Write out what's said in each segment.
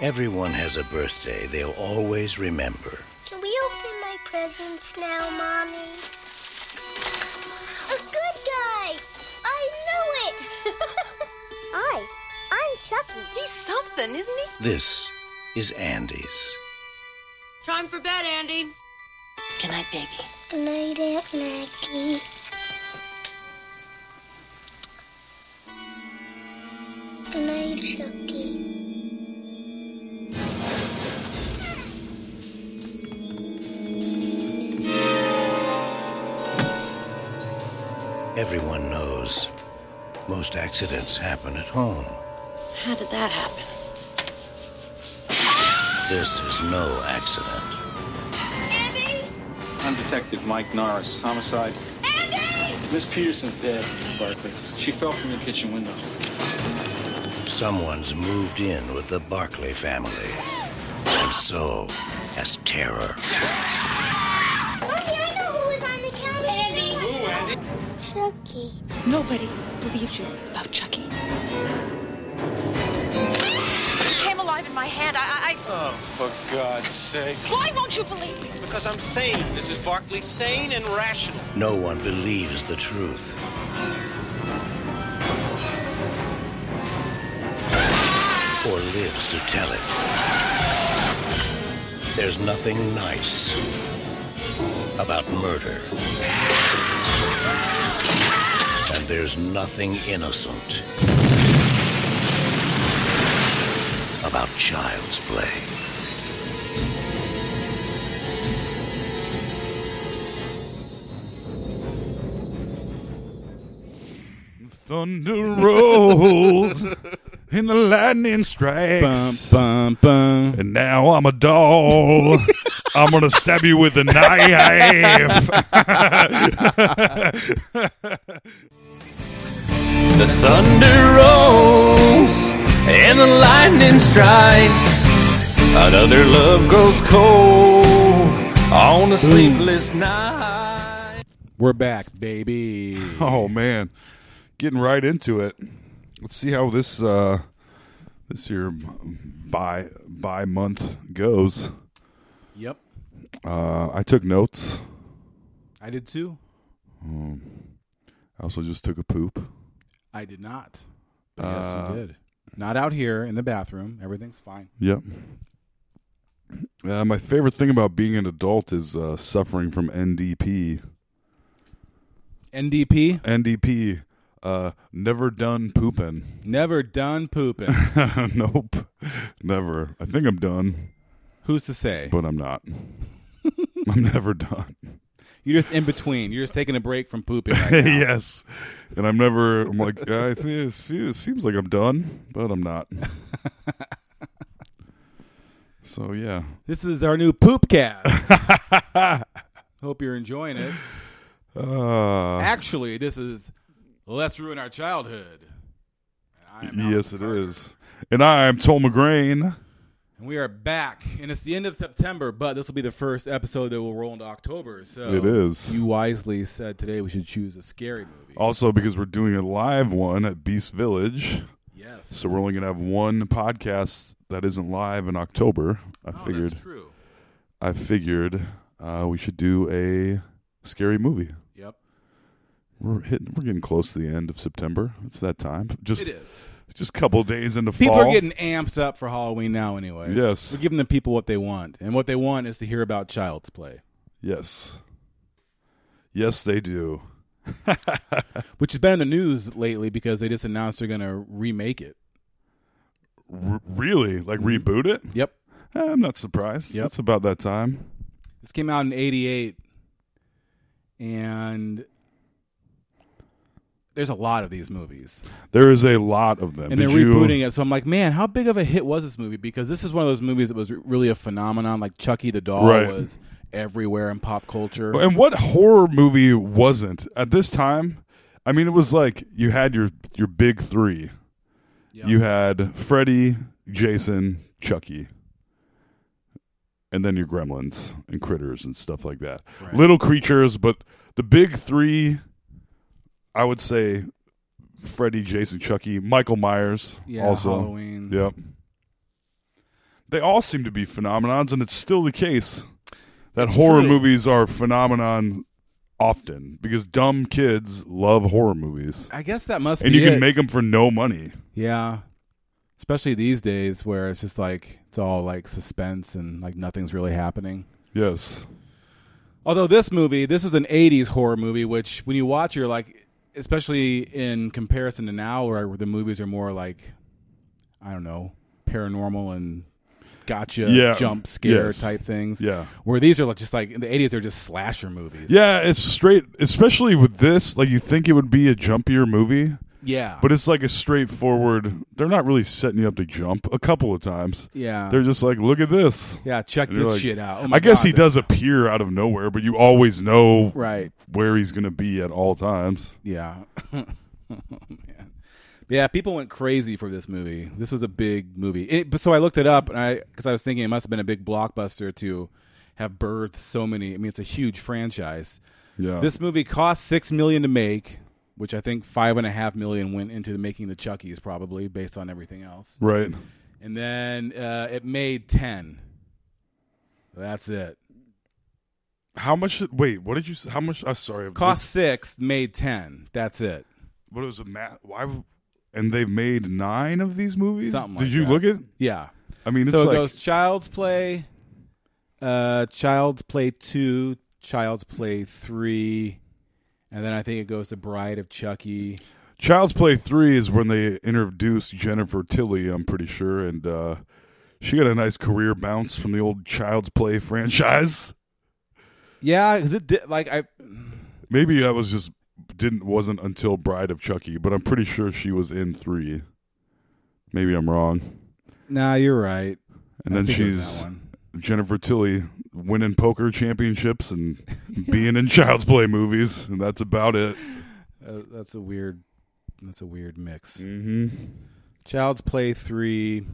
Everyone has a birthday they'll always remember. Can we open my presents now, Mommy? A good guy! I know it! I, I'm Chucky. He's something, isn't he? This is Andy's. Time for bed, Andy. Good night, baby. Good night, Aunt Maggie. Good night, Chucky. Everyone knows most accidents happen at home. How did that happen? This is no accident. Andy! I'm Detective Mike Norris, homicide. Andy! Miss Peterson's dead, Miss Barclay. She fell from the kitchen window. Someone's moved in with the Barclay family, and so has terror. Mommy, I know who was on the counter. Andy! Who, Andy? Chucky. Nobody believes you about Chucky. He came alive in my hand. I, I, I. Oh, for God's sake. Why won't you believe me? Because I'm sane, Mrs. Barkley, sane and rational. No one believes the truth. Or lives to tell it. There's nothing nice about murder. And there's nothing innocent about child's play. Thunder rolls and the lightning strikes. Bum, bum, bum. And now I'm a doll. I'm gonna stab you with a knife. The thunder rolls and the lightning strikes. Another love grows cold on a sleepless night. We're back, baby. oh man, getting right into it. Let's see how this uh, this year by by month goes. Yep. Uh, I took notes. I did too. I also just took a poop. I did not. But Uh, yes, you did. Not out here in the bathroom. Everything's fine. Yep. Uh, my favorite thing about being an adult is uh, suffering from NDP. NDP, NDP, uh, never done pooping. never done pooping. nope, never. I think I'm done, Who's to say? but I'm not. I'm never done. You're just in between. You're just taking a break from pooping right now. yes, and I'm never. I'm like I think it se- it seems like I'm done, but I'm not. so yeah, This is our new poopcast. Hope you're enjoying it. uh, Actually, this is Let's Ruin Our Childhood. And I am Alex yes, it Parker. is. And I am Tom McGrain. And we are back. And it's the end of September, but this will be the first episode that will roll into October. So It is. You wisely said today we should choose a scary movie. Also, because we're doing a live one at Beast Village, yes. so we're only gonna have one podcast that isn't live in October. I Oh, figured. That's true. I figured uh, we should do a scary movie. Yep. We're hitting. We're getting close to the end of September. It's that time. Just It is. just a couple days into People fall. are getting amped up for Halloween now, anyway. Yes. We're giving the people what they want. And what they want is to hear about child's play, yes, yes, they do. which has been in the news lately because they just announced they're going to remake it. R- really, like reboot it? Yep. Eh, I'm not surprised. Mm-hmm. Yep. It's about that time. This came out in '88, and there's a lot of these movies, There is a lot of them. and Did they're you- rebooting it. So I'm like, man, how big of a hit was this movie? Because this is one of those movies that was r- really a phenomenon. Like Chucky the doll Right. was everywhere in pop culture. And what horror movie wasn't at this time? I mean, it was like you had your your big three. Yeah. You had Freddy, Jason, Chucky, and then your Gremlins and Critters and stuff like that. Right. Little creatures, but the big three, I would say, Freddy, Jason, Chucky, Michael Myers, yeah, also. Halloween. Yep. They all seem to be phenomenons, and it's still the case that horror true. movies are phenomenon often because dumb kids love horror movies, I guess that must and be you can it. make them for no money. Yeah. Especially these days where it's just like it's all like suspense and like nothing's really happening. Yes, Although this movie, this was an 80s horror movie which when you watch you're like especially in comparison to now where the movies are more like I don't know, paranormal and gotcha Yeah. jump scare Yes. type things. Yeah. Where these are like just like in the 80s they're just slasher movies. yeah, it's straight. Especially with this, like you think it would be a jumpier movie, Yeah. but it's like a straightforward. They're not really setting you up to jump a couple of times. yeah. They're just like, look at this. yeah, check And you're this like- shit out. Oh my I guess God, he this- does appear out of nowhere, but you always know Right. where he's going to be at all times. Yeah. Oh, man. Yeah, people went crazy for this movie. This was a big movie. It, but so I looked it up and I because I was thinking it must have been a big blockbuster to have birthed so many. I mean, it's a huge franchise. Yeah. This movie cost six million to make, which I think five and a half million went into making the Chuckies probably based on everything else. right. And then uh, it made ten. That's it. How much? Did, wait, what did you? s- How much? I'm sorry. Cost six, made ten. That's it. What was a mat? Why? w- And they've made nine of these movies. Something did like you that. look at? Yeah. I mean, it's so it like goes Child's Play, uh, Child's Play 2, Child's Play 3, and then I think it goes to Bride of Chucky. Child's Play three is when they introduced Jennifer Tilly. I'm pretty sure, and uh, she got a nice career bounce from the old Child's Play franchise. Yeah, because it did, like, I, Maybe that was just didn't wasn't until Bride of Chucky, but I'm pretty sure she was in three. Maybe I'm wrong. nah, you're right. And I then think it was she's that one. Jennifer Tilly winning poker championships and being in Child's Play movies, and that's about it. Uh, that's a weird, that's a weird mix. Mm-hmm. Child's Play 3.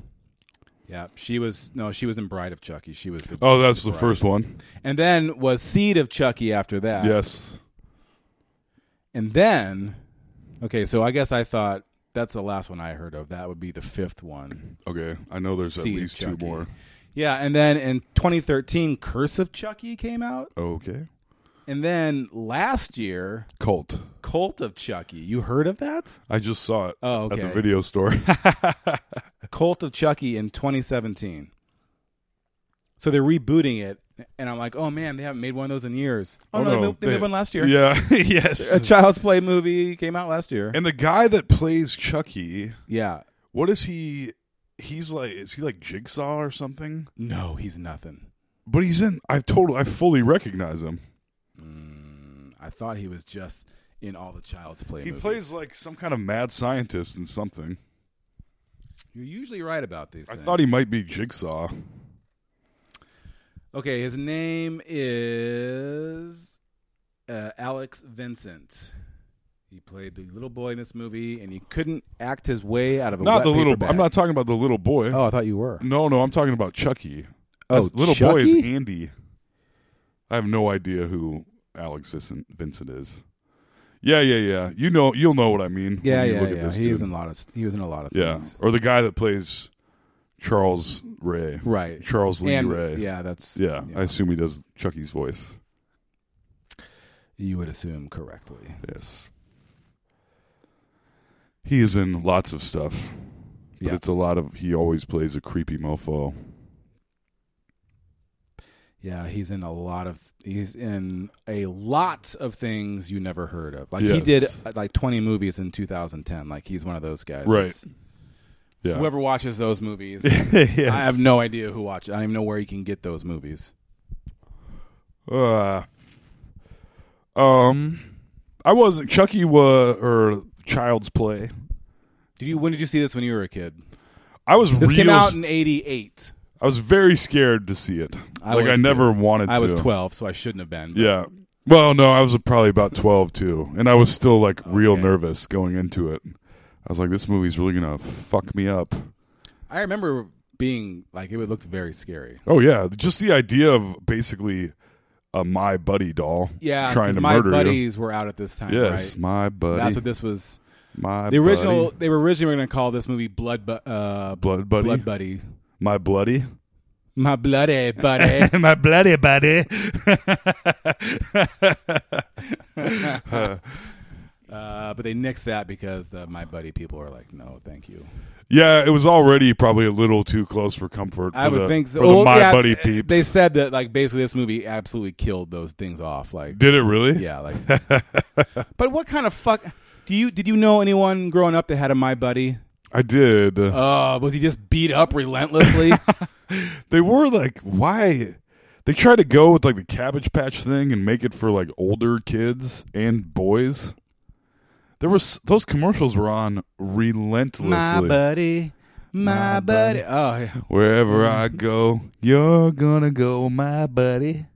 Yeah, she was, no, she was in Bride of Chucky. She was the, Oh, that's the first one. and then was Seed of Chucky after that. Yes. And then, okay, so I guess I thought that's the last one I heard of. That would be the fifth one. Okay, I know there's at Seed of least two Chucky. more. Yeah, and then in 2013, Curse of Chucky came out. Okay, And then last year, Cult. Cult of Chucky. You heard of that? I just saw it Oh, at the okay. video store. Cult of Chucky in 2017. So they're rebooting it. And I'm like, oh man, they haven't made one of those in years. Oh, no, they, made- they made one last year. Yeah. yes. A Child's Play movie came out last year. and the guy that plays Chucky, yeah. what is he? He's like, is he like Jigsaw or something? No, he's nothing. But he's in. I totally, I fully recognize him. I thought he was just in all the Child's Play He movies. plays like some kind of mad scientist in something. You're usually right about these. I things. thought he might be Jigsaw. Okay, his name is uh, Alex Vincent. He played the little boy in this movie, and he couldn't act his way out of a Not wet the little. paper bag. I'm not talking about the little boy. Oh, I thought you were. No, no, I'm talking about Chucky. Oh, That's- little boy is Chucky? Andy. I have no idea who Alex Vincent, Vincent is. Yeah, yeah, yeah. You know, you'll know what I mean. Yeah, when you yeah, look yeah. At this he dude. was in a lot of. He was in a lot of yeah, things. or the guy that plays Charles Ray. Right. Charles Lee and, Ray. Yeah, that's. Yeah, I assume he does Chucky's voice. you would assume correctly. Yes. He is in lots of stuff. But Yeah. it's a lot of he always plays a creepy mofo. Yeah, he's in a lot of he's in a lot of things you never heard of. Like he Yes. did uh, like 20 movies in 2010. Like he's one of those guys. Right. It's- Yeah. Whoever watches those movies, Yes. I have no idea who watches. I don't even know where you can get those movies. Uh, um, I wasn't Chucky was or Child's Play. Did you when did you see this when you were a kid? I was This real, came out in 88. I was very scared to see it. I like I was, never too. wanted. I was to. 12, so I shouldn't have been. but- Yeah. Well, no, I was probably about twelve too, and I was still like real Okay. nervous going into it. I was like, this movie's really gonna fuck me up. I remember being like it looked very scary. Oh yeah, just the idea of basically a my buddy doll. Yeah, trying 'cause to my murder buddies were out at this time, you. Yes, right? my buddy. That's what this was. my The original buddy. they were originally going to call this movie Blood Bu- uh, Blood Buddy? Blood Buddy. my bloody. My bloody buddy. my bloody buddy. uh, but they nixed that because the my buddy people are like, no, thank you. Yeah, it was already probably a little too close for comfort. For I would the, think so. for Well, the my yeah, eh, buddy peeps. They said that like basically this movie absolutely killed those things off. Like, Did it really? yeah, like. but what kind of fuck? Do you did you know anyone growing up that had a my buddy? I did. Uh, was he just beat up relentlessly? they were like, why? They tried to go with like the Cabbage Patch thing and make it for like older kids and boys. There was those commercials were on relentlessly. my buddy, my buddy. Oh, yeah. Wherever I Mm-hmm. go, you're gonna go, my buddy,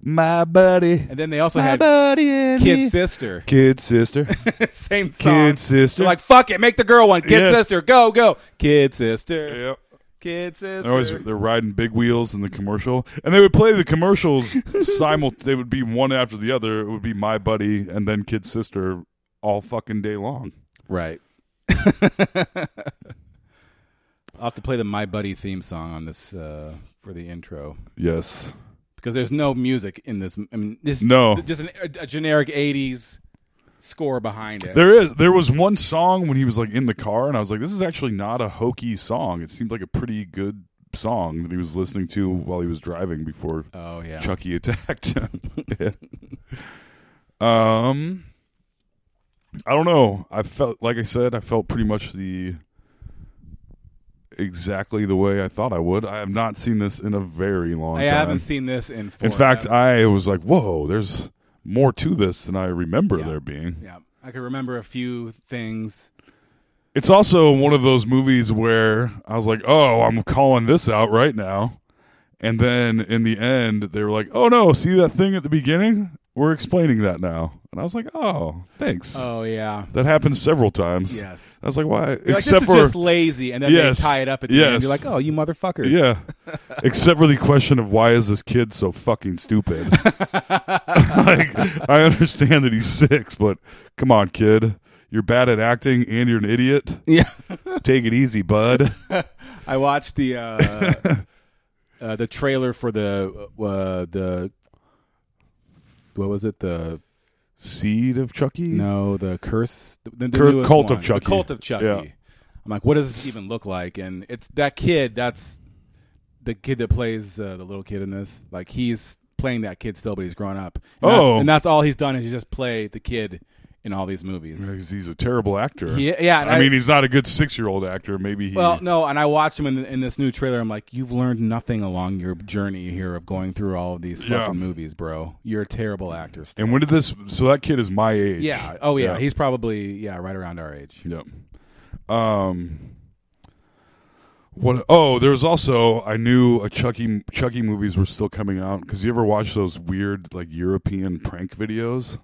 my buddy, and then they also my had buddy, and kid me. sister. kid sister. Same song. sister. They're like fuck it, make the girl one. Kid Yeah. sister, go go. Kid sister, yep. kid sister. They're always they're riding big wheels in the commercial, and they would play the commercials simul. They would be one after the other. It would be my buddy and then kid sister all fucking day long. Right. I'll have to play the My Buddy theme song on this uh, for the intro Yes, because there's no music in this. I mean, this No. just an, a, a generic '80s score behind it. there is. There was one song when he was like in the car, and I was like, "This is actually not a hokey song. It seemed like a pretty good song that he was listening to while he was driving before oh yeah, Chucky attacked him." Yeah. Um, I don't know. I felt like I said, I felt pretty much the exactly the way I thought I would. I have not seen this in a very long I time. haven't seen this in. in forever. fact, I was like, "Whoa, there's more to this than I remember Yeah. there being." yeah, I could remember a few things. It's also one of those movies where I was like, "Oh, I'm calling this out right now," and then in the end, they were like, "Oh no, see that thing at the beginning? We're explaining that now." And I was like, "Oh, thanks." Oh yeah, That happened several times. Yes. I was like, why? You're like, Except this is for just lazy, and then Yes. they tie it up at the Yes. end. You're like, oh, you motherfuckers. yeah. Except for the question of why is this kid so fucking stupid? like I understand that he's 6, but come on, kid. You're bad at acting and you're an idiot. yeah. Take it easy, bud. I watched the uh, uh, the trailer for the uh, the what was it the Seed of Chucky? no the curse the, the Cur- newest Cult of one. Chucky. the cult of Chucky. Yeah. I'm like, what does this even look like? And it's that kid. That's the kid that plays uh, the little kid in this. Like he's playing that kid still, but he's grown up. And that- Oh. and that's all he's done is he just play the kid in all these movies. Because He's a terrible actor. He- yeah, and I, I- mean, he's not a good 6-year-old actor. Maybe he Well, no, and I watched him in, in this new trailer. I'm like, you've learned nothing along your journey here of going through all of these fucking Yeah. movies, bro. You're a terrible actor. Still. And when did this so that kid is my age. yeah. Oh, yeah. He's probably yeah, right around our age. Yep. Um. What? Oh, there was also I knew a Chucky Chucky movies were still coming out because you ever watch those weird like European prank videos?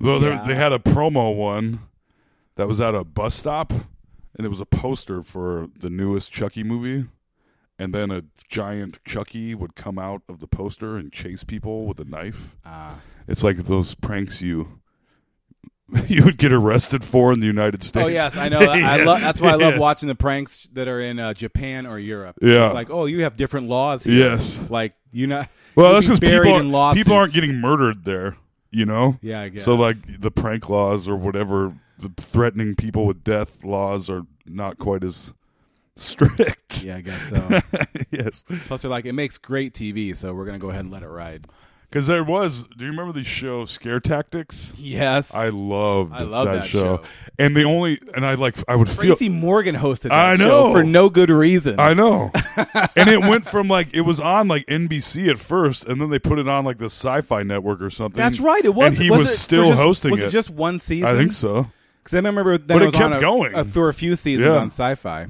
Though there they had a promo one that was at a bus stop, and it was a poster for the newest Chucky movie, and then a giant Chucky would come out of the poster and chase people with a knife. Ah. It's like those pranks you you would get arrested for in the United States. Oh yes, I know. I Yeah. love. That's why I love Yes. watching the pranks that are in uh, Japan or Europe. Yeah. It's like, oh, you have different laws. Here. Yes. Like you know. Well, you'd that's be because buried people, in aren't- lawsuits. people aren't getting murdered there, you know. Yeah, I guess. So like the prank laws or whatever, the threatening people with death laws are not quite as strict. Yeah, I guess so. yes, Plus, they're like, it makes great TV, so we're gonna go ahead and let it ride. because there was. Do you remember the show Scare Tactics? Yes. I loved I love that show. and the only and I like I would feel Tracy Morgan hosted. That I show know. for no good reason. I know. and it went from like it was on like NBC at first, and then they put it on like the Sci-Fi Network or something. That's right. It was. And he was was, it for still just- hosting was it. it just one season? I think so. Because I remember that But it it was kept on a, going. a- for a few seasons Yeah. on Sci-Fi.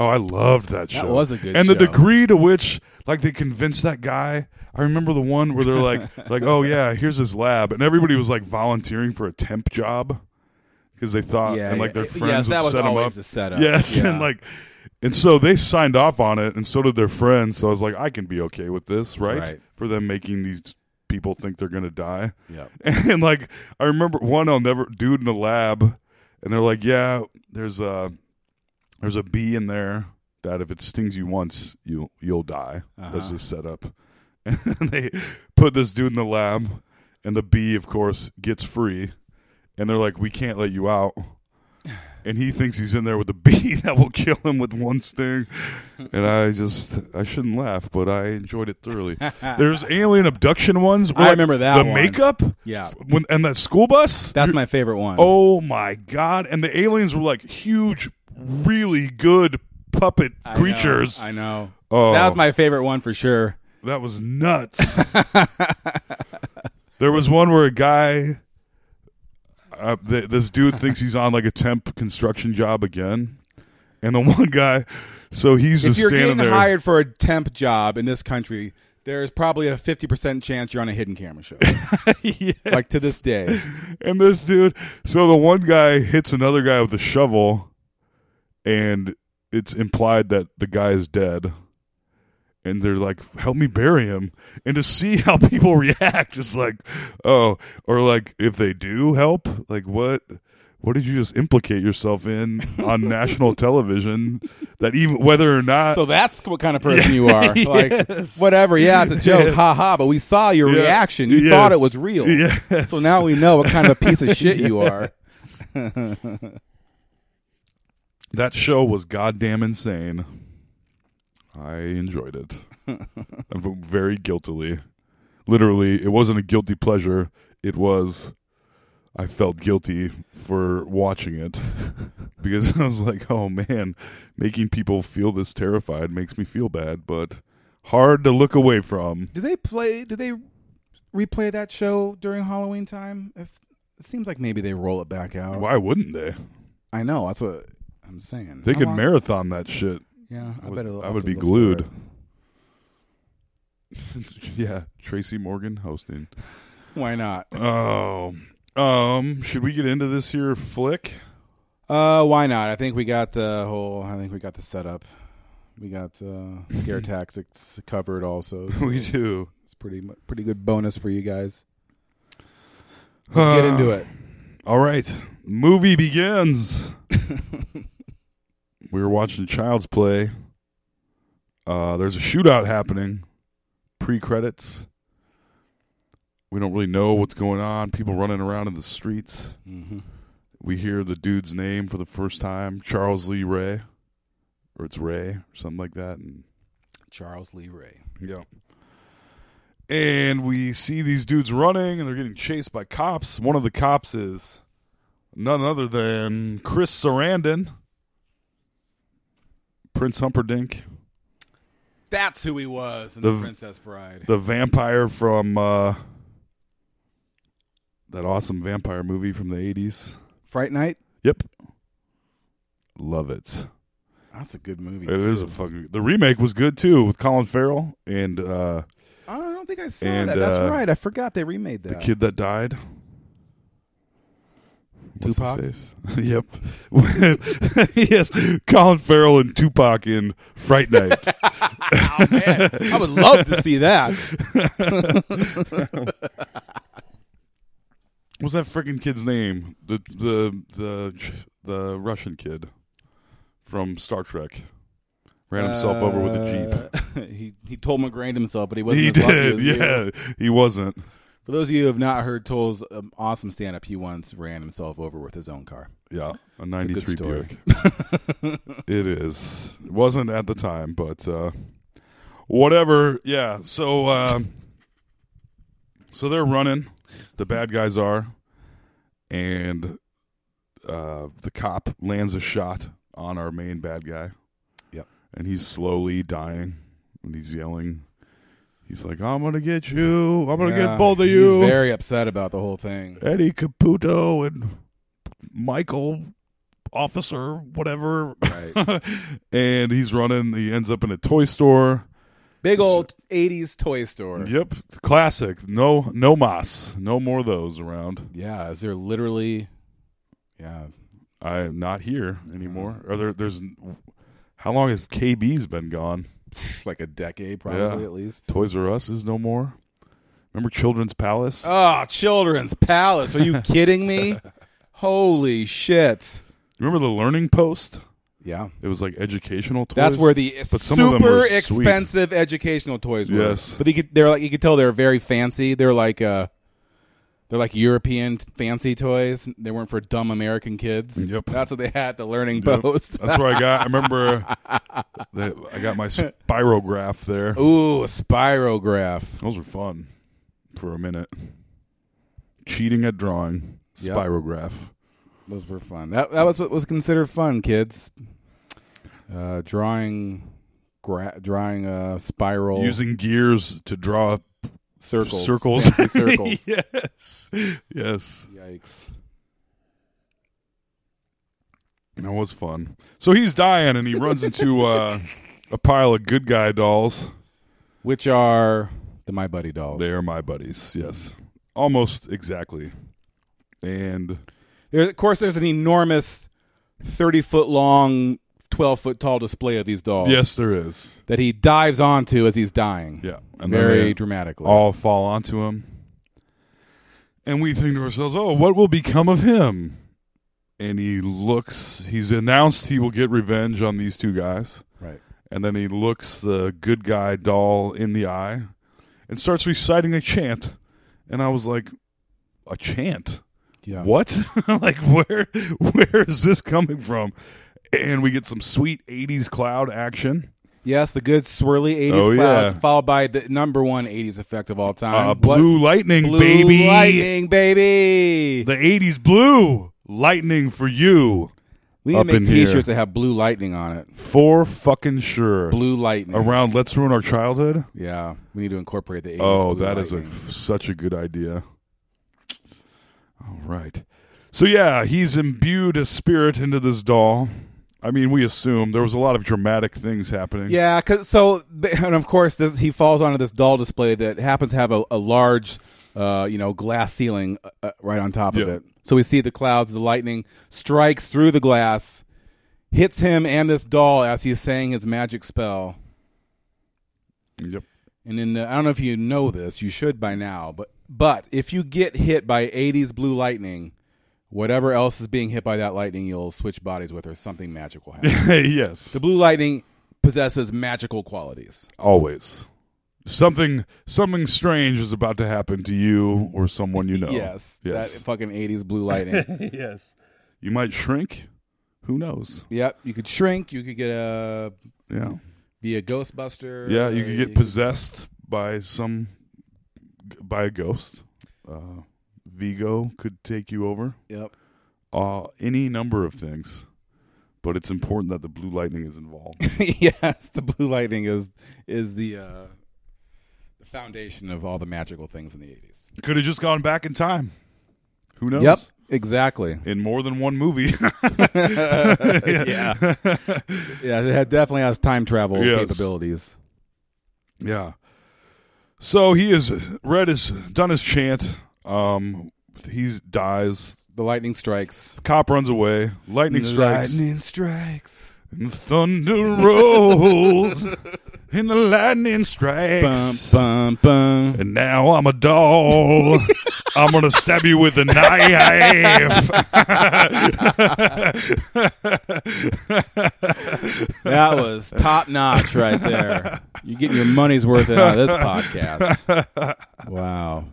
Oh, I loved that show. was a good And show. the degree to which like they convinced that guy. I remember the one where they're like, like, oh yeah, here's his lab, and everybody was like volunteering for a temp job because they thought, Yeah, and like their yeah. Yes, friends would that was set him always up. the setup. Yes, Yeah. and like, and so they signed off on it, and so did their friends. So I was like, I can be okay with this, right? Right. For them making these people think they're gonna die. Yeah. And like I remember one I'll never dude in the lab and they're like, Yeah, there's a there's a bee in there that. If it stings you once, you you'll die. Uh-huh. That's the setup. And then they put this dude in the lab, and the bee, of course, gets free, and they're like, "We can't let you out." And he thinks he's in there with a bee that will kill him with one sting. And I just, I shouldn't laugh, but I enjoyed it thoroughly. There's alien abduction ones. where, I like, remember that The one. makeup? Yeah. When, and that school bus? That's You're- my favorite one. Oh my god! And the aliens were like huge, really good puppet I know, creatures. I know. Oh. That was my favorite one for sure. That was nuts. there was one where a guy, uh, th- this dude thinks he's on like a temp construction job again, and the one guy, so he's If just you're standing getting there. hired for a temp job in this country, there's probably a 50% chance you're on a hidden camera show. Like to this day. and this dude so the one guy hits another guy with a shovel and it's implied that the guy is dead and they're like help me bury him and to see how people react is like oh or like if they do help like what what did you just implicate yourself in on national television that even whether or not So that's what kind of person you are. Like, whatever. Yeah, it's a joke. Yes. Ha ha. But we saw your Yeah. reaction. You Yes. thought it was real. Yes. So now we know what kind of a piece of shit you are. That show was goddamn insane. I enjoyed it V- very guiltily. Literally, it wasn't a guilty pleasure. It was, I felt guilty for watching it because I was like, oh man, making people feel this terrified makes me feel bad, but hard to look away from. Do they play? Do they replay that show during Halloween time? If it seems like maybe they roll it back out. Why wouldn't they? I know that's what I'm saying. They How could long- marathon that shit. Yeah, I, would- better. I have would to be look for glued. it. yeah, Tracy Morgan hosting. Why not? Oh, um, should we get into this here flick? Uh, why not? I think we got the whole. I think we got the setup. We got uh, scare tactics covered. Also, so We do. it's pretty mu- pretty good bonus for you guys. Uh. Let's get into it. All right, movie begins. we were watching Child's Play. Uh, there's a shootout happening. Pre credits. We don't really know what's going on. People running around in the streets. Mm-hmm. We hear the dude's name for the first time, Charles Lee Ray, or it's Ray or something like that, and Charles Lee Ray. Yeah. And we see these dudes running and they're getting chased by cops. One of the cops is none other than Chris Sarandon, Prince Humperdinck, That's who he was in The the, v- Princess Bride. the vampire from uh, that awesome vampire movie from the 80s. Fright Night. Yep. Love it. That's a good movie. It is too. a fucking. The remake was good too with Colin Farrell and uh, I don't think I saw And, that. That's uh, right. I forgot they remade that. the kid that died. What's his Tupac? face? yep. yes, Colin Farrell and Tupac in Fright Night. Man, I would love to see that. What's that freaking kid's name? The the the the Russian kid from Star Trek ran himself over with a jeep. jeep. He he told McGrain himself, but he Uh, wasn't. He as lucky did. as you. Yeah, he wasn't. For those of you who have not heard Toll's um, awesome stand up, he once ran himself over with his own car. Yeah, a '93 story. Buick. it is. It wasn't at the time, but uh, whatever. Yeah. So, um, so they're running. The bad guys are, and uh, the cop lands a shot on our main bad guy. Yep. And he's slowly dying, and he's yelling. He's like, "I'm gonna get you! I'm gonna Yeah, get both of Uh, he's you!" very upset about the whole thing. Eddie Caputo and Michael officer whatever Right. and he's running he ends up in a toy store Big old 80s toy store. yep it's classic no no mas no more of those around Yeah, is there literally. Yeah. i am not here anymore are there there's how long has kb's been gone Like a decade, probably at least. toys r us is no more remember children's palace Oh, Children's Palace. Are you kidding me? Holy shit. remember the learning post Yeah. It was like educational toys. That's where the but some of them super were sweet. expensive educational toys were. Yes. but they could, they're like you could tell they're very fancy. They're like uh, they're like European t- fancy toys. They weren't for dumb American kids. Yep. that's what they had. The learning Yep. post. That's where I got. I remember that I got my spirograph there. Ooh, a spirograph. Those were fun for a minute. Cheating at drawing, Yep. spirograph. Those were fun. That that was what was considered fun, kids. Uh, drawing, gra- drawing uh, spiral Using gears to draw circles, circles. fancy circles. yes, yes. Yikes! That was fun. So he's dying, and he runs into uh, a pile of good guy dolls. Which are the My Buddy dolls? They are my buddies. Yes, almost exactly. And There, of course, there's an enormous, thirty foot long, twelve foot tall display of these dolls. yes, there is. that he dives onto as he's dying. Yeah, and then very they dramatically. All fall onto him, and we think to ourselves, "Oh, what will become of him?" And he looks. He's announced he will get revenge on these two guys. right. and then he looks the good guy doll in the eye and starts reciting a chant and i was like a chant Yeah. what like where where is this coming from and we get some sweet 80s cloud action Yes, the good swirly '80s Oh, clouds, yeah. followed by the number one '80s effect of all time, uh, What- blue lightning blue baby lightning, baby. the 80s blue lightning for you we need to up make in here. T-shirts that have blue lightning on it. for fucking sure Blue lightning. around let's ruin our childhood yeah, we need to incorporate the '80s. Oh, blue that is lightning. a such a good idea. All right. So yeah, he's imbued a spirit into this doll. I mean, we assume there was a lot of dramatic things happening. Yeah, cause so and of course this, he falls onto this doll display that happens to have a, a large, uh, you know, glass ceiling uh, uh, right on top of Yeah. it. So we see the clouds, the lightning strikes through the glass, hits him and this doll as he's saying his magic spell. Yep. And then uh, I don't know if you know this, you should by now, but but if you get hit by 80s blue lightning, whatever else is being hit by that lightning, you'll switch bodies with or something magical happens. yes. the blue lightning possesses magical qualities. Always. Something something strange is about to happen to you or someone you know. Yes. Yes. That fucking 80s blue lighting. you might shrink. Who knows? yep. You could shrink. You could get a Yeah. be a Ghostbuster. Yeah, you could uh, get possessed by some by a ghost. Uh, Vigo could take you over. Yep. uh, any number of things, but it's important that the blue lightning is involved. yes, the blue lightning is is the uh, the foundation of all the magical things in the 80s. Could have just gone back in time. Who knows? Yep. Exactly. In more than one movie. yeah. yeah, it had- definitely has time travel Yes. capabilities. yeah. So he is red is done his chant. Um, he dies. The lightning strikes. Cop runs away. Lightning strikes. Lightning strikes. And the thunder rolls. and the lightning strikes. Bum bum bum. And now I'm a doll. I'm gonna stab you with a knife. That was top notch right there. You're getting your money's worth out of this podcast. Wow.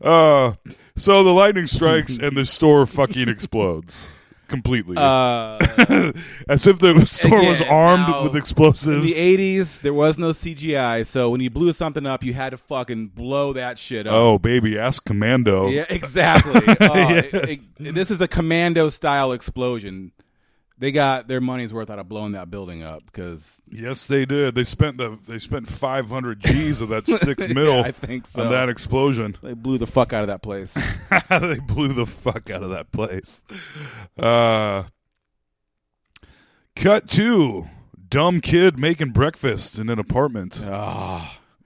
Uh, so the lightning strikes and the store fucking explodes completely, Uh, as if the store was again, armed now, with in explosives. the 80s, there was no CGI, so when you blew something up, you had to fucking blow that shit up. oh baby, ask Commando. Yeah, exactly. Oh, it- it- this is a commando style explosion. They got their money's worth out of blowing that building up because Yes, they did. They spent the they spent 500 G's of that six mil I think so. on that explosion. they blew the fuck out of that place. they blew the fuck out of that place. Uh, cut to dumb kid making breakfast in an apartment,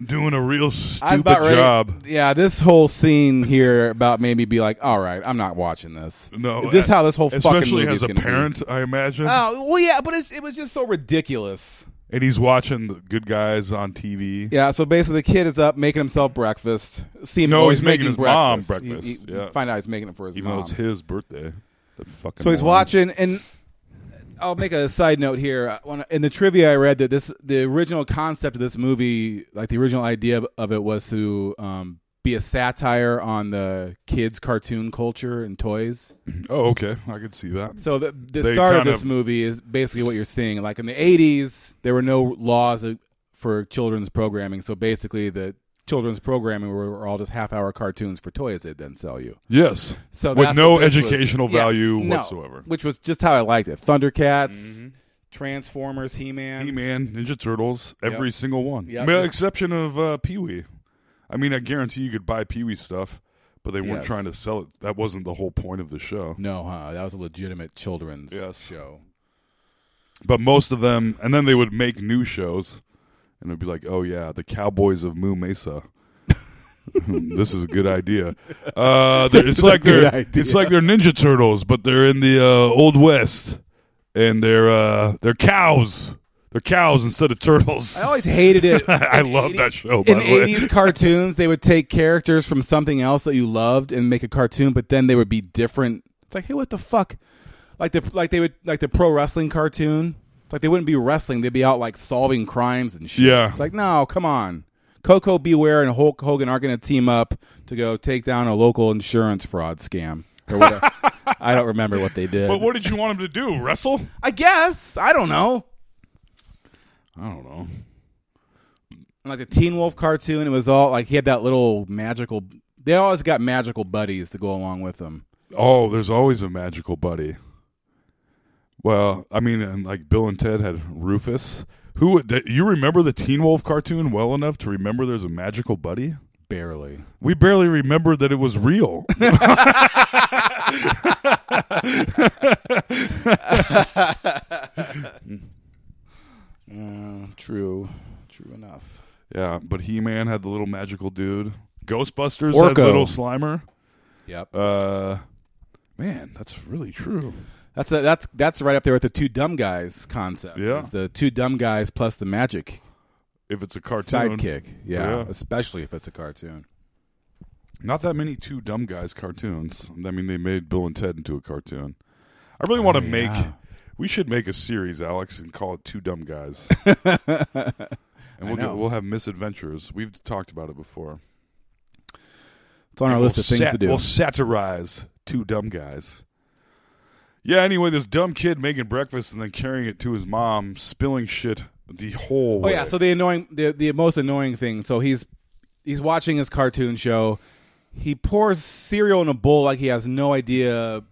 doing a real Ah. I was stupid about ready- job. Yeah, this whole scene here about made me be like, all right, I'm not watching this. No, this is uh, how this whole fucking especially movie as is a gonna be. parent, I imagine. Oh well, yeah, but it's, it was just so ridiculous. And he's watching the good guys on TV. Yeah, so basically the kid is up making himself breakfast. See, No, oh, he's making his mom He- breakfast, he- you yeah. Find out he's making it for his even mom. though it's his birthday. The fucking so he's moron. watching, and I'll make a side note here. I wanna- In the trivia, I read that this the original concept of this movie, like the original idea of- of it, was to um, be a satire on the kids' cartoon culture and toys. Oh, okay. I could see that. So the, the They start of kind this of- movie is basically what you're seeing. Like in the 80s, there were no laws of- for children's programming. So basically, the children's programming were, were all just half-hour cartoons for toys they'd then sell you. yes. So with that's no what this was- educational yeah, value no, whatsoever. which was just how I liked it. Thundercats, Transformers, Mm-hmm. He-Man. He Man, Ninja Turtles, every Yep. single one. Yep. With the exception of uh, Pee Wee. I mean, I guarantee you could buy Pee Wee stuff, but they weren't Yes. trying to sell it. That wasn't the whole point of the show. No, huh? That was a legitimate children's Yes. show. But most of them, and then they would make new shows, and it'd be like, oh yeah, the Cowboys of Moo Mesa. this is a good idea. Uh, they're- it's is a like good they're idea. it's like they're Ninja Turtles, but they're in the uh, Old West, and they're uh, they're cows. They're cows instead of turtles. I always hated it. I love that show. By in the way, eighties cartoons, they would take characters from something else that you loved and make a cartoon, but then they would be different. It's like, hey, what the fuck? Like the like they would like the pro wrestling cartoon. It's like they wouldn't be wrestling; they'd be out like solving crimes and shit. Yeah. it's like no, come on. Coco Beware and Hulk Hogan are going to team up to go take down a local insurance fraud scam. Or whatever. I don't remember what they did. But what did you want him to do? Wrestle? I guess I don't know. I don't know. And, like the Teen Wolf cartoon, it was all like he had that little magical. They always got magical buddies to go along with them. Oh, there's always a magical buddy. Well, I mean, and like Bill and Ted had Rufus. Who d- you remember the Teen Wolf cartoon well enough to remember there's a magical buddy? Barely. We barely remembered that it was real. Uh, true. True enough. yeah, but He Man had the little magical dude. Ghostbusters had Orko. little Slimer. Yep. Uh, man, that's really true. That's a, that's that's right up there with the two dumb guys concept. Yeah. It's the two dumb guys plus the magic If it's a cartoon, sidekick. Yeah, Yeah. Especially if it's a cartoon. Not that many two dumb guys cartoons. I mean, they made Bill and Ted into a cartoon. I really want to make. Oh, yeah. We should make a series, Alex, and call it Two Dumb Guys. and we'll know. get, we'll have misadventures. We've talked about it before. It's on our we'll list of things sat- to do. We'll satirize two dumb guys. Yeah. Anyway, this dumb kid making breakfast and then carrying it to his mom, spilling shit the whole Oh way. yeah, so the annoying, the the most annoying thing. So he's he's watching his cartoon show. He pours cereal in a bowl like he has no idea,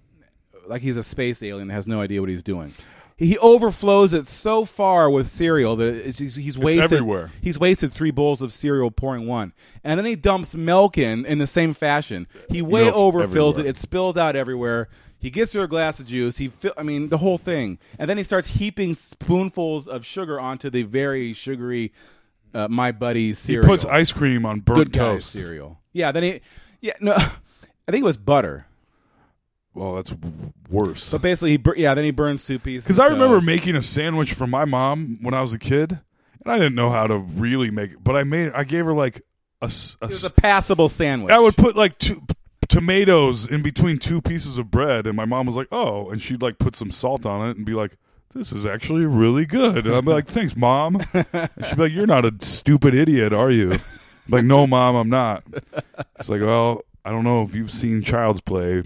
like he's a space alien that has no idea what he's doing. He, he overflows it so far with cereal that it's, he's, he's wasted. everywhere. He's wasted three bowls of cereal pouring one, and then he dumps milk in in the same fashion. He way Milk overfills it. everywhere. It spills out everywhere. He gets her a glass of juice. He, fill, I mean, the whole thing, and then he starts heaping spoonfuls of sugar onto the very sugary uh, my buddy he cereal. puts ice cream on burnt Good Guys toast. cereal. Yeah, then he, yeah, no, I think it was butter. Well, that's w- worse. But basically, he, bur- yeah, then he burns two pieces. Because of I remember toast. making a sandwich for my mom when I was a kid, and I didn't know how to really make it. But I made, I gave her like a, s- a it was s- a passable sandwich. I would put like two p- tomatoes in between two pieces of bread, and my mom was like, "Oh," and she'd like put some salt on it and be like, "This is actually really good." And I'm like, "Thanks, mom." And she'd be like, "You're not a stupid idiot, are you?" I'm like, "No, mom, I'm not." She's like, "Well, I don't know if you've seen Child's Play."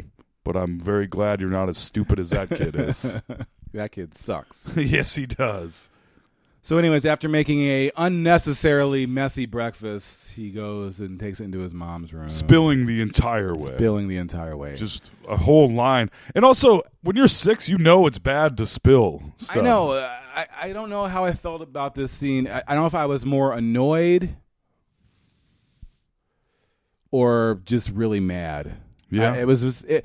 But I'm very glad you're not as stupid as that kid is. that kid sucks. yes, he does. So, anyways, after making a unnecessarily messy breakfast, he goes and takes it into his mom's room, spilling the entire way. spilling the entire way. Just a whole line. And also, when you're six, you know it's bad to spill stuff. I know. uh, I, I don't know how I felt about this scene. I, I don't know if I was more annoyed or just really mad. Yeah. I- it was. was- it,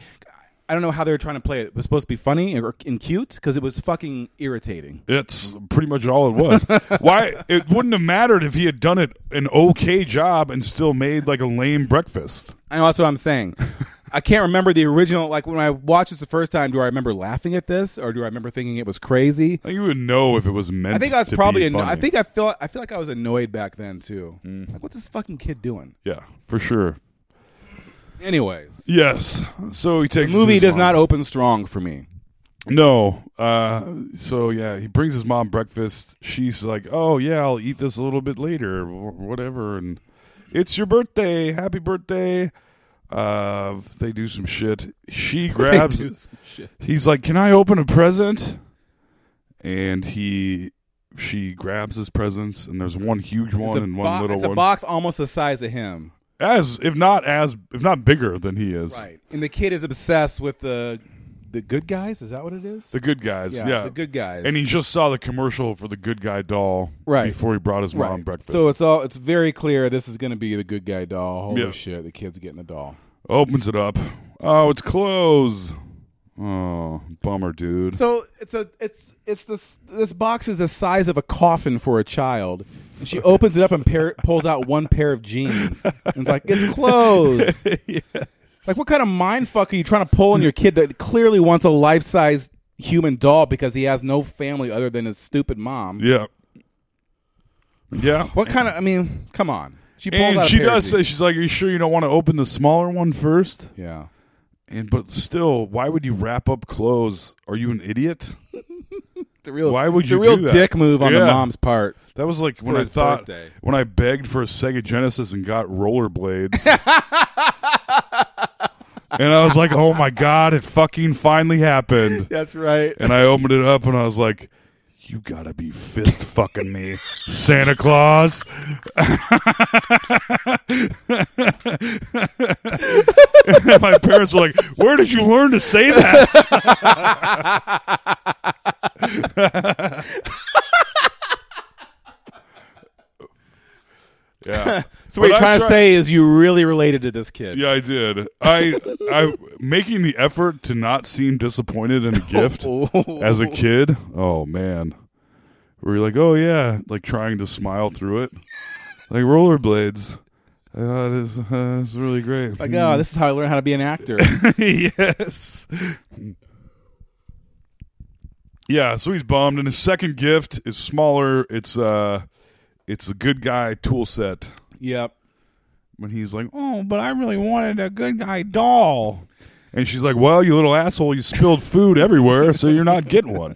I don't know how they were trying to play it. It was supposed to be funny and, and cute because it was fucking irritating. It's pretty much all it was. Why? It wouldn't have mattered if he had done it an okay job and still made like a lame breakfast. I know that's what I'm saying. I can't remember the original. Like when I watched this the first time, do I remember laughing at this or do I remember thinking it was crazy? I think you would know if it was meant. I think I was to be probably. Anno- I funny. Mm. think I feel. I feel like I was annoyed back then too. Like what's this fucking kid doing? Yeah, for sure. Anyways. Yes. So he takes. The movie his does mom. not open strong for me. No. Uh, so yeah, he brings his mom breakfast. She's like, "Oh yeah, I'll eat this a little bit later, wh- whatever." And it's your birthday. Happy birthday. Uh, they do some shit. She grabs. do some shit. He's like, "Can I open a present?" And he, she grabs his presents, and there's one huge one It's a, and one bo- little it's a one, box almost the size of him. as if not as if not bigger than he is. And the kid is obsessed with the the good guys. Is that what it is? The good guys, yeah, Yeah, the good guys. and he just saw the commercial for the good guy doll Right. before he brought his mom breakfast. So it's all it's very clear. This is going to be the good guy doll. Holy Yeah. shit! The kid's getting the doll. opens it up. Oh, it's closed. Oh, bummer, dude. So it's a it's it's this this box is the size of a coffin for a child. And she opens it up and pair, pulls out one pair of jeans. And it's like it's clothes. Like what kind of mind fuck are you trying to pull on your kid that clearly wants a life size human doll because he has no family other than his stupid mom? yeah, yeah. What kind of I mean, come on. She pulls out And a she pair of does say jeans. she's like, "Are you sure you don't want to open the smaller one first? yeah. And but still, why would you wrap up clothes? Are you an idiot? The real, Why would it's you a real do that? dick move on the Yeah. mom's part? That was like when For I his thought birthday. when I begged for a Sega Genesis and got rollerblades. and I was like, "Oh my god, it fucking finally happened." That's right. And I opened it up and I was like, "You got to be fist fucking me, Santa Claus." And my parents were like, "Where did you learn to say that?" yeah. So But what you're I trying to tried- say is you really related to this kid. Yeah, I did. I I making the effort to not seem disappointed in a gift as a kid. Oh man, where you're like, oh yeah, like trying to smile through it, like rollerblades. I thought it's uh, it's really great. Like, oh, this is how I learned how to be an actor. yes. Yeah, so he's bummed, and his second gift is smaller. It's uh, it's a good guy tool set. yep. when he's like, "Oh, but I really wanted a good guy doll," and she's like, "Well, you little asshole, you spilled food everywhere, so you're not getting one."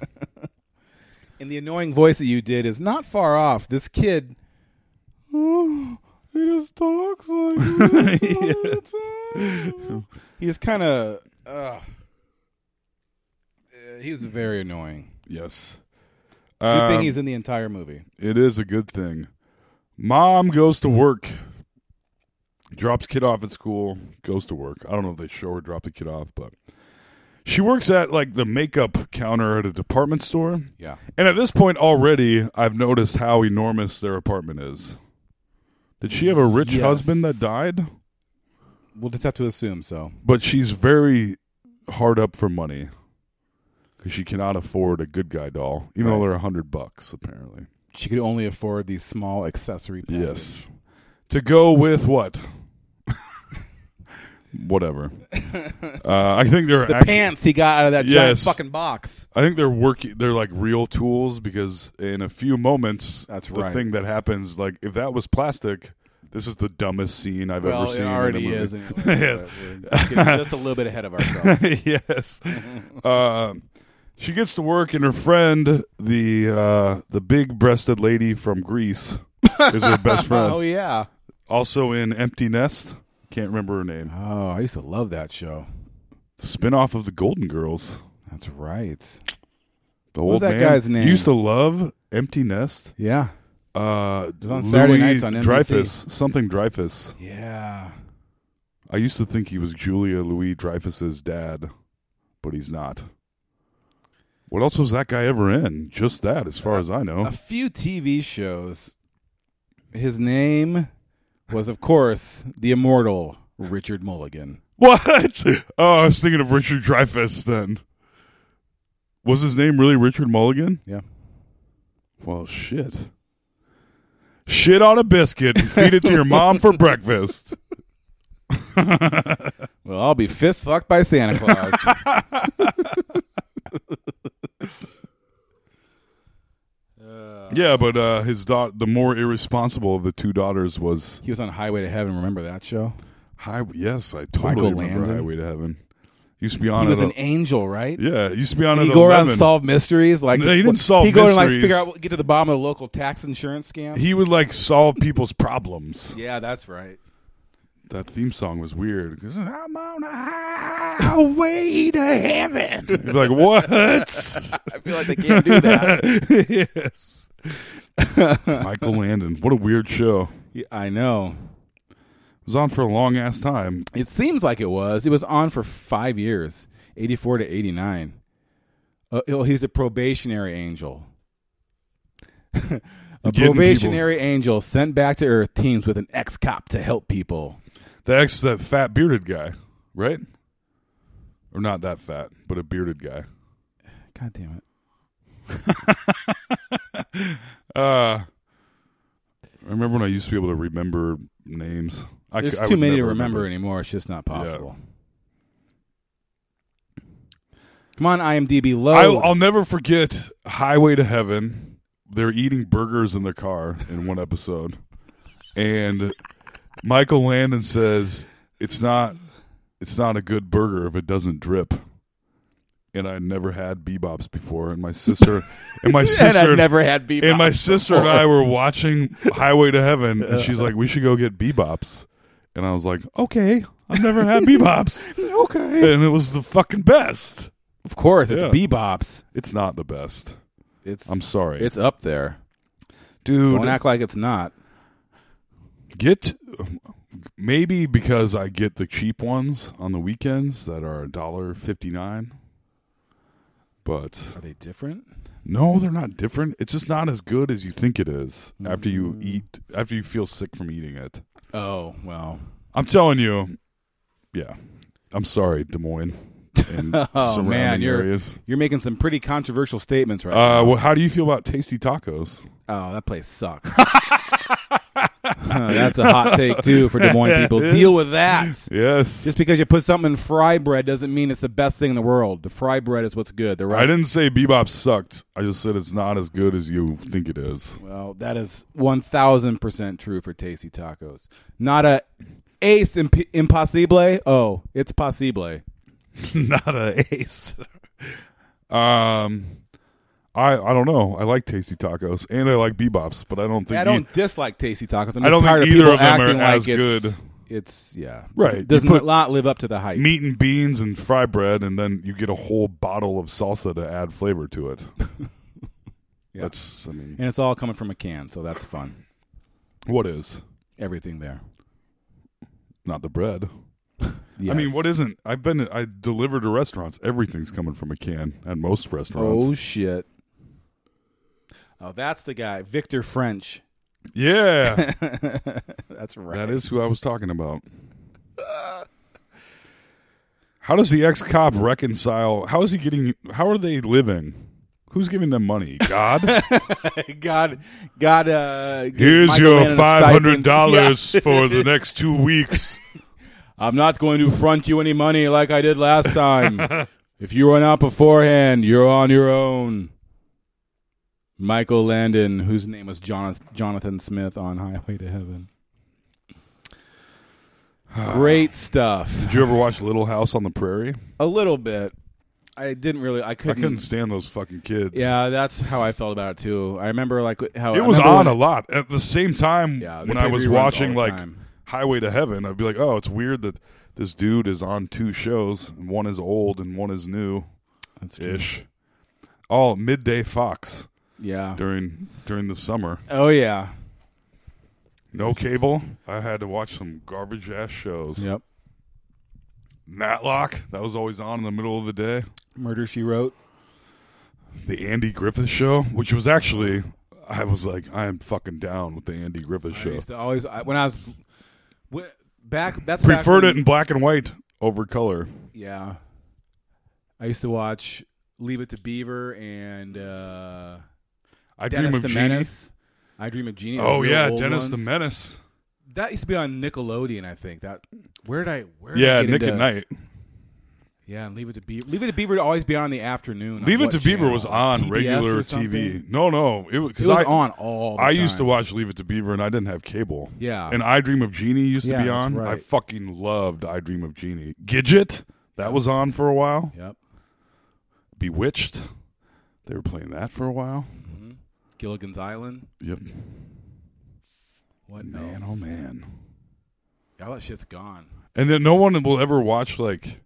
And the annoying voice that you did is not far off. This kid, oh, he just talks like this all the time. He just kind of, uh, he was very annoying. Yes, Good Um, thing he's in the entire movie. it is a good thing. Mom goes to work, drops kid off at school, goes to work. I don't know if they show or drop the kid off, but she works at like the makeup counter at a department store. Yeah. And at this point already, I've noticed how enormous their apartment is. Did she have a rich Yes. husband that died? We'll just have to assume so. but she's very hard up for money because she cannot afford a good guy doll, even though Right. they're a hundred bucks apparently. She could only afford these small accessory. package. Yes, to go with what? Whatever. uh, I think they're The actu- pants he got out of that giant Yes. fucking box. I think they're working. They're like real tools because in a few moments, That's the right. thing that happens. Like if that was plastic. This is the dumbest scene I've ever seen. in a movie. Yes. just a little bit ahead of ourselves. yes. uh, she gets to work, and her friend, the uh, the big breasted lady from Greece, is her best friend. oh yeah. Also in Empty Nest. Can't remember her name. Oh, I used to love that show. Spin off of the Golden Girls. That's right. The was old that man. guy's name? You used to love Empty Nest. Yeah. Uh, was on Saturday Louis nights on NBC. Dreyfus, something Dreyfus. Yeah. I used to think he was Julia Louis Dreyfus's dad, but he's not. What else was that guy ever in? Just that, as far as I know. A few TV shows. His name was, of course, the immortal Richard Mulligan. What? Oh, I was thinking of Richard Dreyfuss then. Was his name really Richard Mulligan? Yeah. Well, shit. Shit on a biscuit and feed it to your mom for breakfast. Well, I'll be fist fucked by Santa Claus. Yeah, but uh, his daughter, the more irresponsible of the two daughters, was he was on Highway to Heaven. Remember that show? High. Yes, I totally Michael remember Landon? Highway to Heaven. Used to be on he was at an a- angel, right? Yeah, it used to be on Did at he go around 11. and solve mysteries. Like No, he didn't solve He go and like mysteries. figure out, get to the bottom of the local tax insurance scam. he would like solve people's problems. yeah, that's right. That theme song was weird. 'cause I'm on a highway to heaven. You'd be like, what? I feel like they can't do that. yes. Michael Landon. What a weird show. Yeah, I know. It was on for a long ass time. It seems like it was. It was on for five years, eighty four to eighty nine. Uh, oh, he's a probationary angel. a Getting probationary angel sent back to Earth teams with an ex cop to help people. The ex, that fat bearded guy, right? Or not that fat, but a bearded guy. God damn it! Uh, I remember when I used to be able to remember names. I, There's c- I too would many to never remember, anymore. It's just not Yeah. possible. Come on, IMDb load. I, I'll never forget Highway to Heaven. They're eating burgers in the car in one episode, and Michael Landon says it's not it's not a good burger if it doesn't drip. And I never had bebops before, and my sister and my sister and I've never had bebop. and my sister and I were watching Highway to Heaven, and she's like, "We should go get bebops," and I was like, "Okay, I've never had bebops," okay. and it was the fucking best. Of course, it's Yeah. bebops. It's not the best. It's I'm sorry. It's up there. dude. Don't act like it's not. get maybe because I get the cheap ones on the weekends that are a dollar fifty nine. But Are they different? no, they're not different. It's just not as good as you think it is after you Mm. eat after you feel sick from eating it. Oh well. I'm telling you, yeah. I'm sorry, Des Moines. And Oh surrounding man, you're areas. you're making some pretty controversial statements right Uh, well, how do you feel about tasty tacos? now. Oh, that place sucks. Oh, That's a hot take too for Des Moines people. Deal with that. Yes, Just because you put something in fry bread doesn't mean it's the best thing in the world. The fry bread is what's good. The I rest, didn't say bebop sucked. I just said it's not as good as you think it is. well, that is one thousand percent true for tasty tacos. Not a ace imp- impossible. Oh, it's possible. not a ace. um, I I don't know. I like tasty tacos and I like bebops, but I don't think I e- don't dislike tasty tacos. I'm I don't think just tired of either people of them are acting like as it's good. it's yeah Right. You Does put not lot live up to the hype. meat and beans and fry bread, and then you get a whole bottle of salsa to add flavor to it. That's I mean, and it's all coming from a can, so that's fun. what is Everything there. not the bread. I mean, what isn't? I've been I deliver to restaurants. Everything's coming from a can at most restaurants. Oh shit! Oh, that's the guy, Victor French. yeah, That's right. That is who I was talking about. How does the ex cop reconcile? How is he getting? How are they living? Who's giving them money? God. God. God. Uh, gives Here's Michael Landon your a five hundred stipend. dollars Yeah. for the next two weeks. I'm not going to front you any money like I did last time. if you run out beforehand, you're on your own. Michael Landon, whose name was Jonas- Jonathan Smith on Highway to Heaven. Great stuff. Did you ever watch Little House on the Prairie? A little bit. I didn't really. I I couldn't. couldn't stand those fucking kids. yeah, that's how I felt about it too. I remember like how I it was remember on when- a lot. At the same time, Yeah, they when I played was reruns watching all the like time. Highway to Heaven, I'd be like, "Oh, it's weird that this dude is on two shows. and One is old and one is new." That's true. ish. All midday Fox Yeah. during during the summer. Oh yeah. No cable. I had to watch some garbage ass shows. Yep. Matlock that was always on in the middle of the day. Murder She Wrote. The Andy Griffith Show, which was actually, I was like, I am fucking down with the Andy Griffith I Show. used to always I, when I was wh- back. That's back Preferred when- it in black and white over color. Yeah. I used to watch Leave It to Beaver and uh, I Dennis dream of the Genie. Menace. I Dream of Genie. Oh those yeah, real old Dennis ones. the Menace. That used to be on Nickelodeon, I think. That where did I where did I Yeah, get Nick into- at Night. Yeah, and Leave It to Beaver. Leave It to Beaver would always be on in the afternoon. on Leave It what to Beaver channel? was Like on TBS or regular something? TV. No, no, it was It because was I on all. the I used to time. watch Leave It to Beaver, and I didn't have cable. Yeah. and I Dream of Genie used Yeah, to be that's on. I right. fucking loved I Dream of Genie. Gidget, That was on for a while. Yep. Bewitched. They were playing that for a while. Gilligan's Island. Yep. What Man, else? oh man. All that shit's gone. And then no one will ever watch like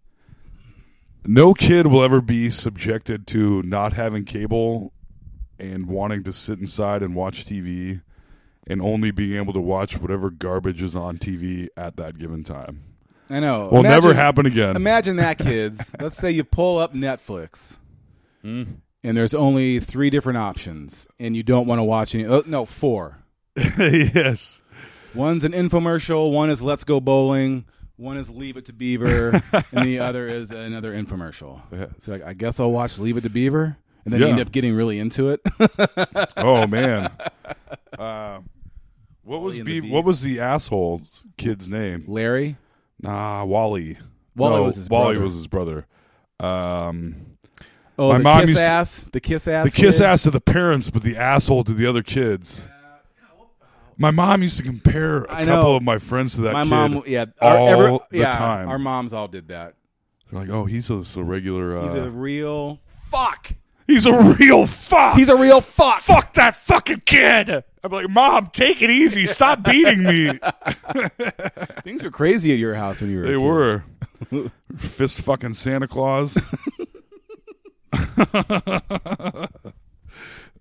no kid will ever be subjected to not having cable and wanting to sit inside and watch TV and only being able to watch whatever garbage is on TV at that given time. I know. Will never Imagine- happen again. Imagine that, kids. Let's say you pull up Netflix, Hmm. and there's only three different options, and you don't want to watch any. Oh, no, four. yes. One's an infomercial. One is Let's Go Bowling. One is Leave It to Beaver, and the other is another infomercial. Yes. So like, I guess I'll watch Leave It to Beaver, and then you Yeah. end up getting really into it. Oh man. Uh, what was and be- the Bee. what was the asshole kid's name? Larry, Nah, Wally. Wally was his Wally brother. was his brother. Um, oh, My the mom kiss used to- ass, the kiss ass, the kiss kid. ass to the parents, but the asshole to the other kids. My mom used to compare a I couple know. of my friends to that My kid. mom, yeah, all every- the yeah, time. Our moms all did that. They're like, oh, he's just a regular. Uh, He's a real fuck. he's a real fuck. He's a real fuck. fuck that fucking kid. I'm like, mom, take it easy. Stop beating me. Things were crazy at your house when you were. a They kid. were. Fist fucking Santa Claus.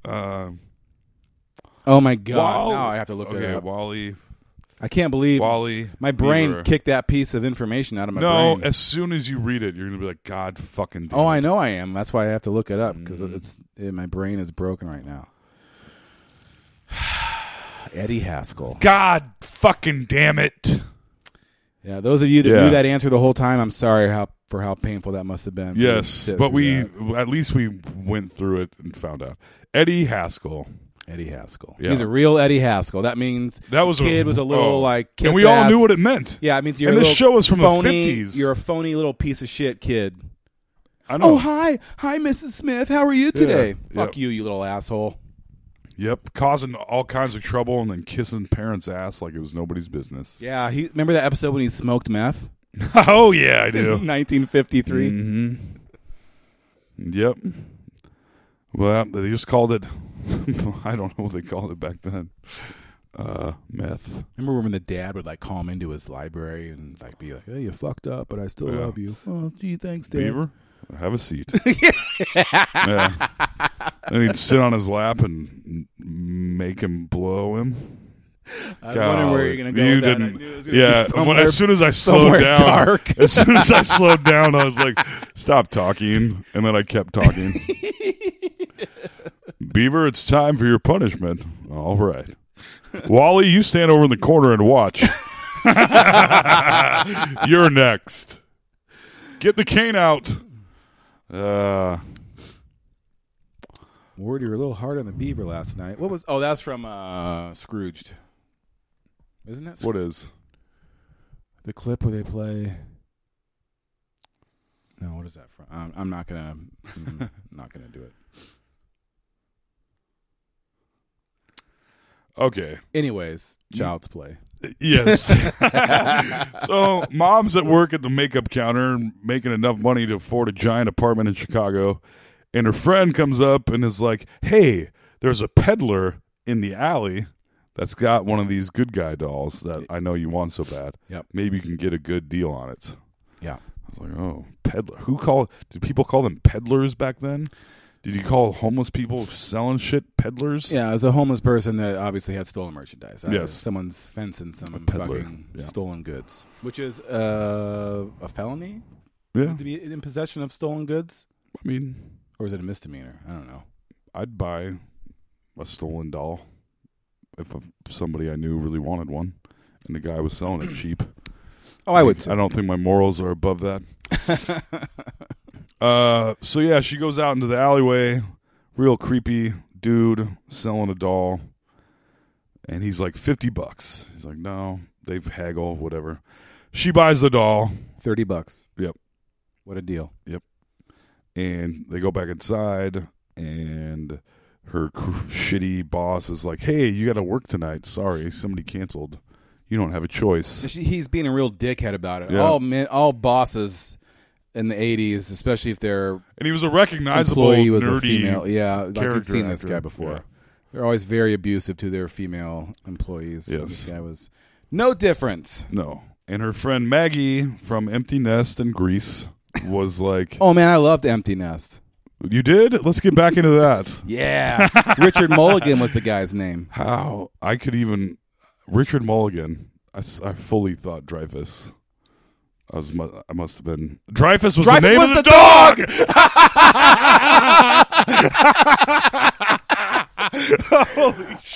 um, Oh my god! Wall- now I have to look okay, that up. Wally. I can't believe Wally. my brain Beaver. kicked that piece of information out of my No, brain. as soon as you read it, you're gonna be like, God fucking. Damn oh, it." I know I am. That's why I have to look it up because Mm. it's it, my brain is broken right now. Eddie Haskell. God fucking damn it. Yeah, those of you that Yeah. knew that answer the whole time, I'm sorry how for how painful that must have been. for you Yes, to sit but through we that. at least we went through it and found out. Eddie Haskell. Eddie Haskell. Yeah. He's a real Eddie Haskell. That means That was the kid was a little oh. like kiss and we all ass. knew what it meant. Yeah, it means you're And a this little show is from the phony, 50s. You're a phony little piece of shit kid. I know. Oh, hi. Hi, Mrs. Smith. How are you today? Fuck Yep. you, you little asshole. Yep, causing all kinds of trouble and then kissing parents' ass like it was nobody's business. Yeah, he remember that episode when he smoked meth? oh yeah, I do. 1953. hmm Yep. Well, they just called it. I don't know what they called it back then. Uh, meth. Remember when the dad would like call him into his library and like be like, "Hey, you fucked up, but I still Yeah. love you." Oh, gee, thanks, Dad. Beaver, have a seat. yeah. Then he'd sit on his lap and m- make him blow him. I was wondering where you're gonna go. You with that. I didn't. knew it was gonna yeah. be When, somewhere- as soon as I slowed somewhere down, dark. as soon as I slowed down, I was like, "Stop talking," and then I kept talking. Beaver, it's time for your punishment. All right, Wally, you stand over in the corner and watch. You're next. Get the cane out. Uh, Ward, you were a little hard on the beaver last night. What was? Oh, that's from uh Scrooged. Isn't that what is? the clip where they play? No, what is that from? I'm, I'm not gonna, mm, not gonna do it. Okay. Anyways, Child's Play. Yes. so, mom's at work at the makeup counter, making enough money to afford a giant apartment in Chicago. And her friend comes up and is like, Hey, there's a peddler in the alley that's got one of these good guy dolls that I know you want so bad. Yep. Maybe you can get a good deal on it. Yeah. I was like, Oh, peddler. Who called? Did people call them peddlers back then? Did you call homeless people selling shit peddlers? Yeah, as a homeless person that obviously had stolen merchandise. Uh, Yes. someone's fencing some peddler, fucking yeah. stolen goods, which is uh, a felony Yeah. to be in possession of stolen goods, I mean, or is it a misdemeanor? I don't know. I'd buy a stolen doll if if somebody I knew really wanted one, and the guy was selling it cheap. Oh, I would. I don't think my morals are above that. uh, so yeah, she goes out into the alleyway. Real creepy dude selling a doll, and he's like fifty bucks. He's like, no, they've haggle whatever. She buys the doll, Thirty bucks. Yep. What a deal. and they go back inside and her cr- shitty boss is like hey you gotta work tonight sorry somebody canceled you don't have a choice She, he's being a real dickhead about it. Yeah. All men, all bosses in the 80s, especially if their And he was a recognizable employee was nerdy a female. Yeah, like character I've seen this actor. guy before. Yeah. They're always very abusive to their female employees. and Yes. This guy was no different. No. And her friend Maggie from Empty Nest and Greece was like, Oh, man, I loved Empty Nest. "You did? Let's get back into that." Yeah. Richard Mulligan was the guy's name. How I could even Richard Mulligan? I, s- I fully thought Dreyfus. I was mu- I must have been Dreyfus was the Dreyfus name was of the the, dog.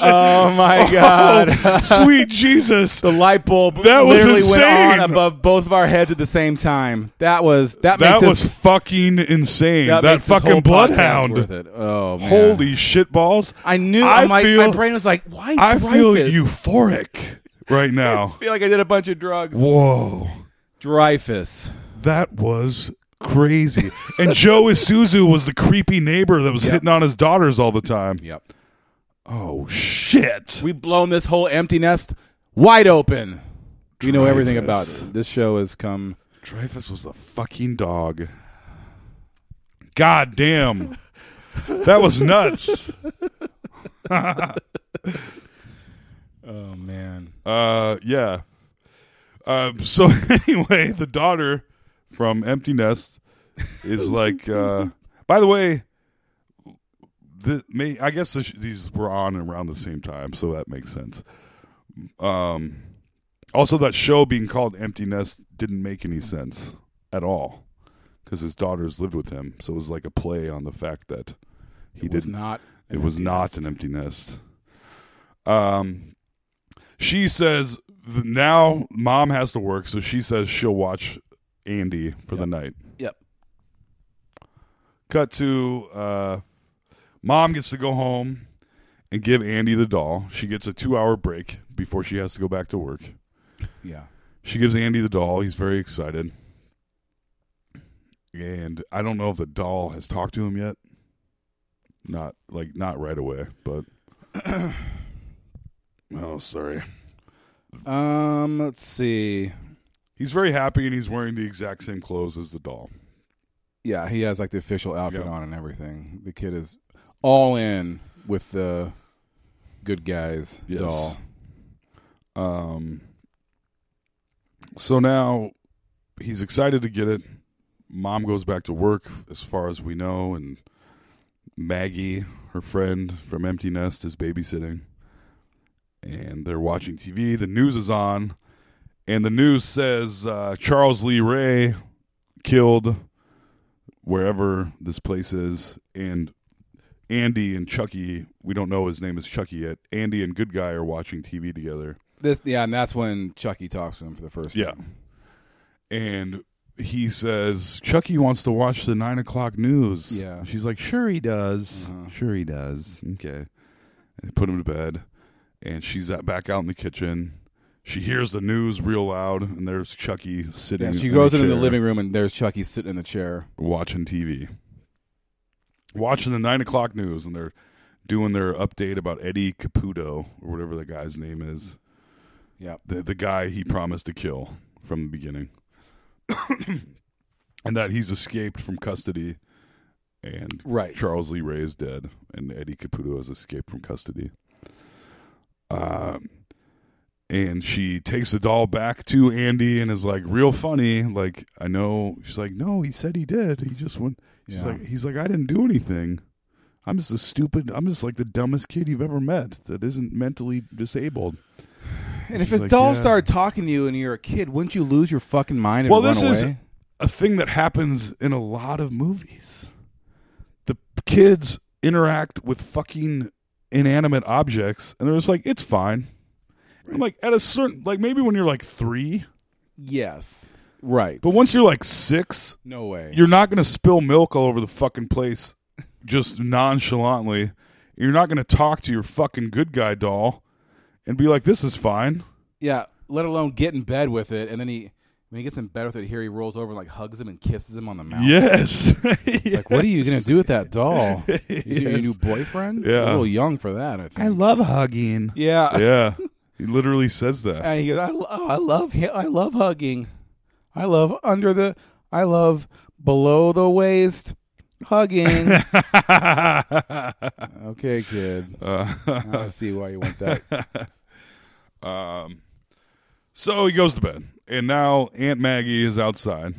Oh, my God. Sweet Jesus! The light bulb That was literally insane. went on above both of our heads at the same time. That was that makes That this- was fucking insane. That, makes this whole fucking podcast bloodhound. worth it. Oh man. Holy shit balls! I knew. I I'm like, feel. my brain was like, why? I feel Dreyfus? euphoric right I now. just feel like I did a bunch of drugs. Whoa. Dreyfus. That was crazy. And Joe Isuzu was the creepy neighbor that was hitting on his daughters all the time. Yep. Oh shit. We've blown this whole empty nest wide open. We know everything about Dreyfus. it. This show has come. Dreyfus was a fucking dog. God damn. That was nuts. Oh man. Uh yeah. Uh, so anyway, the daughter from Empty Nest is like uh by the way the may I guess this, these were on around the same time, so that makes sense. Um also that show being called Empty Nest didn't make any sense at all cuz his daughters lived with him, so it was like a play on the fact that he was didn't not. it was not an empty nest. Um, she says th- now mom has to work, so she says she'll watch Andy for the night. Yep. Cut to uh, mom gets to go home and give Andy the doll. She gets a two-hour break before she has to go back to work. Yeah. She gives Andy the doll. He's very excited. And I don't know if the doll has talked to him yet. Not like not right away, but Oh, sorry. Um. Let's see. He's very happy and he's wearing the exact same clothes as the doll. Yeah, he has like the official outfit Yeah. on and everything. The kid is all in with the good guys Yes. doll. Um so now he's excited to get it. Mom goes back to work as far as we know and Maggie, her friend from Empty Nest is babysitting. And they're watching TV, the news is on, and the news says uh, Charles Lee Ray killed wherever this place is and Andy and Chucky, we don't know his name is Chucky yet. Andy and Good Guy are watching TV together. This yeah, and that's when Chucky talks to him for the first Yeah. time. And he says, Chucky wants to watch the nine o'clock news. Yeah. Uh-huh. She's like, sure he does. Sure he does. Okay. And they put him to bed. And she's at- back out in the kitchen. She hears the news real loud, and there's Chucky Yeah, sitting. she in goes the into the chair living room and there's Chucky sitting in the chair. watching TV, watching the nine o'clock news, and they're doing their update about Eddie Caputo or whatever the guy's name is. Yeah. the the guy he promised to kill from the beginning, and that he's escaped from custody, and Right. Charles Lee Ray is dead, and Eddie Caputo has escaped from custody. Um, and she takes the doll back to Andy and is like, "Real funny." Like, I know. She's like, "No, he said he did. He just went." She's Yeah. like, "He's like, I didn't do anything. I'm just a stupid. I'm just like the dumbest kid you've ever met that isn't mentally disabled." And if She's a like, doll yeah. started talking to you and you're a kid, wouldn't you lose your fucking mind and Well, run this away? is a thing that happens in a lot of movies. The kids interact with fucking inanimate objects, and they're just like, "It's fine." I'm like, at a certain, like maybe when you're like three, yes. Right. but once you're like six, no way. you're not going to spill milk all over the fucking place just nonchalantly. You're not going to talk to your fucking good guy doll and be like, "This is fine." yeah, let alone get in bed with it and then he when he gets in bed with it, here he rolls over and like hugs him and kisses him on the mouth. Yes. Like, what are you gonna do with that doll? Is it your Yes. new boyfriend? Yeah. You're A little young for that, I think. love hugging. yeah. Yeah. He literally says that. And he oh, goes, I, lo- I love, hi- I love hugging. I love under the, I love below the waist, hugging. okay, kid. Uh, I see why you want that. So he goes to bed, and now Aunt Maggie is outside,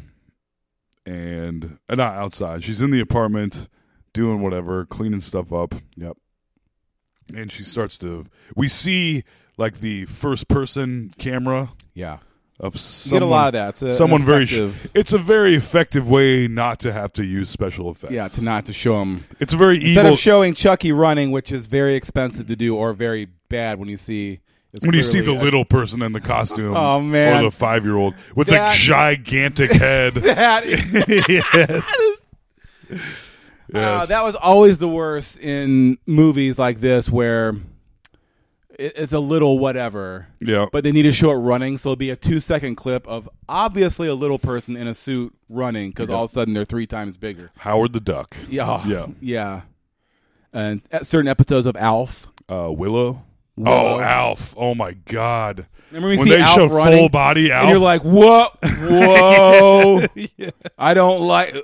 and uh, not outside. She's in the apartment doing whatever, cleaning stuff up, yep. and she starts to. We see like the first person camera Yeah. of You someone, get a lot of that. It's a- an someone very. effective- it's a very effective way not to have to use special effects. Yeah, to not to show him It's a very instead evil. of showing Chucky running, which is very expensive to do or very bad when you see it's when you see the clearly a- little person in the costume, Oh, man. or the five year old with That- the gigantic head. that. yes. Uh, Yes. that was always the worst in movies like this where it, it's a little whatever. Yeah. But they need to show it running, so it'll be a two second clip of obviously a little person in a suit running because all of a sudden they're three times bigger. Howard the Duck. Yeah. oh, Yeah. Yeah. And at certain episodes of Alf. Uh, Willow. Willow. Oh, Alf. Oh my God. Remember we when see they Alf show running, full body Alf, And you're like, whoa, whoa. I don't like.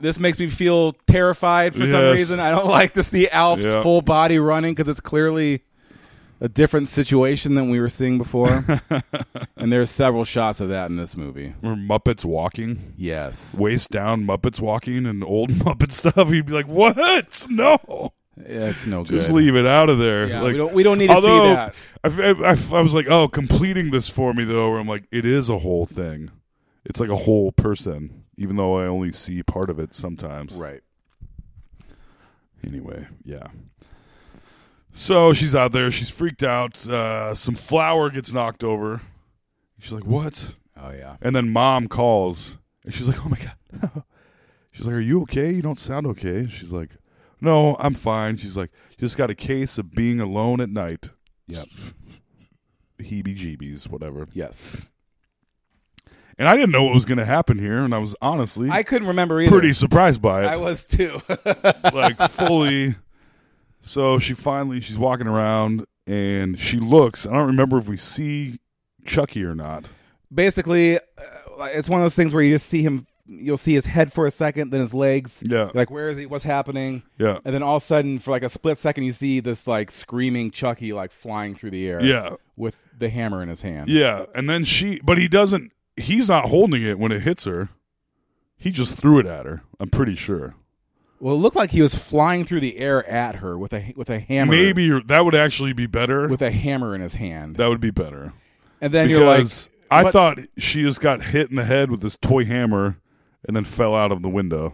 This makes me feel terrified for some Yes. reason. I don't like to see Alf's Yeah. full body running because it's clearly a different situation than we were seeing before. and there's several shots of that in this movie. Remember Muppets walking, Yes. waist down Muppets walking, and old Muppet stuff. You'd be like, what? No. That's no good. Just leave it out of there. Yeah, like, we don't- we don't need to see although, that. I, I- I- I was like, oh, completing this for me though. Where I'm like, it is a whole thing. It's like a whole person, even though I only see part of it sometimes. Right. Anyway, yeah. So she's out there. She's freaked out. Uh, some flour gets knocked over. She's like, "What?" Oh, yeah. And then mom calls, and she's like, "Oh my god." she's like, "Are you okay? You don't sound okay." And she's like, "No, I'm fine." She's like, "Just got a case of being alone at night." Yep. Heebie-jeebies, whatever. Yes. And I didn't know what was going to happen here, and I was honestly I couldn't remember either. pretty surprised by it. I was too. like fully. So she finally she's walking around and she looks. I don't remember if we see Chucky or not. basically uh, it's one of those things where you just see him you'll see his head for a second then his legs Yeah. You're like where is he what's happening Yeah. and then all of a sudden for like a split second you see this like screaming chucky like flying through the air Yeah. with the hammer in his hand Yeah, and then she but he doesn't he's not holding it when it hits her. He just threw it at her. I'm pretty sure. well it looked like he was flying through the air at her with a with a hammer Maybe you're, that would actually be better. with a hammer in his hand that would be better. and then you're like because I what- thought she just got hit in the head with this toy hammer and then fell out of the window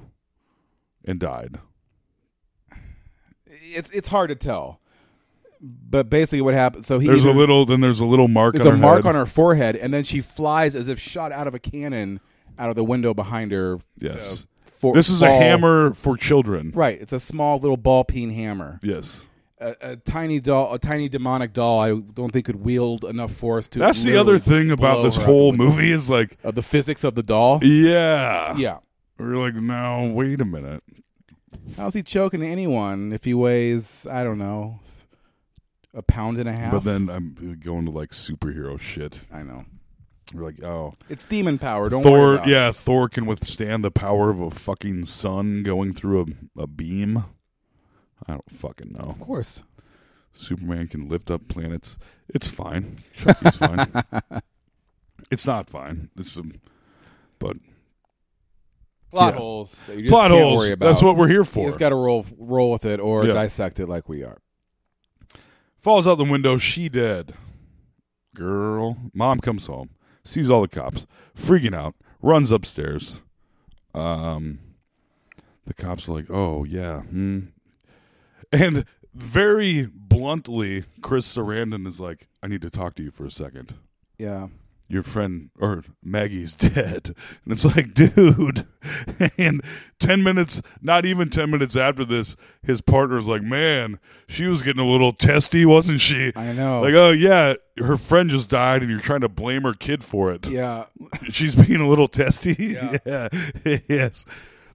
and died. it's it's hard to tell but basically what happened so he There's a either- little then there's a little mark There's on a her mark head. on her forehead, and then she flies as if shot out of a cannon out of the window behind her. Yes. uh, for- This is a ball- hammer for children. right? It's a small little ball peen hammer. Yes. A, a tiny doll, a tiny demonic doll. I don't think could wield enough force to. That's the literally other thing about blow this her out the whole window. movie is like, Of the physics of the doll. yeah. Yeah. We're like, no, wait a minute. How's he choking anyone if he weighs? I don't know, a pound and a half. But then I'm going to like superhero shit. I know We're like, oh. it's demon power. Don't worry Thor, about it. yeah, Thor can withstand the power of a fucking sun going through a, a beam. I don't fucking know. Of course. Superman can lift up planets. It's fine. Chucky's fine. It's not fine. It's um, but Plot Yeah. holes. That you just plot can't holes. Worry about. That's what we're here You for. just got to roll roll with it or Yeah. dissect it like we are. Falls out the window. She dead. Girl. Mom comes home. Sees all the cops. Freaking out. Runs upstairs. Um, the cops are like, oh, yeah. Hmm. And very bluntly, Chris Sarandon is like, I need to talk to you for a second. Yeah. Your friend or Maggie's dead. And it's like, dude. and 10 minutes, not even 10 minutes after this, his partner's like, man, she was getting a little testy, wasn't she? I know. Like, oh yeah, her friend just died, and you're trying to blame her kid for it. yeah. she's being a little testy. Yeah, yes. That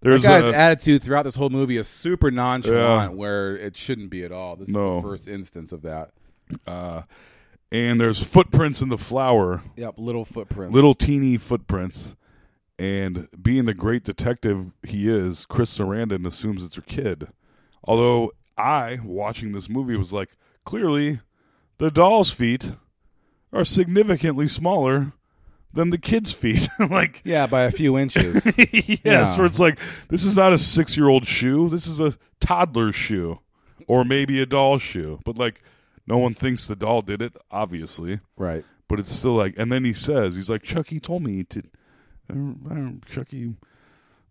There's uh, guy's a, attitude throughout this whole movie is super nonchalant where it shouldn't be at all. This No. is the first instance of that. and there's footprints in the flour, Yep, little footprints. little teeny footprints, And being the great detective he is, Chris Sarandon assumes it's her kid. Although I, watching this movie, was like, clearly, the doll's feet are significantly smaller than the kid's feet. like, Yeah, by a few inches. yes, where it's like this is not a six year old shoe. This is a toddler's shoe, or maybe a doll shoe. But like, no one thinks the doll did it, obviously. right. But it's still like, and then he says, he's like, Chucky told me to. I don't, I don't- Chucky,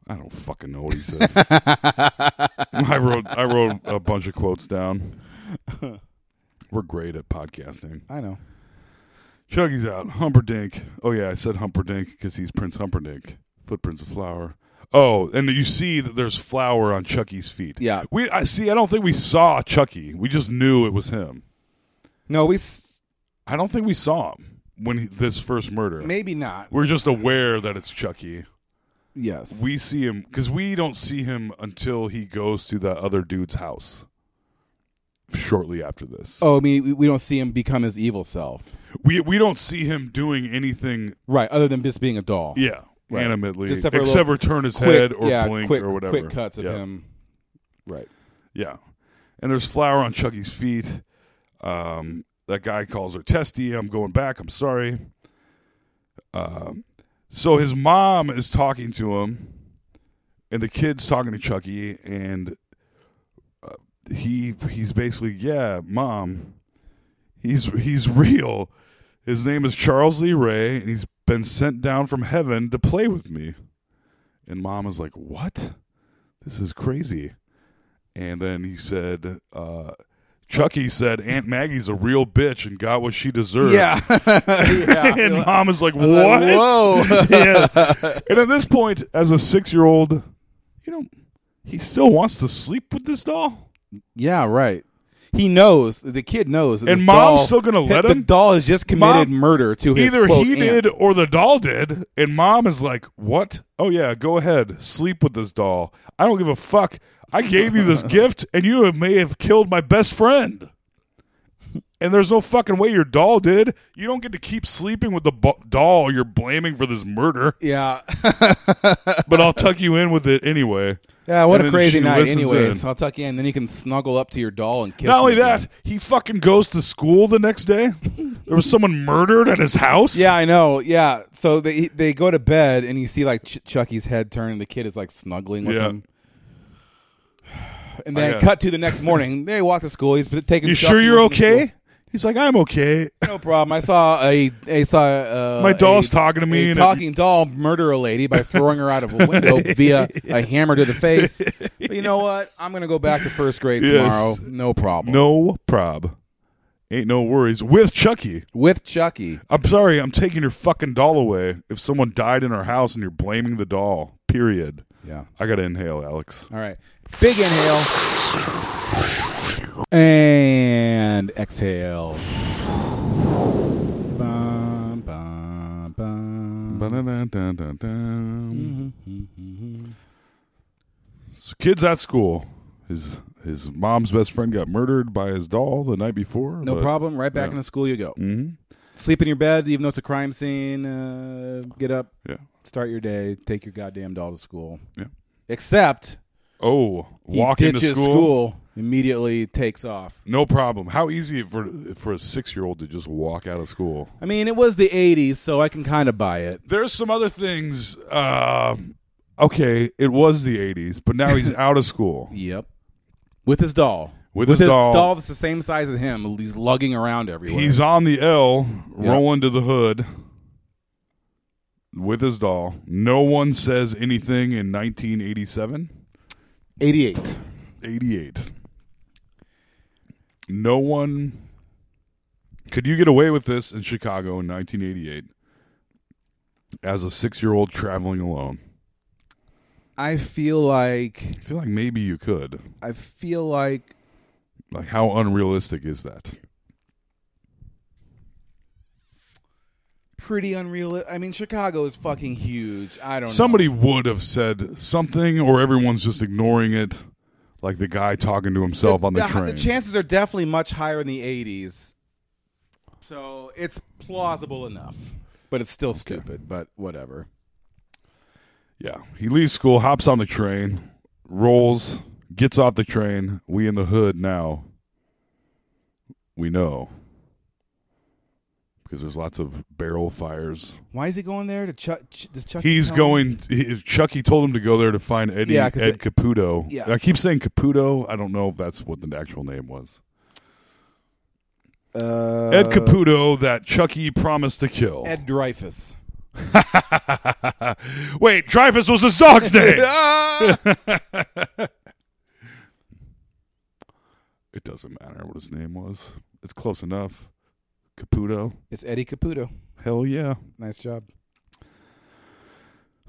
I don't fucking know what he says. I wrote, I wrote a bunch of quotes down. We're great at podcasting. I know. Chuggy's out. Humperdink. Oh yeah, I said Humperdink because he's Prince Humperdink. Footprints of flour. Oh, and you see that there's flour on Chucky's feet. Yeah. we. I see. I don't think we saw Chucky. We just knew it was him. No, we s- I don't think we saw him when he, this first murder. maybe not. We're just aware that it's Chucky. Yes. We see him because we don't see him until he goes to that other dude's house. Shortly after this, Oh, I mean, we- we don't see him become his evil self. we we don't see him doing anything Right, other than just being a doll. Yeah, Right. animately, Just except, separate for little turn his Quick- head or yeah, blink quick, or whatever. Quick cuts of yeah. him. Right. Yeah, and there's flour on Chucky's feet. Um, that guy calls her testy. I'm going back. I'm sorry. Um, so his mom is talking to him, and the kid's talking to Chucky, and uh, he he's basically yeah, mom. He's he's real. His name is Charles Lee Ray, and he's been sent down from heaven to play with me. And mom is like, "What? This is crazy." And then he said, uh, "Chucky said Aunt Maggie's a real bitch and got what she deserved." yeah. and mom is like, "What?" Whoa. yeah. And at this point, as a six-year-old, you know, he still wants to sleep with this doll. yeah, right. He knows. The kid knows. that And this mom's doll- still gonna let the him? doll has just committed Mom- murder to his Either quote, he aunt. did or the doll did. And mom is like, "What? Oh yeah, go ahead, sleep with this doll. I don't give a fuck. I gave you this gift, and you have- may have killed my best friend." And there's no fucking way your doll did. You don't get to keep sleeping with the bo- doll you're blaming for this murder. Yeah. But I'll tuck you in with it anyway. yeah, what And a then crazy she night. listens Anyways, in. I'll tuck you in. Then you can snuggle up to your doll and kiss Not him only again. that, he fucking goes to school the next day. There was someone murdered at his house. Yeah, I know. Yeah. So they they go to bed and you see like Ch- Chucky's head turn and the kid is like snuggling with Yeah. him. And then got- cut to the next morning. They walk to school. He's been taking. You Chucky sure you're with him to okay? He's like, I'm okay. school. No problem. I saw a I saw uh, My doll's a- talking to me A and it- talking doll murder a lady by throwing her out of a window via a hammer to the face. But you know what? I'm gonna go back to first grade Yes. tomorrow. No problem. No prob. Ain't no worries. With Chucky. with Chucky. I'm sorry, I'm taking your fucking doll away if someone died in our house and you're blaming the doll. Period. Yeah. I gotta inhale, Alex. All right. Big inhale. And exhale. Bum, bum, bum. Ba-da-da-da-da-da. So kids at school. His his mom's best friend got murdered by his doll the night before. No but- problem. Right back Yeah. into school you go. Mhm. Sleep in your bed, even though it's a crime scene. Uh, get up, Yeah. start your day, take your goddamn doll to school. Yeah. Except Oh, he walk into ditches school. school, immediately takes off. No problem. How easy for for a six year old to just walk out of school? I mean, it was the '80s, so I can kind of buy it. There's some other things. Um okay, it was the '80s, but now he's out of school. Yep. With his doll. With his doll. that's the same size as him. He's lugging around everywhere. He's on the L, rolling to the hood with his doll. No one says anything in 1987, 88. 88. No one. Could you get away with this in Chicago in 1988 as a six year old traveling alone? I feel like I feel like maybe you could. I feel like Like, how unrealistic is that? pretty unreal. I mean, Chicago is fucking huge. I don't Somebody know. would have said something, or everyone's just ignoring it, like the guy talking to himself on the, train. The chances are definitely much higher in the 80s. So, it's plausible enough. But it's still stupid, but whatever. Yeah, he leaves school, hops on the train, rolls, gets off the train. We in the hood now. We know because there's lots of barrel fires. Why is he going there to Chuck? Ch- does Chuck He's going. He, Chucky told him to go there to find Eddie Yeah, 'cause Ed it- Caputo. Yeah. I keep saying Caputo. I don't know if that's what the actual name was. Uh, Ed Caputo that Chucky promised to kill. Ed Dreyfus. Wait, Dreyfus was his dog's name. it doesn't matter what his name was. It's close enough. Caputo. It's Eddie Caputo. Hell yeah. Nice job.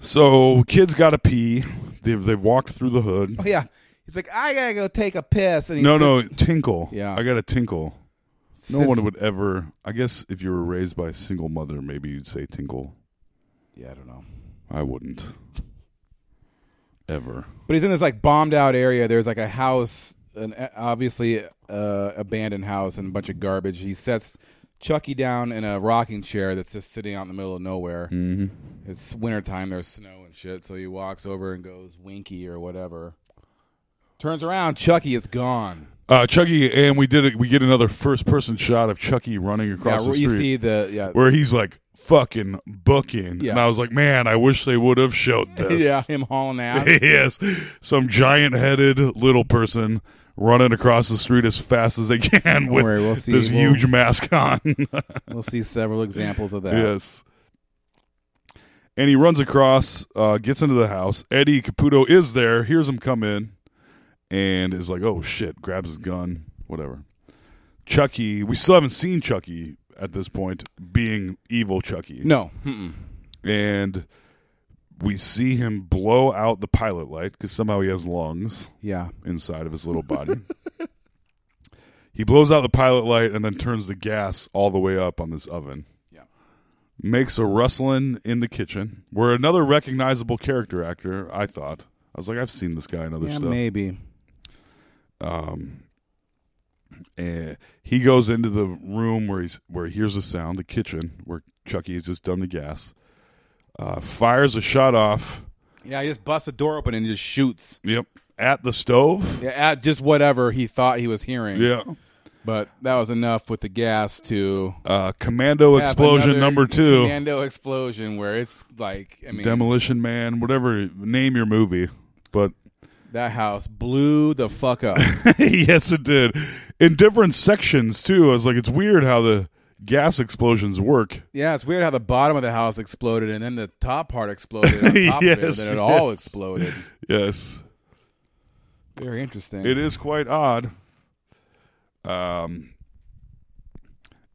So kids got to pee. They've they've walked through the hood. Oh yeah. He's like, I gotta go take a piss. And he No, sit- no, tinkle. Yeah. I got a tinkle. No sits- one would ever. I guess if you were raised by a single mother, maybe you'd say tinkle. Yeah, I don't know. I wouldn't. Ever. But he's in this like bombed out area. There's like a house, an uh, obviously uh, abandoned house, and a bunch of garbage. He sets Chucky down in a rocking chair that's just sitting out in the middle of nowhere. Mm-hmm. It's wintertime. There's snow and shit. So he walks over and goes Winky or whatever. Turns around. Chucky is gone. Uh, Chucky, and we did. A, we get another first-person shot of Chucky running across yeah, the where you street, see the yeah. where he's like fucking booking, Yeah. and I was like, man, I wish they would have showed this. Yeah, him hauling ass. yes, some giant-headed little person running across the street as fast as they can with worry, we'll see. this We'll- huge mask on. we'll see several examples of that. Yes. And he runs across, uh, gets into the house. Eddie Caputo is there, hears him come in, and is like, oh shit, grabs his gun, whatever. Chucky, we still haven't seen Chucky at this point being evil Chucky. No. Mm-mm. And we see him blow out the pilot light because somehow he has lungs Yeah. inside of his little body. he blows out the pilot light and then turns the gas all the way up on this oven. Yeah. Makes a rustling in the kitchen where another recognizable character actor, I thought. I was like, I've seen this guy in other Yeah, stuff. maybe. And he goes into the room where he's where he hears the sound, the kitchen, where Chucky has just done the gas. Uh, fires a shot off. Yeah, he just busts the door open and just shoots. Yep. At the stove. Yeah, at just whatever he thought he was hearing. yeah. But that was enough with the gas to Uh, commando have explosion another number two. Commando explosion where it's like I mean Demolition Man, whatever name your movie, but that house blew the fuck up. yes, it did. In different sections too. I was like, it's weird how the gas explosions work. yeah, it's weird how the bottom of the house exploded and then the top part exploded on top of it, and Yes, then it all yes. exploded. Yes, Very interesting. it is quite odd. Um,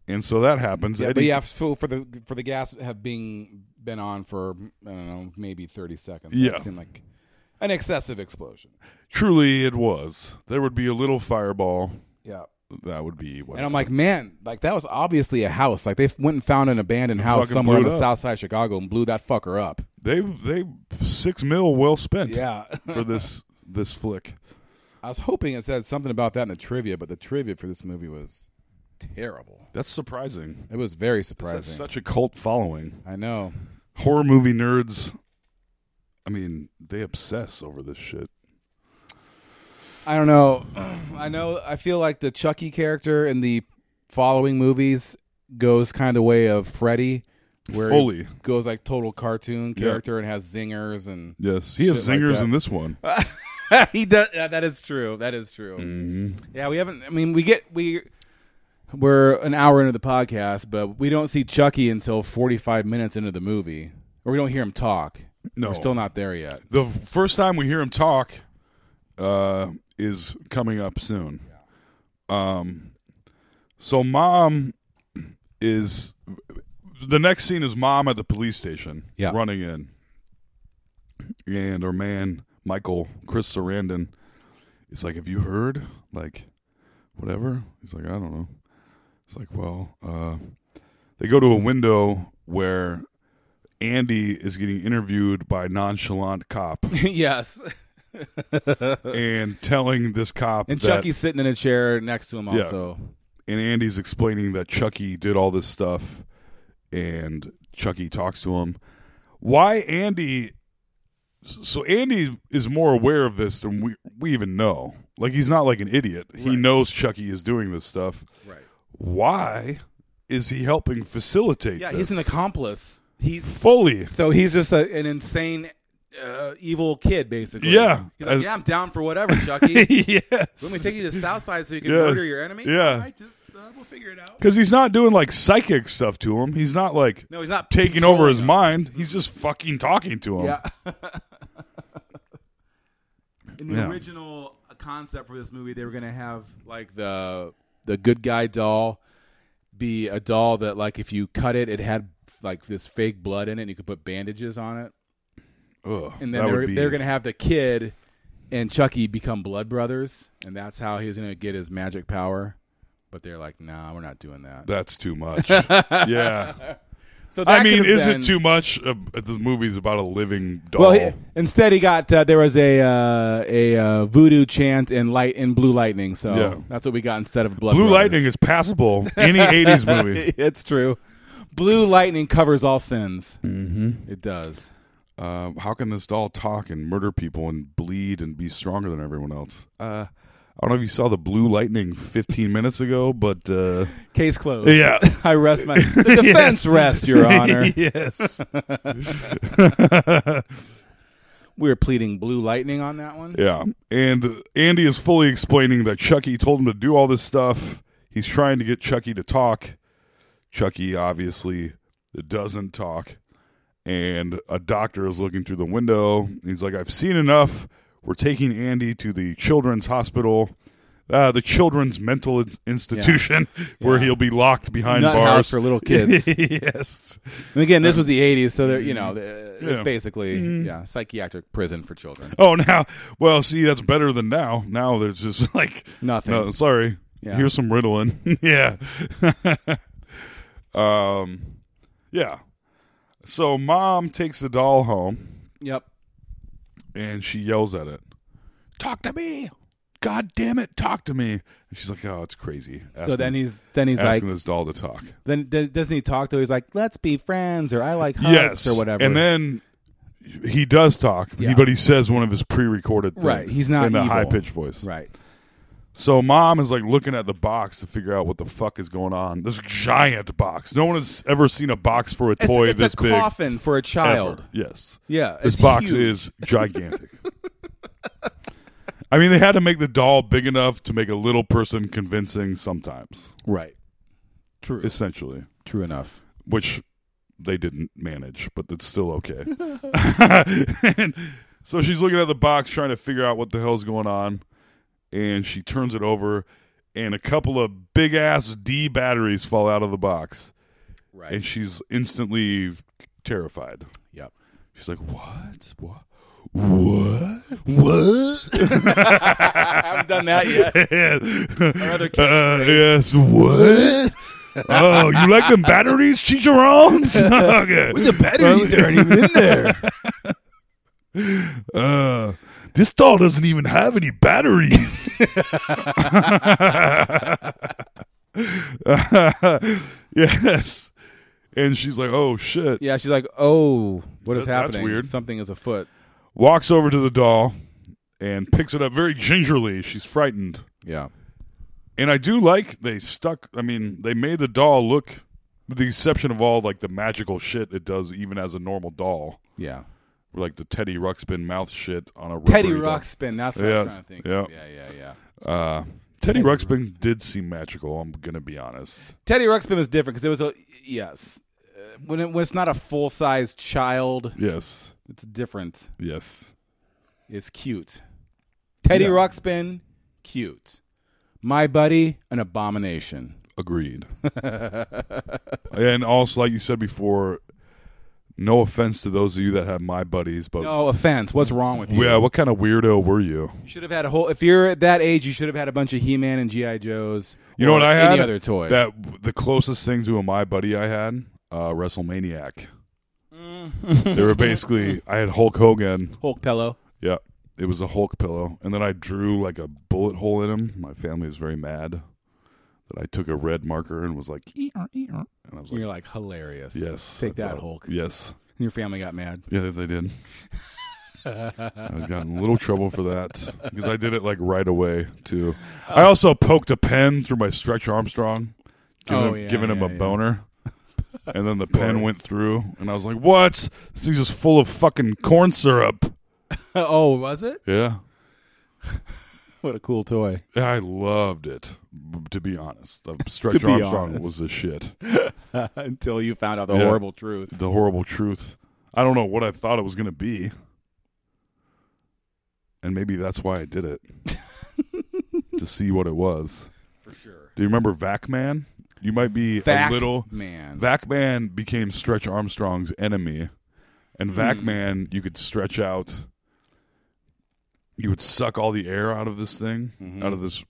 and so that happens. Yeah, Eddie- but yeah, for, for the for the gas have being been on for I don't know maybe thirty seconds. That Yeah. seemed like an excessive explosion. truly, it was. There would be a little fireball. Yeah. That would be what. And I'm like, man, like that was obviously a house. Like they f- went and found an abandoned house fucking somewhere blew on it the up. south side of Chicago and blew that fucker up. they they six mil well spent. Yeah. for this this flick. I was hoping it said something about that in the trivia, but the trivia for this movie was terrible. That's surprising. It was very That's surprising. such a cult following. I know. horror movie nerds I mean, they obsess over this shit. I don't know. I know. I feel like the Chucky character in the following movies goes kind of the way of Freddy, where he Fully. goes like total cartoon Yeah. character and has zingers and Yes, he has Shit like zingers that. Uh, in this one. he does. Yeah, that is true. That is true. Mm-hmm. Yeah, we haven't. I mean, we get we we're an hour into the podcast, but we don't see Chucky until forty five minutes into the movie, or we don't hear him talk. No. we're still not there yet. The first time we hear him talk uh, is coming up soon. Um, so mom is the next scene is mom at the police station Yeah. running in, and her man Michael Chris Sarandon is like, "Have you heard? Like, whatever." He's like, "I don't know." It's like, well, uh, they go to a window where. Andy is getting interviewed by nonchalant cop yes, and telling this cop and that, Chucky's sitting in a chair next to him. Yeah. Also, and Andy's explaining that Chucky did all this stuff and Chucky talks to him. Why Andy so Andy is more aware of this than we we even know. Like he's not like an idiot. He knows Chucky is doing this stuff. Right. Why is he helping facilitate? Yeah, this? he's an accomplice. He's fully. so he's just a, an insane, uh, evil kid, basically. Yeah. He's like, I- yeah, I'm down for whatever, Chucky. Let yes. me take you to Southside so you can Yes. murder your enemy. Yeah. All right, just uh, we'll figure it out. Because he's not doing like psychic stuff to him. He's not like No, he's not taking controlling over his him. mind. He's just fucking talking to him. Yeah. In the Yeah. original concept for this movie, they were going to have like the the good guy doll be a doll that like if you cut it, it had like this fake blood in it, and you could put bandages on it. Ugh, And that then would they're be- they're going to have the kid and Chucky become blood brothers, and that's how he's going to get his magic power. But they're like, nah, we're not doing that. That's too much. yeah. So that I mean, could've is been- it too much? Uh, the movie's about a living doll. Well, he, instead he got uh, there was a uh, a uh, voodoo chant and light and blue lightning. So Yeah. that's what we got instead of blood. Blue Brothers. Lightning is passable. Any '80s movie. it's true. Blue lightning covers all sins. Mm-hmm. It does. Um, how can this doll talk and murder people and bleed and be stronger than everyone else? Uh, I don't know if you saw the Blue Lightning 15 minutes ago, but uh, Case closed. yeah. I rest my the defense rests, Your Honor. yes. We're pleading blue lightning on that one. Yeah. And Andy is fully explaining that Chucky told him to do all this stuff. He's trying to get Chucky to talk. Chucky obviously doesn't talk. And a doctor is looking through the window. He's like, I've seen enough. We're taking Andy to the children's hospital, uh, the children's mental in- institution, where Yeah. he'll be locked behind Nut bars house for little kids. yes. And again, this was the '80s, so they're, you know the- uh, Uh, it's mm-hmm. Yeah. Mm-hmm. basically yeah psychiatric prison for children. Oh, now, well, see, that's better than now. Now there's just like Nothing. No, sorry. Yeah. Here's some Ritalin. yeah. um, yeah. So mom takes the doll home Yep. and she yells at it, "Talk to me! God damn it, talk to me!" And she's like, "Oh, it's crazy." so asking- then he's then he's like asking this doll to talk. Then d- doesn't he talk to? her? He's like, "Let's be friends," or "I like hugs," yes, or whatever. And then he does talk, he- Yeah. but he says one of his pre-recorded things. Right, he's not in a evil. high-pitched voice. right, So mom is like looking at the box to figure out what the fuck is going on. This giant box. No one has ever seen a box for a it's, toy it's this a big. coffin for a ever. child. Yes. Yeah, This it's box huge. is gigantic. I mean, they had to make the doll big enough to make a little person convincing sometimes, right. True, essentially, true enough. which they didn't manage, but it's still okay. and so she's looking at the box trying to figure out what the hell's going on and she turns it over and a couple of big ass D batteries fall out of the box Right. and she's instantly terrified. yep. She's like, "What? What? What? What?" I haven't done that yet. uh, yes, what? oh, you like them batteries, chicharrones? okay. the batteries aren't even in there. Uh, this doll doesn't even have any batteries. yes. And she's like, oh, shit. Yeah, she's like, "Oh, what is That- that's happening? weird. Something is afoot." Walks over to the doll and picks it up very gingerly. She's frightened. Yeah. And I do like they stuck. I mean, they made the doll look, with the exception of all like the magical shit it does, even as a normal doll, Yeah. or, like the Teddy Ruxpin mouth shit on a rubbery Teddy doll. Ruxpin. That's what I Yes, was trying to think. yeah. of. Yeah, yeah, yeah. Uh, Teddy Ruxpin did seem magical. I'm gonna be honest. Teddy Ruxpin was different because it was a yes. Uh, When, it, when it's not a full size child, Yes, it's different. yes, is cute. Teddy Yeah. Ruxpin, cute. My buddy, an abomination. agreed. and also, like you said before, no offense to those of you that have my buddies, but No offense. What's wrong with you? yeah, what kind of weirdo were you? You should have had a whole. If you're at that age, you should have had a bunch of He-Man and GI Joes. You know or what I had? Any other toy? That the closest thing to a my buddy I had, uh, WrestleManiac. Mm. they were basically I had Hulk Hogan. Hulk pillow. Yeah, it was a Hulk pillow, and then I drew like a bullet hole in him. My family was very mad that I took a red marker and was like, "Eer, eer," and I was like, And you're like hilarious. "Yes, Take I that, thought- Hulk. Yes, And your family got mad. yeah, they did. I've gotten a little trouble for that because I did it like right away too. I Oh. also poked a pen through my Stretch Armstrong, giving Oh, him, yeah, giving him yeah, a yeah. boner, and then the pen went through, and I was like, "What? This thing's just full of fucking corn syrup." oh, was it? Yeah, What a cool toy. I loved it. b- To be honest, the Stretch be Armstrong honest. was the shit. Until you found out the Yeah. horrible truth. The horrible truth. I don't know what I thought it was going to be, and maybe that's why I did it to see what it was. For sure. Do you remember Vac Man? You might be Vac a little. Man. Vac Man became Stretch Armstrong's enemy, and Hmm. Vac Man, you could stretch out. You would suck all the air out of this thing, Mm-hmm. out of this.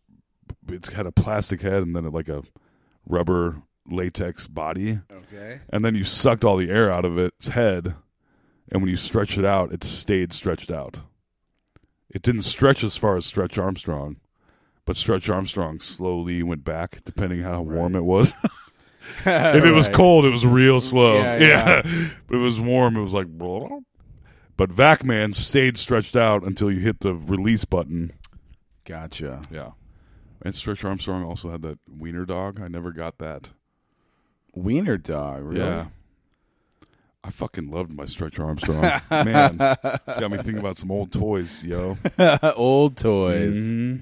It's had a plastic head and then like a rubber latex body, Okay. and then you sucked all the air out of its head, and when you stretch it out, it stayed stretched out. It didn't stretch as far as Stretch Armstrong, but Stretch Armstrong slowly went back, depending how warm it was. if it was cold, it was real slow. Yeah, yeah. but if it was warm, it was like. "Blah." But Vac Man stayed stretched out until you hit the release button. Gotcha. Yeah. And Stretch Armstrong also had that wiener dog. I never got that. Wiener dog, really? Yeah. I fucking loved my Stretch Armstrong. Man, it's got me thinking about some old toys, yo. Old toys. Mhm.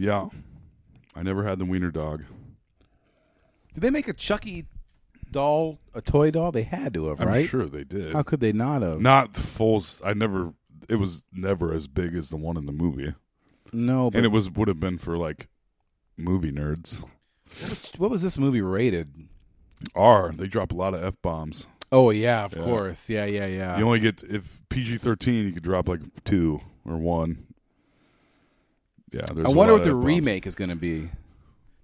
Yeah. I never had the wiener dog. Did they make a Chucky doll, a toy doll? They had to have, I'm right? sure they did. How could they not have? Not the full. s- I never. It was never as big as the one in the movie, No, but and it was would have been for like movie nerds. what was this movie rated? R. They drop a lot of f bombs. Oh yeah, of course. Yeah, yeah, yeah. You only get if PG thirteen, you could drop like two or one. Yeah, there's. I a wonder lot what of the F-bombs. remake is going to be.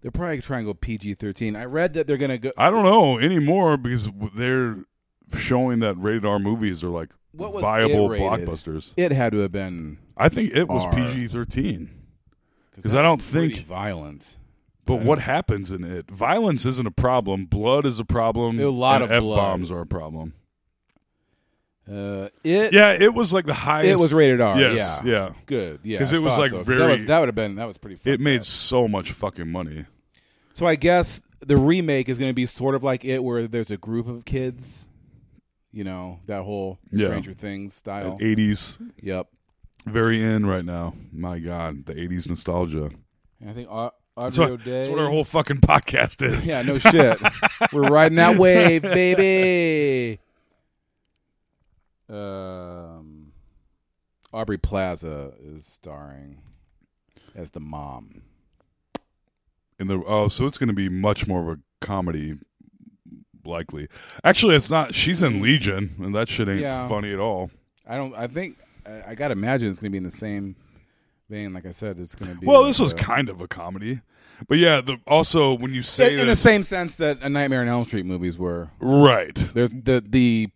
They're probably trying to go PG thirteen. I read that they're going to go. I don't know anymore because w- they're showing that rated R movies are like What was viable it rated? blockbusters. It had to have been I think it was R. PG thirteen. Because that I don't was pretty think- violent. But what happens in it? Violence isn't a problem. Blood is a problem. A lot and of f blood. bombs are a problem. Uh, it Yeah, it was like the highest. it was rated R. Yes, yeah, yeah. good. Yeah, 'Cause I it was, thought like, so. 'Cause That, very- was- that would have been that was pretty. It fucked made up. so much fucking money. So I guess the remake is going to be sort of like it, where there's a group of kids. You know that whole Yeah. Stranger Things style. Eighties, Yep. very in right now. My God, the eighties nostalgia. And I think Au- That's Audrey what, O'Day. that's what our whole fucking podcast is. Yeah, no shit. We're riding that wave, baby. Um, Aubrey Plaza is starring as the mom. in the oh, so it's going to be much more of a comedy, likely. Actually, it's not. She's in Legion, and that shit ain't Yeah. funny at all. I don't. I think I, I gotta imagine it's gonna be in the same vein. Like I said, it's gonna be. Well, this was uh, kind of a comedy, but yeah. The, also, when you say in, in the this- same sense that a Nightmare on Elm Street movies were. right, There's the the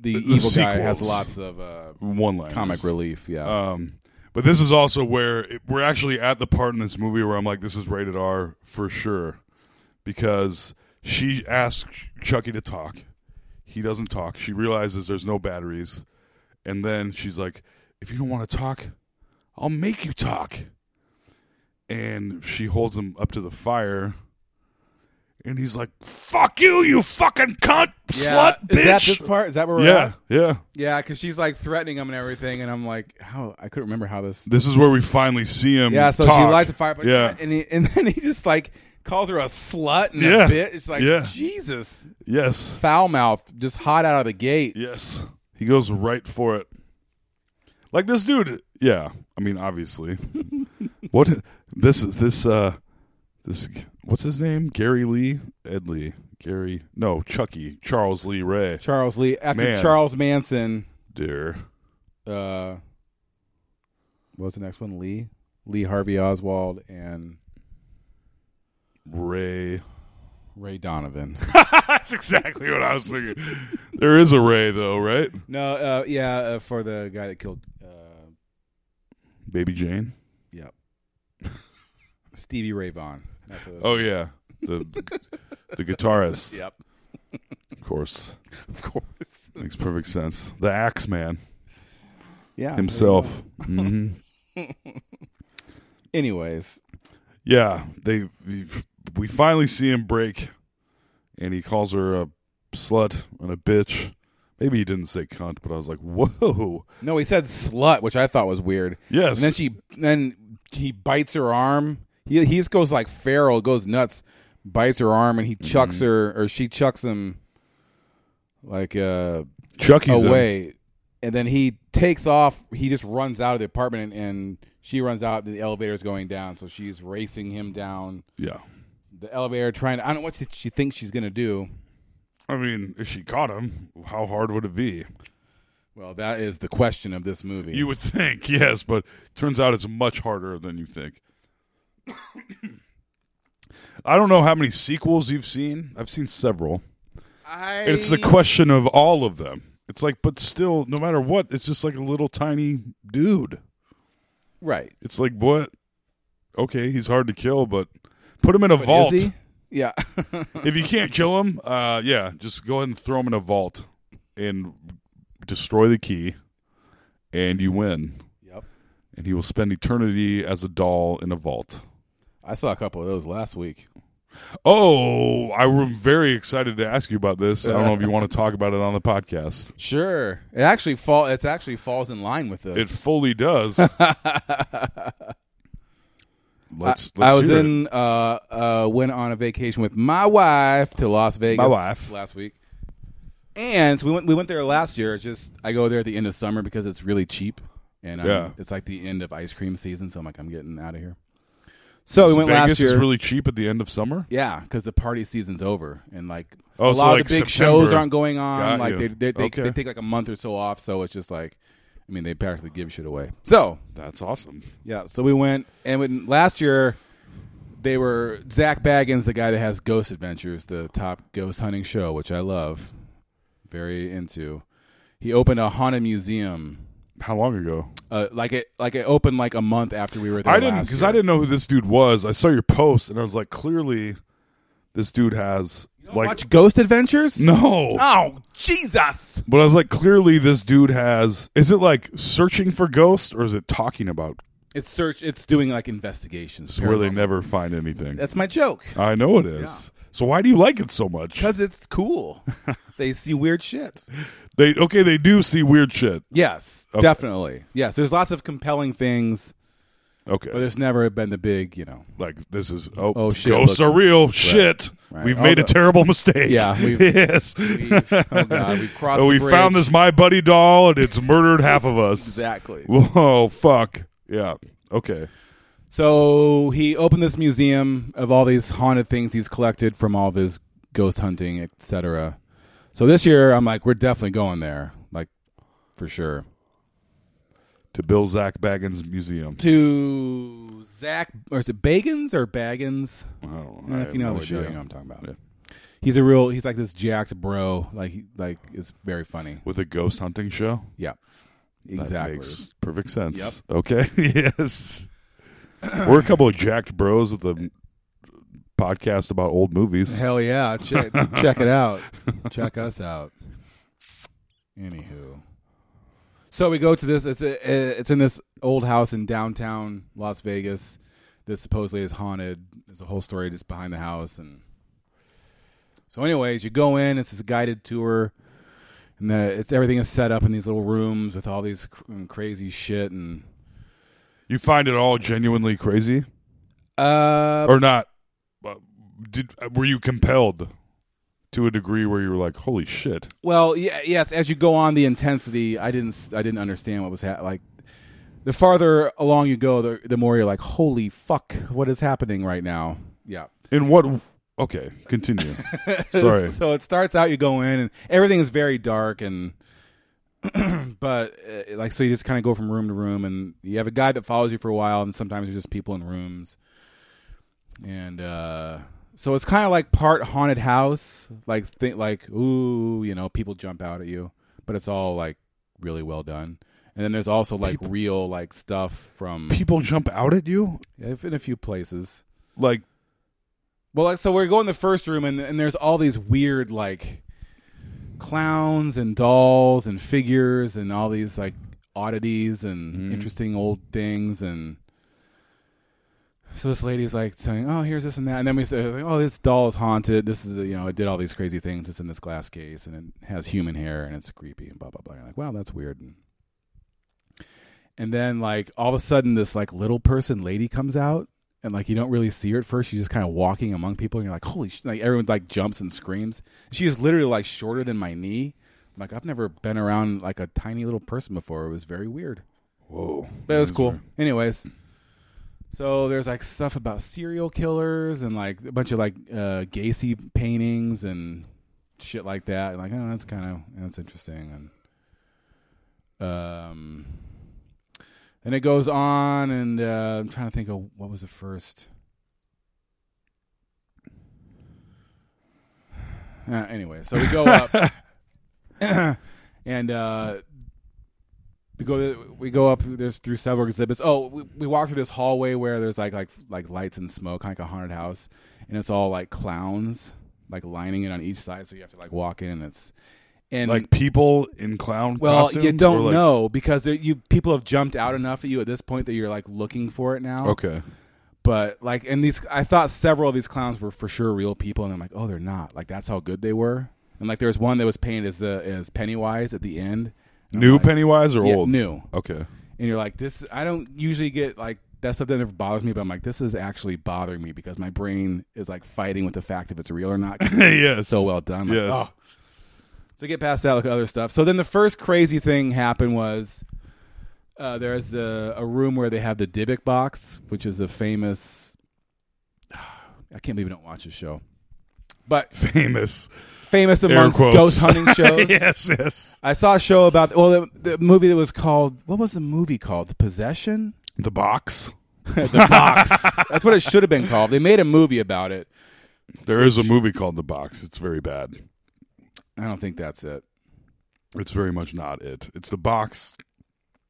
the, The- the evil guy has sequels. lots of uh, one line comic relief. Yeah. Um, but this is also where it, we're actually at the part in this movie where I'm like, this is rated R for sure, because she asks Chucky to talk. He doesn't talk. She realizes there's no batteries, and then she's like, "If you don't want to talk, I'll make you talk." And she holds him up to the fire, and he's like, "Fuck you, you fucking cunt, yeah. slut, Is that bitch." this part? Is that where we're at? yeah, yeah. Yeah, because she's like threatening him and everything, and I'm like, how? I couldn't remember how this. This is where we finally see him. Yeah, so she Mm, talk. lights a fire, but Yeah, and he, and then he just like calls her a slut and Yeah. a bitch. It's like Yeah. Jesus, Yes. foul mouth, just hot out of the gate. Yes. He goes right for it. Like this dude, yeah. I mean, obviously. what this is this uh this what's his name? Gary Lee? Ed Lee. Gary no, Chucky. Charles Lee Ray. Charles Lee after Man. Charles Manson. Dear. Uh, what was the next one? Lee, Lee Harvey Oswald, and Ray. Ray Donovan. That's exactly what I was thinking. there is a Ray though, right? no, uh, yeah, uh, for the guy that killed, uh, Baby Jane. yeah, Stevie Ray Vaughan. That's what it was. Oh yeah. The the guitarist. Yep. Of course. Of course. Makes perfect sense. The Axeman Yeah. himself. hmm Anyways, Yeah, they we finally see him break, and he calls her a slut and a bitch. Maybe he didn't say cunt, but I was like, whoa. no, he said slut, which I thought was weird. Yes. And then she, then he bites her arm. He he just goes like feral, goes nuts, bites her arm, and Mm-hmm. he chucks her, or she chucks him, like uh Chucky's in. away. And then he takes off. He just runs out of the apartment, and, and she runs out. The elevator's going down, so she's racing him down Yeah, the elevator, trying. to, I don't know what she thinks she's gonna do. I mean, if she caught him, how hard would it be? Well, that is the question of this movie. You would think, yes, but turns out it's much harder than you think. I don't know how many sequels you've seen. I've seen several. I, It's the question of all of them. It's like, but still, no matter what, it's just like a little tiny dude. right. It's like what? Okay, he's hard to kill, but put him in a vault. Is he? Yeah. if you can't kill him, uh, yeah, just go ahead and throw him in a vault and destroy the key, and you win. yep. And he will spend eternity as a doll in a vault. I saw a couple of those last week. Oh, I am very excited to ask you about this. I don't know if you want to talk about it on the podcast. Sure. It actually fall. It actually falls in line with It this. fully does. let's, let's I was hear it. in. Uh, uh, went on a vacation with my wife to Las Vegas. wife. last week. And so we went. We went there last year. It's just I go there at the end of summer because it's really cheap, and um, Yeah. it's like the end of ice cream season. So I'm like, I'm getting out of here. So we went Vegas last year. is really cheap at the end of summer. Yeah, because the party season's over, and like Oh, a lot so, of like, the September. big shows aren't going on. Got like you. they they, they, Okay. they take like a month or so off, so it's just like, I mean, they practically give shit away. So That's awesome. yeah, so we went and when, last year they were Zach Baggins, the guy that has Ghost Adventures, the top ghost hunting show, which I love, very into. He opened a haunted museum. How long ago? Uh, like it, like it opened like a month after we were there. I didn't last because year. I didn't know who this dude was. I saw your post and I was like, clearly, this dude has like watch Ghost Adventures. no. Oh Jesus! But I was like, clearly, this dude has. Is it like searching for ghosts or is it talking about It's search. It's doing like investigations. where they paranormal. never find anything? That's my joke. I know it is. So why do you like it so much? Because it's cool. they see weird shit. They okay, they do see weird shit. Yes, Okay. definitely. Yes, there's lots of compelling things, Okay, but there's never been the big, you know. like this is oh, Oh, shit, ghosts look. are real shit. right. We've All made a the- terrible mistake. Yeah, we've- yes. We've, oh God, we've crossed. Oh, the we bridge. found this my buddy doll and it's murdered half of us. exactly. Whoa, fuck. Yeah. Okay. So he opened this museum of all these haunted things he's collected from all of his ghost hunting, etc. So this year, I'm like, we're definitely going there, like for sure. To Bill Zach Baggins Museum. To Zach, or is it Bagans or Baggins? I don't Yeah, I if you have know no the show, idea. you know what I'm talking about. Yeah. He's a real. He's like this jacked bro. Like, he, like it's very funny. With a ghost hunting show? Yeah, That exactly. makes perfect sense. Yep. Okay. yes. We're a couple of jacked bros with a podcast about old movies. Hell yeah! Check check it out. Check us out. Anywho, so we go to this. It's a, it's in this old house in downtown Las Vegas. This supposedly is haunted. There's a whole story just behind the house, and so, anyways, you go in. It's this guided tour, and the, it's everything is set up in these little rooms with all these cr- crazy shit and You find it all genuinely crazy uh, or not? Uh, Did were you compelled to a degree where you were like, "Holy shit." Well, yeah, yes. As you go on, the intensity, I didn't, s- I didn't understand what was happening. Like, the farther along you go, the, the more you're like, "Holy fuck, what is happening right now?" Yeah. In what Okay, continue. Sorry. so it starts out, you go in, and everything is very dark, and but uh, like, so you just kind of go from room to room, and you have a guide that follows you for a while, and sometimes there's just people in rooms, and uh, so it's kind of like part haunted house, like think like ooh, you know, people jump out at you, but it's all like really well done. And then there's also like real like stuff from People jump out at you in a few places. like Well, like, so we go in the first room, and and there's all these weird like clowns and dolls and figures and all these like oddities and interesting old things and. So this lady's like saying, "Oh, here's this and that," and then we say, like, "Oh, this doll is haunted. This is, a, you know, it did all these crazy things. It's in this glass case, and it has human hair, and it's creepy, and blah blah blah." You're like, "Wow, that's weird." And, and then, like, all of a sudden, this like little person lady comes out, and like you don't really see her at first. She's just kind of walking among people, and you're like, "Holy!" Sh-. Like everyone like jumps and screams. She is literally like shorter than my knee. I'm like I've never been around like a tiny little person before. It was very weird. Whoa. But it was cool. Anyways, so there's like stuff about serial killers and like a bunch of like uh, Gacy paintings and shit like that. And like, oh, that's kind of that's interesting. And um, then it goes on, and uh, I'm trying to think of what was the first. Uh, anyway, so we go up, and uh, we go we go up there's through several exhibits. Oh, we, we walk through this hallway where there's like like like lights and smoke, kind of like a haunted house, and it's all like clowns like lining it on each side, so you have to like walk in, and it's and Like people in clown well, costumes? you or, don't like- know because there, you people have jumped out enough at you at this point that you're like looking for it now. Okay. but like and these I thought several of these clowns were for sure real people, and I'm like, oh, they're not. Like that's how good they were. And like there's one that was painted as the as Pennywise at the end. And I'm New like, Pennywise or Yeah, old? new Okay. and you're like, this. I don't usually get like that stuff that never bothers me, but I'm like, this is actually bothering me because my brain is like fighting with the fact if it's real or not. 'cause it's yes. so well done. I'm like, Yes. oh. So get past that, look at other stuff. So then the first crazy thing happened was uh, there's a, a room where they have the Dybbuk box, which is a famous. I can't believe I don't watch this show, but Famous. famous Air amongst quotes. ghost hunting shows. yes, yes. I saw a show about well, the, the movie that was called what was the movie called? The Possession. The box. the box. That's what it should have been called. They made a movie about it. There is a movie called The Box. It's very bad. I don't think that's it. It's very much not it. It's The Box,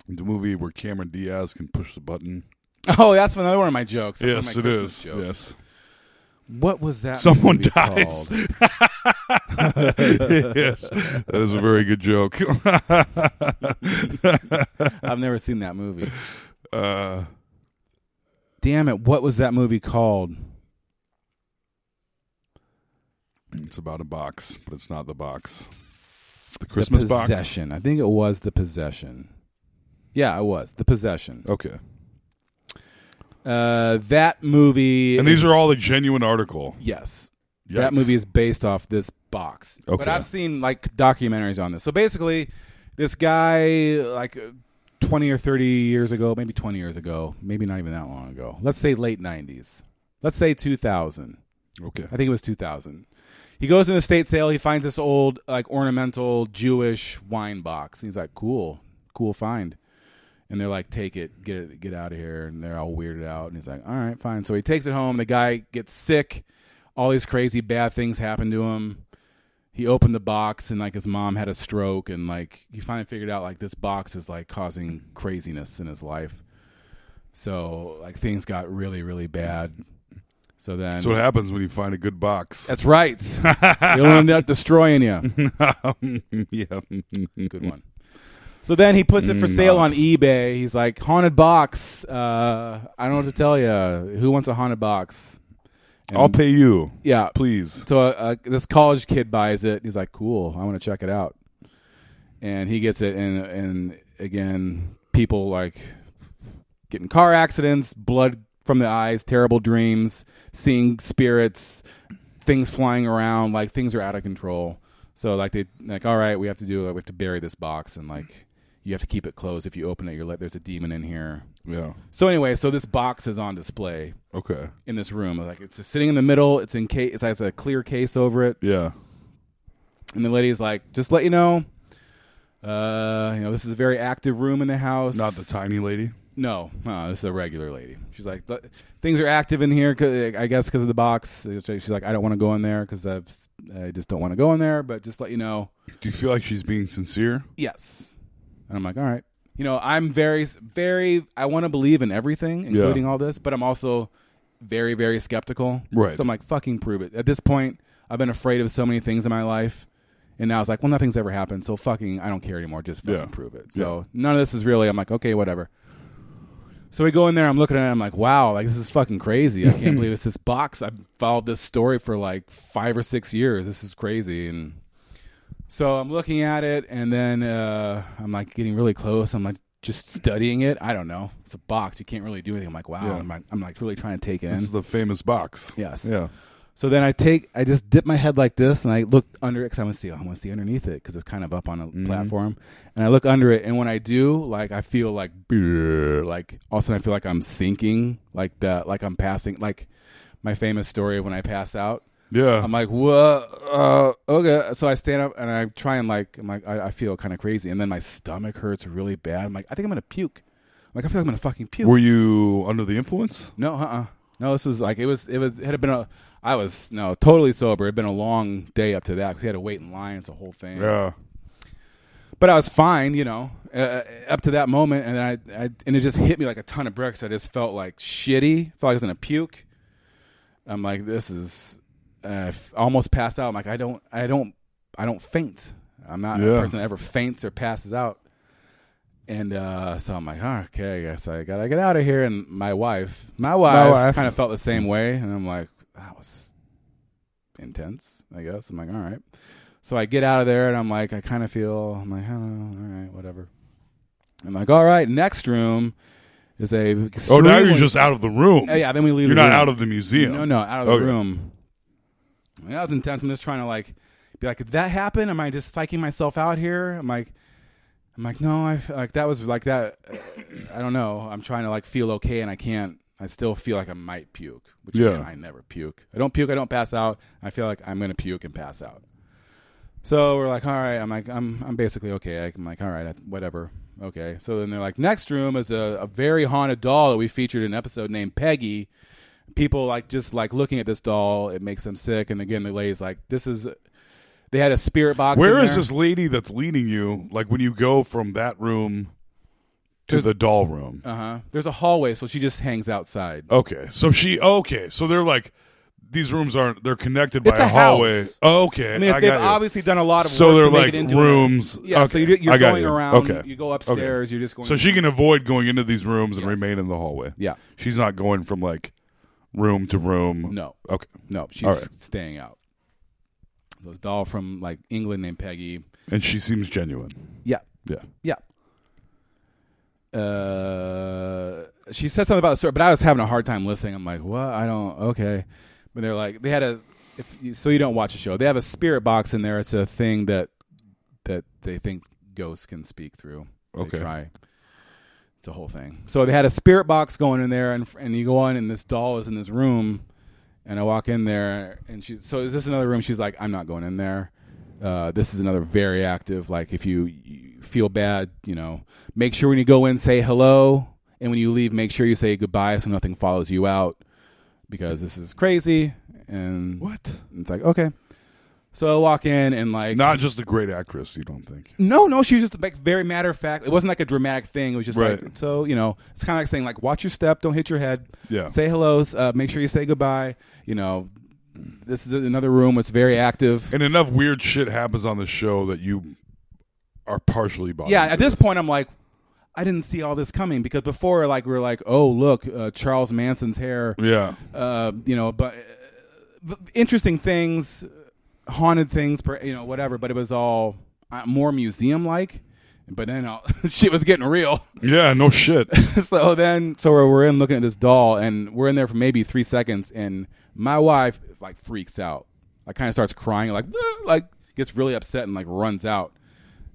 the movie where Cameron Diaz can push the button. Oh, that's another one of my jokes. That's one of yes, my it Christmas is. jokes. Yes. What was that? Someone movie dies. called? yes. That is a very good joke. I've never seen that movie. uh, Damn it! What was that movie called? it's about a box, but it's not the box. The Christmas the box. possession. I think it was the possession. Yeah, it was the possession. Okay. Uh, that movie. And these are all the genuine article. yes. Yikes. That movie is based off this box. But Okay. I've seen like documentaries on this. So basically, this guy like uh, 20 or 30 years ago, maybe 20 years ago, maybe not even that long ago. Let's say late 90s. Let's say 2000. Okay. I think it was 2000. He goes in a state sale. He finds this old, like, ornamental Jewish wine box. And he's like, cool, cool find. And they're like, take it, get it, get out of here. And they're all weirded out. And he's like, all right, fine. So he takes it home. The guy gets sick. All these crazy bad things happen to him. He opened the box and like his mom had a stroke and like he finally figured out like this box is like causing craziness in his life. So like things got really really bad. So then That's what happens when you find a good box. that's right. He'll end up destroying you. yeah. Good one. So then he puts it for sale on eBay. He's like, haunted box. Uh, I don't know what to tell you. Who wants a haunted box? And- I'll pay you. Yeah. Please. So uh, uh, this college kid buys it. He's like, cool. I want to check it out. And he gets it. And, and again, people like get in car accidents, blood from the eyes, terrible dreams, seeing spirits, things flying around, like things are out of control. So like they like, all right, we have to do like, we have to bury this box and like you have to keep it closed. If you open it, you're like there's a demon in here. Yeah. So anyway, so this box is on display Okay. in this room. Like it's just sitting in the middle. It's in case it's has a clear case over it. Yeah. And the lady's like, just let you know, uh, you know, this is a very active room in the house. Not the tiny lady. No, no, this is a regular lady. She's like, "Th- things are active in here, 'cause- I guess, because of the box. She's like, I don't want to go in there because I just don't want to go in there, but just let you know. Do you feel like she's being sincere? Yes. And I'm like, all right. You know, I'm very, very, I want to believe in everything, including all this, but I'm also very, very skeptical. Right. So I'm like, fucking prove it. At this point, I've been afraid of so many things in my life. And now it's like, well, nothing's ever happened. So fucking, I don't care anymore. Just fucking Yeah. prove it. So none of this is really, I'm like, okay, whatever. So we go in there. I'm looking at it. I'm like, wow, like this is fucking crazy. I can't believe it's this box. I've followed this story for like five or six years. This is crazy. And so I'm looking at it, and then uh, I'm like getting really close. I'm like just studying it. I don't know. It's a box. You can't really do anything. I'm like, wow. Yeah. I'm, like, I'm like really trying to take in. This is the famous box. Yes. Yeah. So then I take, I just dip my head like this, and I look under it because I want to see, I want to see underneath it because it's kind of up on a Mm-hmm. platform, and I look under it, and when I do, like I feel like, brrr, like all of a sudden I feel like I'm sinking, like that, like I'm passing, like my famous story of when I pass out. Yeah. I'm like, whoa, uh, okay. So I stand up and I try and like, I'm like, I, I feel kind of crazy, and then my stomach hurts really bad. I'm like, I think I'm gonna puke. I'm like, I feel like I'm gonna fucking puke. Were you under the influence? No, uh, uh no. This was like it was. It was. It had been a. I was no totally sober. It had been a long day up to that because you had to wait in line. It's a whole thing. Yeah. But I was fine, you know, uh, up to that moment, and then I, I and it just hit me like a ton of bricks. I just felt like shitty. Felt like I was gonna puke. I'm like, this is. Uh, I f- almost passed out. I'm like, I don't, I don't, I don't faint. I'm not Yeah. a person that ever faints or passes out. And uh, so I'm like, oh, okay, I guess I gotta get out of here. And my wife, my wife, wife. kind of felt the same way. And I'm like, that was intense, I guess. I'm like, all right. So I get out of there and I'm like, I kind of feel, I'm like, oh, all right, whatever. I'm like, all right, next room is a. Oh, now you're extremely- just out of the room. Oh, yeah, then we leave You're the not room. out of the museum. No, no, out of the Okay. room. I mean, that was intense. I'm just trying to like be like, did that happen? Am I just psyching myself out here? I'm like, I'm like, no, I like that was like that. uh, I don't know. I'm trying to like feel okay, and I can't. I still feel like I might puke, which Yeah. again, I never puke. I don't puke. I don't pass out. I feel like I'm gonna puke and pass out. So we're like, all right. I'm like, I'm I'm basically okay. I'm like, all right, I- whatever. Okay. So then they're like, next room is a, a very haunted doll that we featured in an episode named Peggy. People like just like looking at this doll, it makes them sick. And again, the lady's like, this is. They had a spirit box. Where in is there. this lady that's leading you? Like when you go from that room to There's- the doll room. Uh huh. There's a hallway, so she just hangs outside. Okay, so she okay, so they're like these rooms aren't they're connected by It's a, a hallway. house. Okay, I mean, I they've got you. obviously done a lot of So work they're to make like it into rooms. A, yeah, so Okay, you're, you're I got going you. around. Okay, You go okay. upstairs. You're just going. So she can avoid going into these rooms and Yes. remain in the hallway. Yeah. she's not going from like room to room. No. Okay. No, she's All right. staying out. So it's a doll from like England named Peggy. And she seems genuine. Yeah. Yeah. Yeah. Uh, she said something about the story, but I was having a hard time listening. I'm like, what? I don't. Okay. But they're like, they had a. If you, so you don't watch the show. They have a spirit box in there. It's a thing that that they think ghosts can speak through. They Okay. try. It's a whole thing. So they had a spirit box going in there, and and you go on, and this doll is in this room, and I walk in there, and she. So is this another room? She's like, I'm not going in there. Uh, this is another very active. Like if you, you feel bad, you know, make sure when you go in, say hello, and when you leave, make sure you say goodbye so nothing follows you out, because this is crazy. And What? it's like okay. So I walk in and like Not just a great actress, you don't think? no, no, she was just like very matter of fact. It wasn't like a dramatic thing. It was just like Right. so you know, it's kind of like saying like watch your step, don't hit your head. Yeah. Say hellos. Uh, make sure you say goodbye. You know, this is another room. It's very active. And enough weird shit happens on the show that you are partially bothered. yeah. At this point, I'm like, I didn't see all this coming because before like we were like, oh look, uh, Charles Manson's hair. yeah, Uh, you know, but uh, interesting things, haunted things, per- you know, whatever. But it was all uh, more museum like. But then all, shit was getting real. yeah, no shit. so then, so we're, we're in looking at this doll, and we're in there for maybe three seconds, and my wife like freaks out, like kind of starts crying, like "Ah," like gets really upset and like runs out,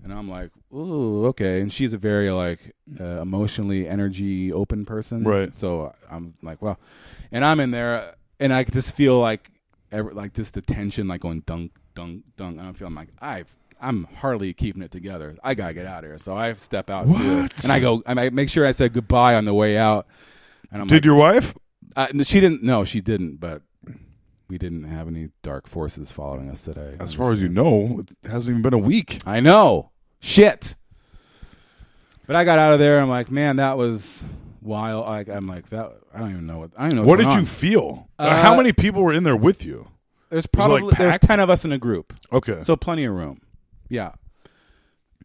and I'm like, ooh, okay. And she's a very like uh, emotionally energy open person, Right. So I'm like, wow, and I'm in there, and I could just feel like every, like just the tension, like going dunk, dunk, dunk. And I'm feeling like I. I'm hardly keeping it together. I gotta get out of here, so I step out too, What? and I go. I ma- make sure I said goodbye on the way out. And I'm Did like, your wife? uh, no, she didn't. No, she didn't. But we didn't have any dark forces following us today. As far as you know, it hasn't even been a week. I know. Shit. But I got out of there. I'm like, man, that was while like I'm like that. I don't even know what I don't know. what's What did going you on. feel? Like, How Uh, many people were in there with you? There's like, probably there's packed? ten of us in a group. Okay. So plenty of room. Yeah.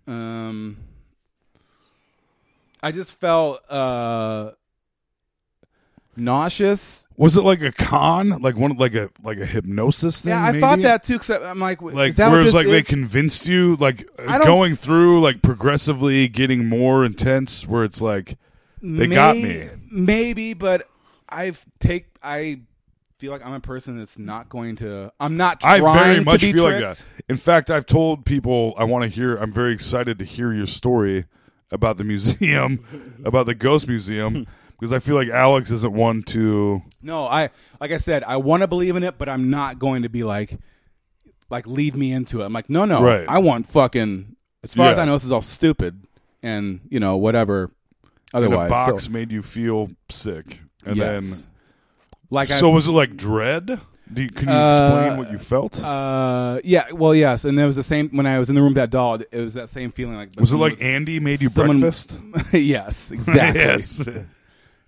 Um I just felt uh nauseous. was it like a con? Like one like a like a hypnosis thing? Yeah, I maybe? thought that too cuz I'm like, w- Like is that where what it's this like they is? convinced you, like uh, I don't- going through, like progressively getting more intense. Where it's like they got me. May- Maybe, but I've take I feel like I'm a person that's not going to I'm not I trying very to much be feel like tricked. that. In fact, I've told people I want to hear. I'm very excited to hear your story about the museum, about the ghost museum, because I feel like Alex isn't one to. No, I like I said, I want to believe in it, but I'm not going to be like, like lead me into it. I'm like, no, no, Right. I want fucking. As far as Yeah. I know, this is all stupid, and you know whatever. And Otherwise, a box so, made you feel sick, and yes. then like so I, was it like dread? Do you, can you Uh, explain what you felt? uh, yeah, well, yes, and it was the same when I was in the room with that doll. It was that same feeling. Like was it someone like Andy made you someone- breakfast? yes, exactly. yes.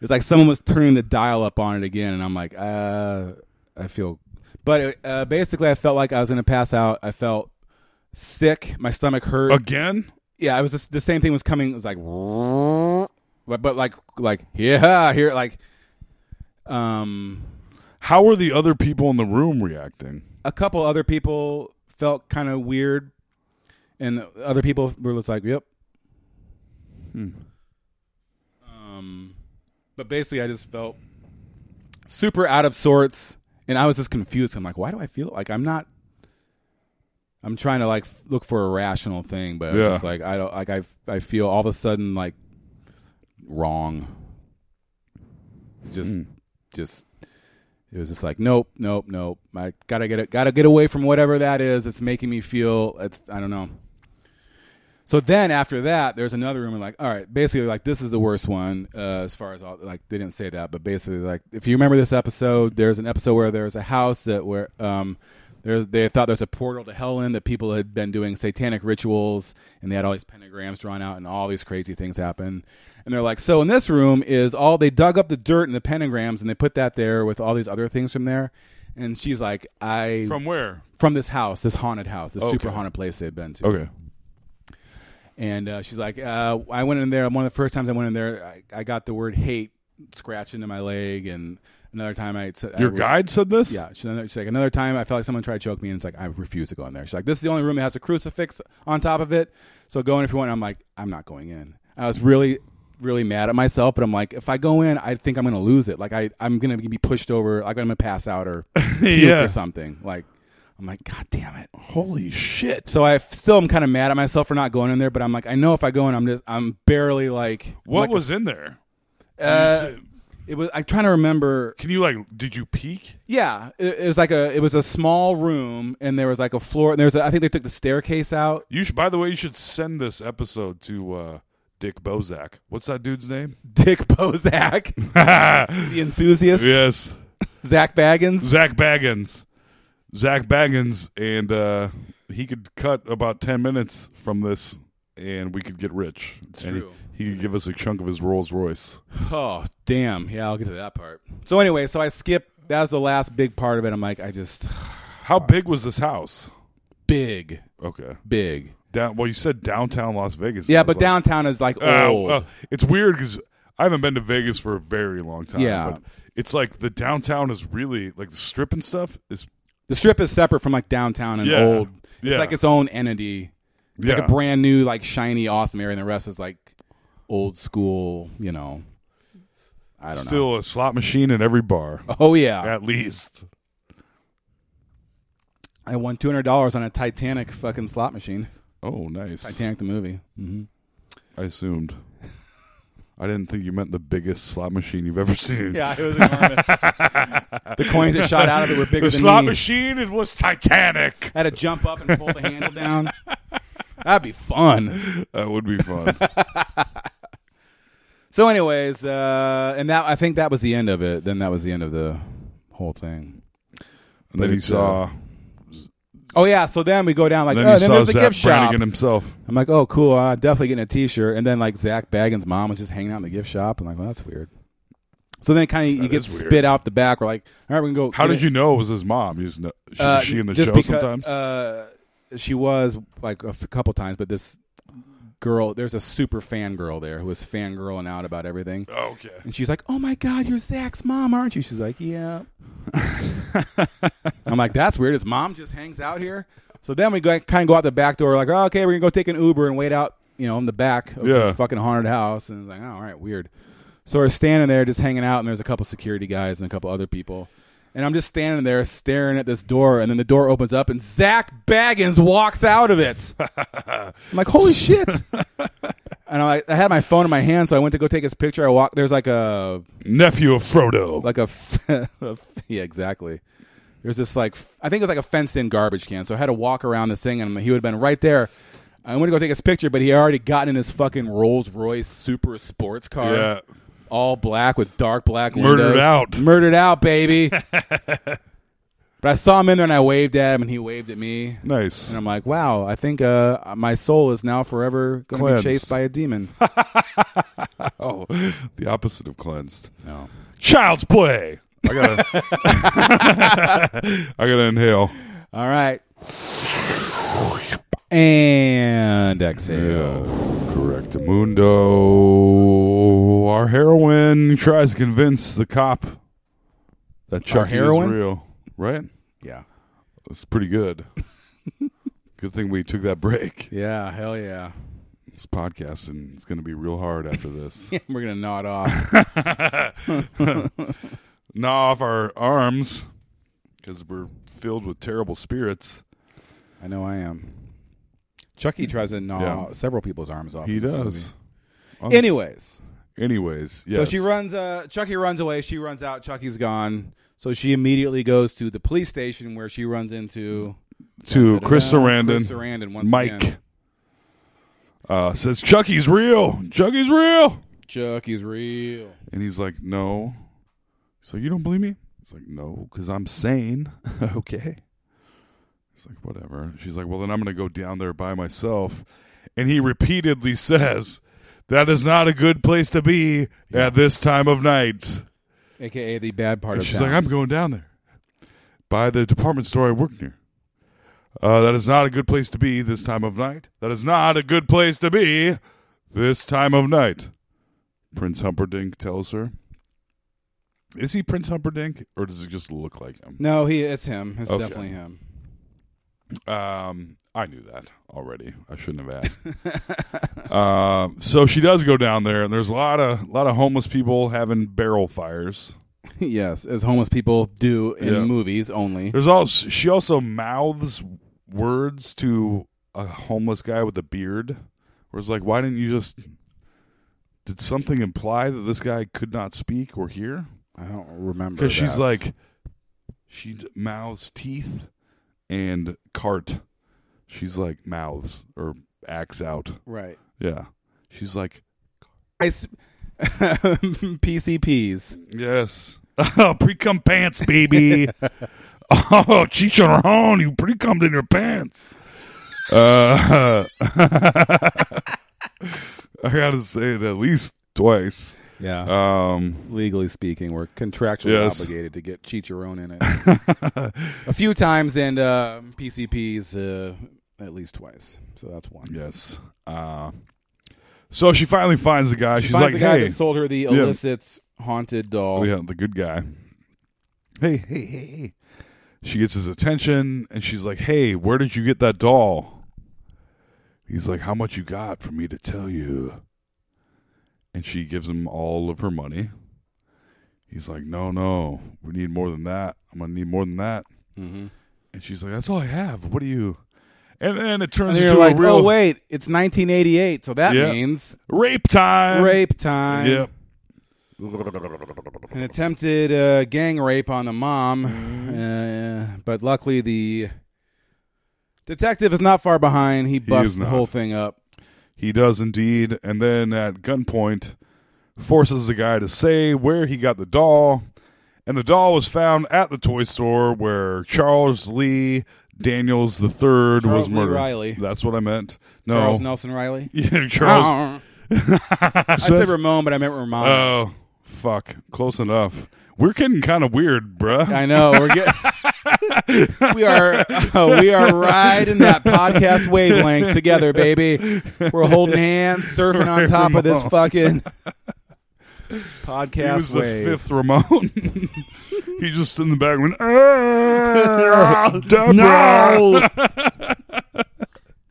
It's like someone was turning the dial up on it again, and I'm like, uh, I feel. But uh, basically, I felt like I was going to pass out. I felt sick. My stomach hurt. Again, yeah, it was just, the same thing was coming. It was like, but, but like like yeah, here like, um, how were the other people in the room reacting? a couple other people felt kind of weird, and other people were just like, yep. Hmm. Um, but basically, I just felt super out of sorts, and I was just confused. I'm like, why do I feel like I'm not? I'm trying to like f- look for a rational thing, but Yeah. it's just like I don't like I I feel all of a sudden like wrong. Just, just it was just like nope, nope, nope. I gotta get it, gotta get away from whatever that is. It's making me feel it's I don't know. So then after that, there's another room. And like, all right, basically, like this is the worst one uh, as far as all, like they didn't say that, but basically, like if you remember this episode, there's an episode where there's a house that where um, there they thought there's a portal to hell in that people had been doing satanic rituals and they had all these pentagrams drawn out and all these crazy things happen. And they're like, so in this room is all they dug up the dirt and the pentagrams and they put that there with all these other things from there. And she's like, I from, From where? this house, this haunted house, this super Okay. haunted place they've been to. Okay. And uh, she's like, uh, I went in there. One of the first times I went in there, I, I got the word hate scratched into my leg. And another time I. said Your guide said this? Yeah. She's, another, she's like, another time I felt like someone tried to choke me. And it's like, I refuse to go in there. She's like, this is the only room that has a crucifix on top of it. So go in if you want. And I'm like, I'm not going in. I was really, really mad at myself. But I'm like, if I go in, I think I'm going to lose it. Like, I, I'm going to be pushed over. Like, I'm going to pass out or puke Yeah. or something. Like, I'm like, God damn it. Holy shit. So I f- still am kind of mad at myself for not going in there, but I'm like, I know if I go in, I'm just, I'm barely like. What like- was in there? Uh, it was? I'm trying to remember. Can you like did you peek? Yeah, it, it was like a, it was a small room, and there was like a floor. And there was, a, I think they took the staircase out. You should by the way, you should send this episode to uh Dick Bozak. What's that dude's name? Dick Bozak, the enthusiast, yes. Zach Baggins. Zach Baggins. Zach Baggins and uh he could cut about ten minutes from this and we could get rich. It's true. He, could give us a chunk of his Rolls Royce. Oh damn! Yeah, I'll get to that part. So anyway, so I skipped. That was the last big part of it. I'm like, I just How big was this house? big, Okay. big. Down well, you said downtown Las Vegas. I Yeah, was but like, downtown is like Uh, old. well, it's weird because I haven't been to Vegas for a very long time. Yeah. but it's like the downtown is really like the strip and stuff is The strip is separate from like downtown and Yeah. old. It's Yeah. like its own entity. It's yeah. like a brand new, like shiny, awesome area, and the rest is like old school. You know, I don't know. Still a slot machine in every bar, Oh yeah, at least. I won two hundred dollars on a Titanic fucking slot machine. Oh, nice. Titanic the movie. hmm I assumed. I didn't think you meant the biggest slot machine you've ever seen. Yeah, it was enormous. the coins that shot out of it were bigger the than slot me. machine it was Titanic. I had to jump up and pull the handle down. That'd be fun. That would be fun. So, anyways, uh, and that I think that was the end of it. Then that was the end of the whole thing. and then he it's, saw Oh yeah, so then we go down like then oh, you then saw there's a Zach gift shop. Brannigan himself. I'm like, oh cool, I'm definitely getting a T-shirt. And then like Zach Baggins' mom was just hanging out in the gift shop. I'm like, well, that's weird. So then kind of you get is weird. spit out the back. We're like, all right, we can go. How get did it." you know it was his mom? You just know, she, Uh, was she in the just show becau- sometimes? Uh, she was like a f- couple times, but this girl, there's a super fan girl there who was fangirling out about everything. okay. And she's like, "Oh my God, you're Zach's mom, aren't you?" She's like, "Yeah." I'm like, "That's weird. His mom just hangs out here." So then we go, kind of go out the back door, like, oh, "Okay, we're gonna go take an Uber and wait out, you know, in the back of Yeah. this fucking haunted house." And it's like, oh, "All right, weird." So we're standing there, just hanging out, and there's a couple security guys and a couple other people, and I'm just standing there staring at this door, and then the door opens up, and Zach Baggins walks out of it. I'm like, holy shit. and I, I had my phone in my hand, so I went to go take his picture. I walked, there's like a, Nephew of Frodo. like a, f- a f- yeah, exactly. There's this like, f- I think it was like a fenced in garbage can. So I had to walk around this thing, and he would have been right there. I went to go take his picture, but he had already gotten in his fucking Rolls Royce super sports car. Yeah. All black with dark black Murdered windows. out. Murdered out, baby. but I saw him in there and I waved at him and he waved at me. nice. And I'm like, wow, I think uh, my soul is now forever going to be Cleansed. chased by a demon. Oh, the opposite of cleansed. no. Child's play. I gotta. I gotta inhale. All right. And exhale. Correct. Mundo. Our heroine tries to convince the cop that Chucky is heroine? real. Right? Yeah. It's pretty good. good thing we took that break. Yeah, hell yeah. This podcasting is going to be real hard after this. We're going to nod off. Gnaw off our arms because we're filled with terrible spirits. I know I am. Chucky tries to gnaw Yeah. several people's arms off. He in this does. movie. Honest- Anyways, Anyways, yes. so she runs. Uh, Chucky runs away. She runs out. Chucky's gone. So she immediately goes to the police station where she runs into to Chris Da-da-da. Sarandon. Chris Sarandon once Mike again. uh, says Chucky's real. Chucky's real. Chucky's real. And he's like, no. So you don't believe me? He's like, no, because I'm sane. okay. He's like, whatever. She's like, well, then I'm going to go down there by myself. And he repeatedly says, that is not a good place to be at this time of night. AKA the bad part And of she's town. like, I'm going down there by the department store I work near. Uh, that is not a good place to be this time of night. That is not a good place to be this time of night. Prince Humperdinck tells her. Is he Prince Humperdinck, or does it just look like him? No, he. It's him. It's Okay. definitely him. Um, I knew that already. I shouldn't have asked. um, so she does go down there, and there's a lot of lot of homeless people having barrel fires. yes, as homeless people do in Yeah. movies only. There's also she also mouths words to a homeless guy with a beard. Where it's like, why didn't you just? Did something imply that this guy could not speak or hear? I don't remember. Because she's that. like, she d- mouths teeth and cart. She's like mouths or acts out. right. Yeah. She's like, I s- PCPs. yes. Oh, pre cum pants, baby. oh, chicharron, you pre cummed in your pants. Uh, I gotta say it at least twice. Yeah. Um, legally speaking, we're contractually Yes. obligated to get chicharron in it a few times, and uh, PCPs uh, at least twice. So that's one. yes. Uh, so she finally finds the guy. She She's finds like, the guy hey, that sold her the illicit haunted doll. yeah, the good guy. Hey, hey, hey, hey. She gets his attention and she's like, Hey, where did you get that doll? He's like, How much you got for me to tell you? And she gives him all of her money. He's like, No, no, we need more than that. I'm going to need more than that. Mm-hmm. And she's like, That's all I have. What do you. And then it And turns you're into like, a real oh wait, it's 1988, so that Yeah. means rape time. rape time. Yep. An attempted uh, gang rape on the mom, Mm-hmm. uh, but luckily the detective is not far behind. He busts is the not. whole thing up. He does indeed, and then at gunpoint forces the guy to say where he got the doll. And the doll was found at the toy store where Charles Lee Daniels the third was Charles Lee murdered. Riley. That's what I meant. No, Charles Nelson Riley. Yeah, Charles. I said Ramon, but I meant Ramon. Oh, fuck. Close enough. We're getting kind of weird, bruh. I know we're get, we are oh, we are riding that podcast wavelength together, baby. We're holding hands, surfing on Right, top of this Ramon. fucking he podcast was wave. the fifth Ramon. he just in the back went, "Ah, Deborah, No!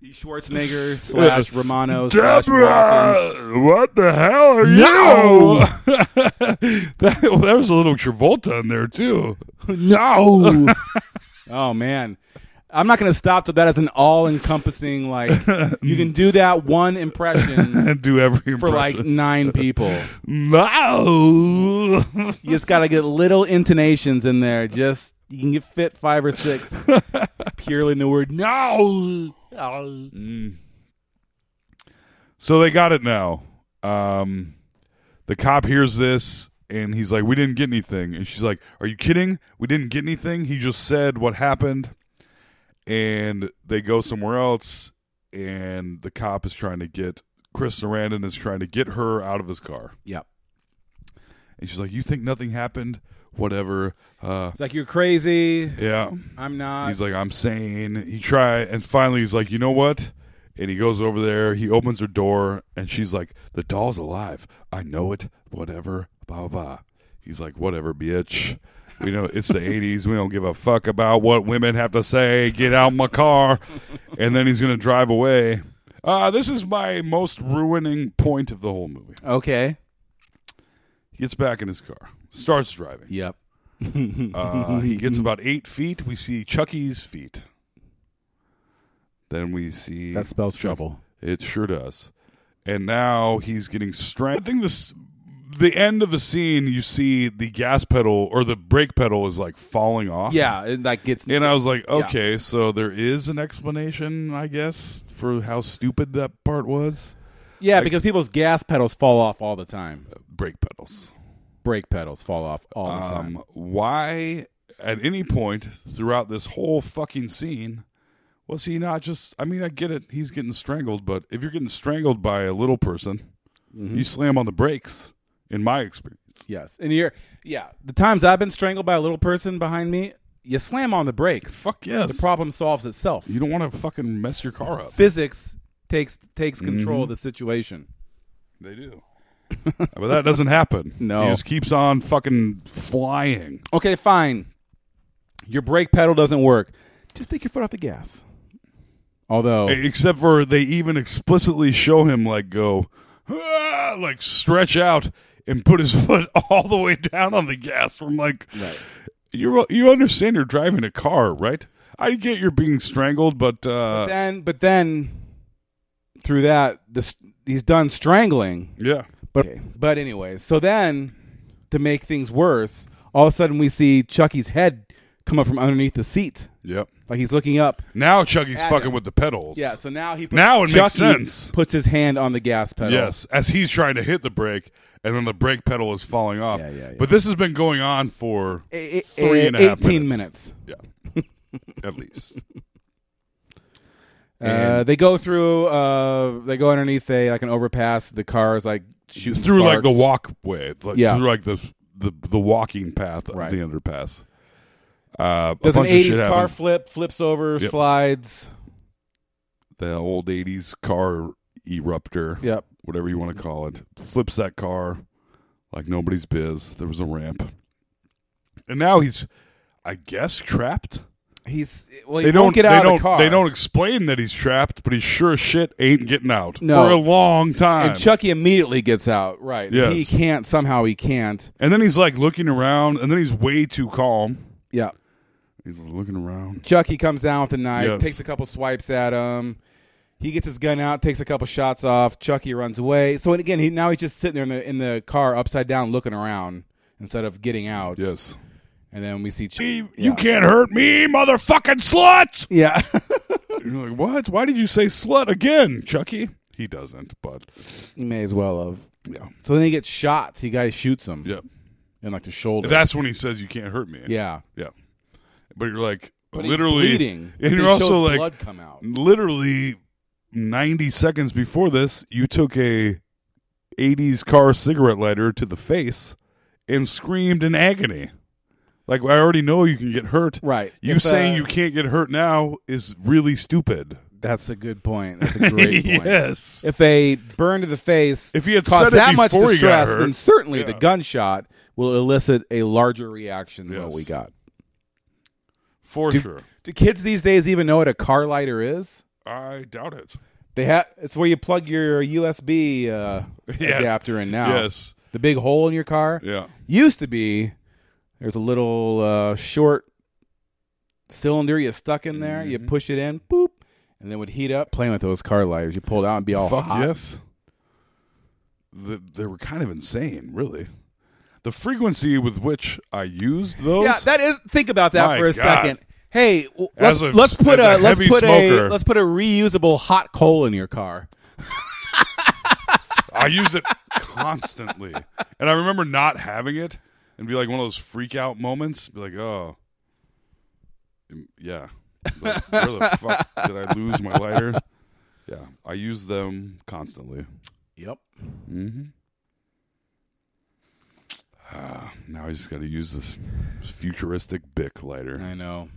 Schwarzenegger slash Romano slash Walken. Deborah, what the hell are No! you? that, that was a little Travolta in there too. No. oh man. I'm not going to stop till that is an all-encompassing like you can do that one impression Do every for like impression. nine people. no. You just got to get little intonations in there. Just you can get fit five or six purely in the word no. So they got it now. Um, the cop hears this and he's like, "We didn't get anything." And she's like, "Are you kidding? We didn't get anything. He just said what happened." And they go somewhere else, and the cop is trying to get Chris Sarandon is trying to get her out of his car, Yep. and she's like, "You think nothing happened? Whatever." Uh, It's like you're crazy. yeah. I'm not. He's like, I'm sane. He try and finally he's like, you know what? And he goes over there. He opens her door, and she's like, the doll's alive. I know it. Whatever. Blah blah. blah. He's like, whatever, bitch. We know it's the '80s. We don't give a fuck about what women have to say. Get out my car. And then he's gonna drive away. Uh, this is my most ruining point of the whole movie. okay. He gets back in his car, starts driving. Yep. Uh, he Mm-hmm. gets about eight feet. We see Chucky's feet. Then we see That spells trouble. it sure does. And now he's getting strangled. I think this the end of the scene. You see the gas pedal or the brake pedal is like falling off. Yeah, it like gets And I was like, okay, so there is an explanation, I guess, for how stupid that part was. Yeah, because people's gas pedals fall off all the time. Brake pedals. Brake pedals fall off all the time. Um, why, at any point throughout this whole fucking scene, was he not just? I mean, I get it. He's getting strangled, but if you're getting strangled by a little person, Mm-hmm. you slam on the brakes. In my experience, Yes, and you're yeah. The times I've been strangled by a little person behind me, you slam on the brakes. Fuck yes. the problem solves itself. you don't want to fucking mess your car up. Physics takes takes Mm-hmm. control of the situation. They do. but that doesn't happen. No. he just keeps on fucking flying. Okay, fine. Your brake pedal doesn't work. Just take your foot off the gas. Although Except for they even explicitly show him like go, "Ah," like stretch out and put his foot all the way down on the gas. From like, you you understand you're driving a car, right? I get you're being strangled, but uh, then, but then through that, this he's done strangling. yeah, But but anyway, so then to make things worse, all of a sudden we see Chucky's head come up from underneath the seat, yep. like he's looking up. Now Chuggy's Yeah, fucking yeah. with the pedals. Yeah, so now he puts, Now it makes Chucky sense. Puts his hand on the gas pedal. Yes, as he's trying to hit the brake, and then the brake pedal is falling off. Yeah, yeah, yeah. But this has been going on for A- a- Three a- and a half eighteen minutes. yeah, at least. Uh, they go through. Uh, they go underneath a like an overpass. The cars like shooting through like sparks. the walkway, like, Yeah. through like the the the walking path of Right. the underpass. Uh, Does a an bunch of eighties shit car happens. flip? Flips over, Yep. slides. the old '80s car eruptor, Yep. whatever you want to call it, flips that car like nobody's biz. There was a ramp, and now he's, I guess, trapped. He's well. They he don't won't get out they of don't, the car. They don't explain that he's trapped, but he sure as shit ain't getting out No. for a long time. And Chucky immediately gets out. Right. Yes. He can't. Somehow he can't. and then he's like looking around, and then he's way too calm. Yeah. He's looking around. Chucky comes down with the knife, Yes. takes a couple swipes at him. He gets his gun out, takes a couple shots off. Chucky runs away. So and again, he, now he's just sitting there in the in the car, upside down, looking around instead of getting out. Yes. And then we see Chucky. You can't hurt me, motherfucking slut! Yeah. You're like, what? Why did you say slut again, Chucky? He doesn't, but he may as well have. yeah, So then he gets shot. He guy shoots him yeah. in like the shoulder. That's when he says you can't hurt me. yeah. yeah. But you're like, But he's literally, bleeding. and They you're also showed like, blood come out. literally, ninety seconds before this, you took a '80s car cigarette lighter to the face and screamed in agony. Like I already know you can get hurt. Right. You If, saying uh, you can't get hurt now is really stupid. That's a good point. That's a great point. yes. If a burn to the face, If he had caused said it that much before he got distress, hurt, then certainly the yeah. gunshot will elicit a larger reaction than what Yes. we got. For Do, sure. do kids these days even know what a car lighter is? I doubt it. They have. It's where you plug your USB uh, Yes. adapter in now. Yes. The big hole in your car. Yeah. Used to be there's a little uh, short cylinder you stuck in there. Mm-hmm. You push it in, boop, and then would heat up. Playing with those car lighters, you pulled out and be all Fuck Oh, hot. yes. The, they were kind of insane, really. The frequency with which I used those. Yeah, that is. Think about that My for a God. second. Hey, w- let's, As a- let's put as a a, let's heavy put a smoker. let's put a reusable hot coal in your car. I use it constantly, and I remember not having it, and be like one of those freak out moments. Be like, oh, Mm, yeah, Like, where the fuck did I lose my lighter? Yeah, I use them constantly. Mm-hmm. Yep. Ah, Now I just got to use this futuristic Bic lighter. I know.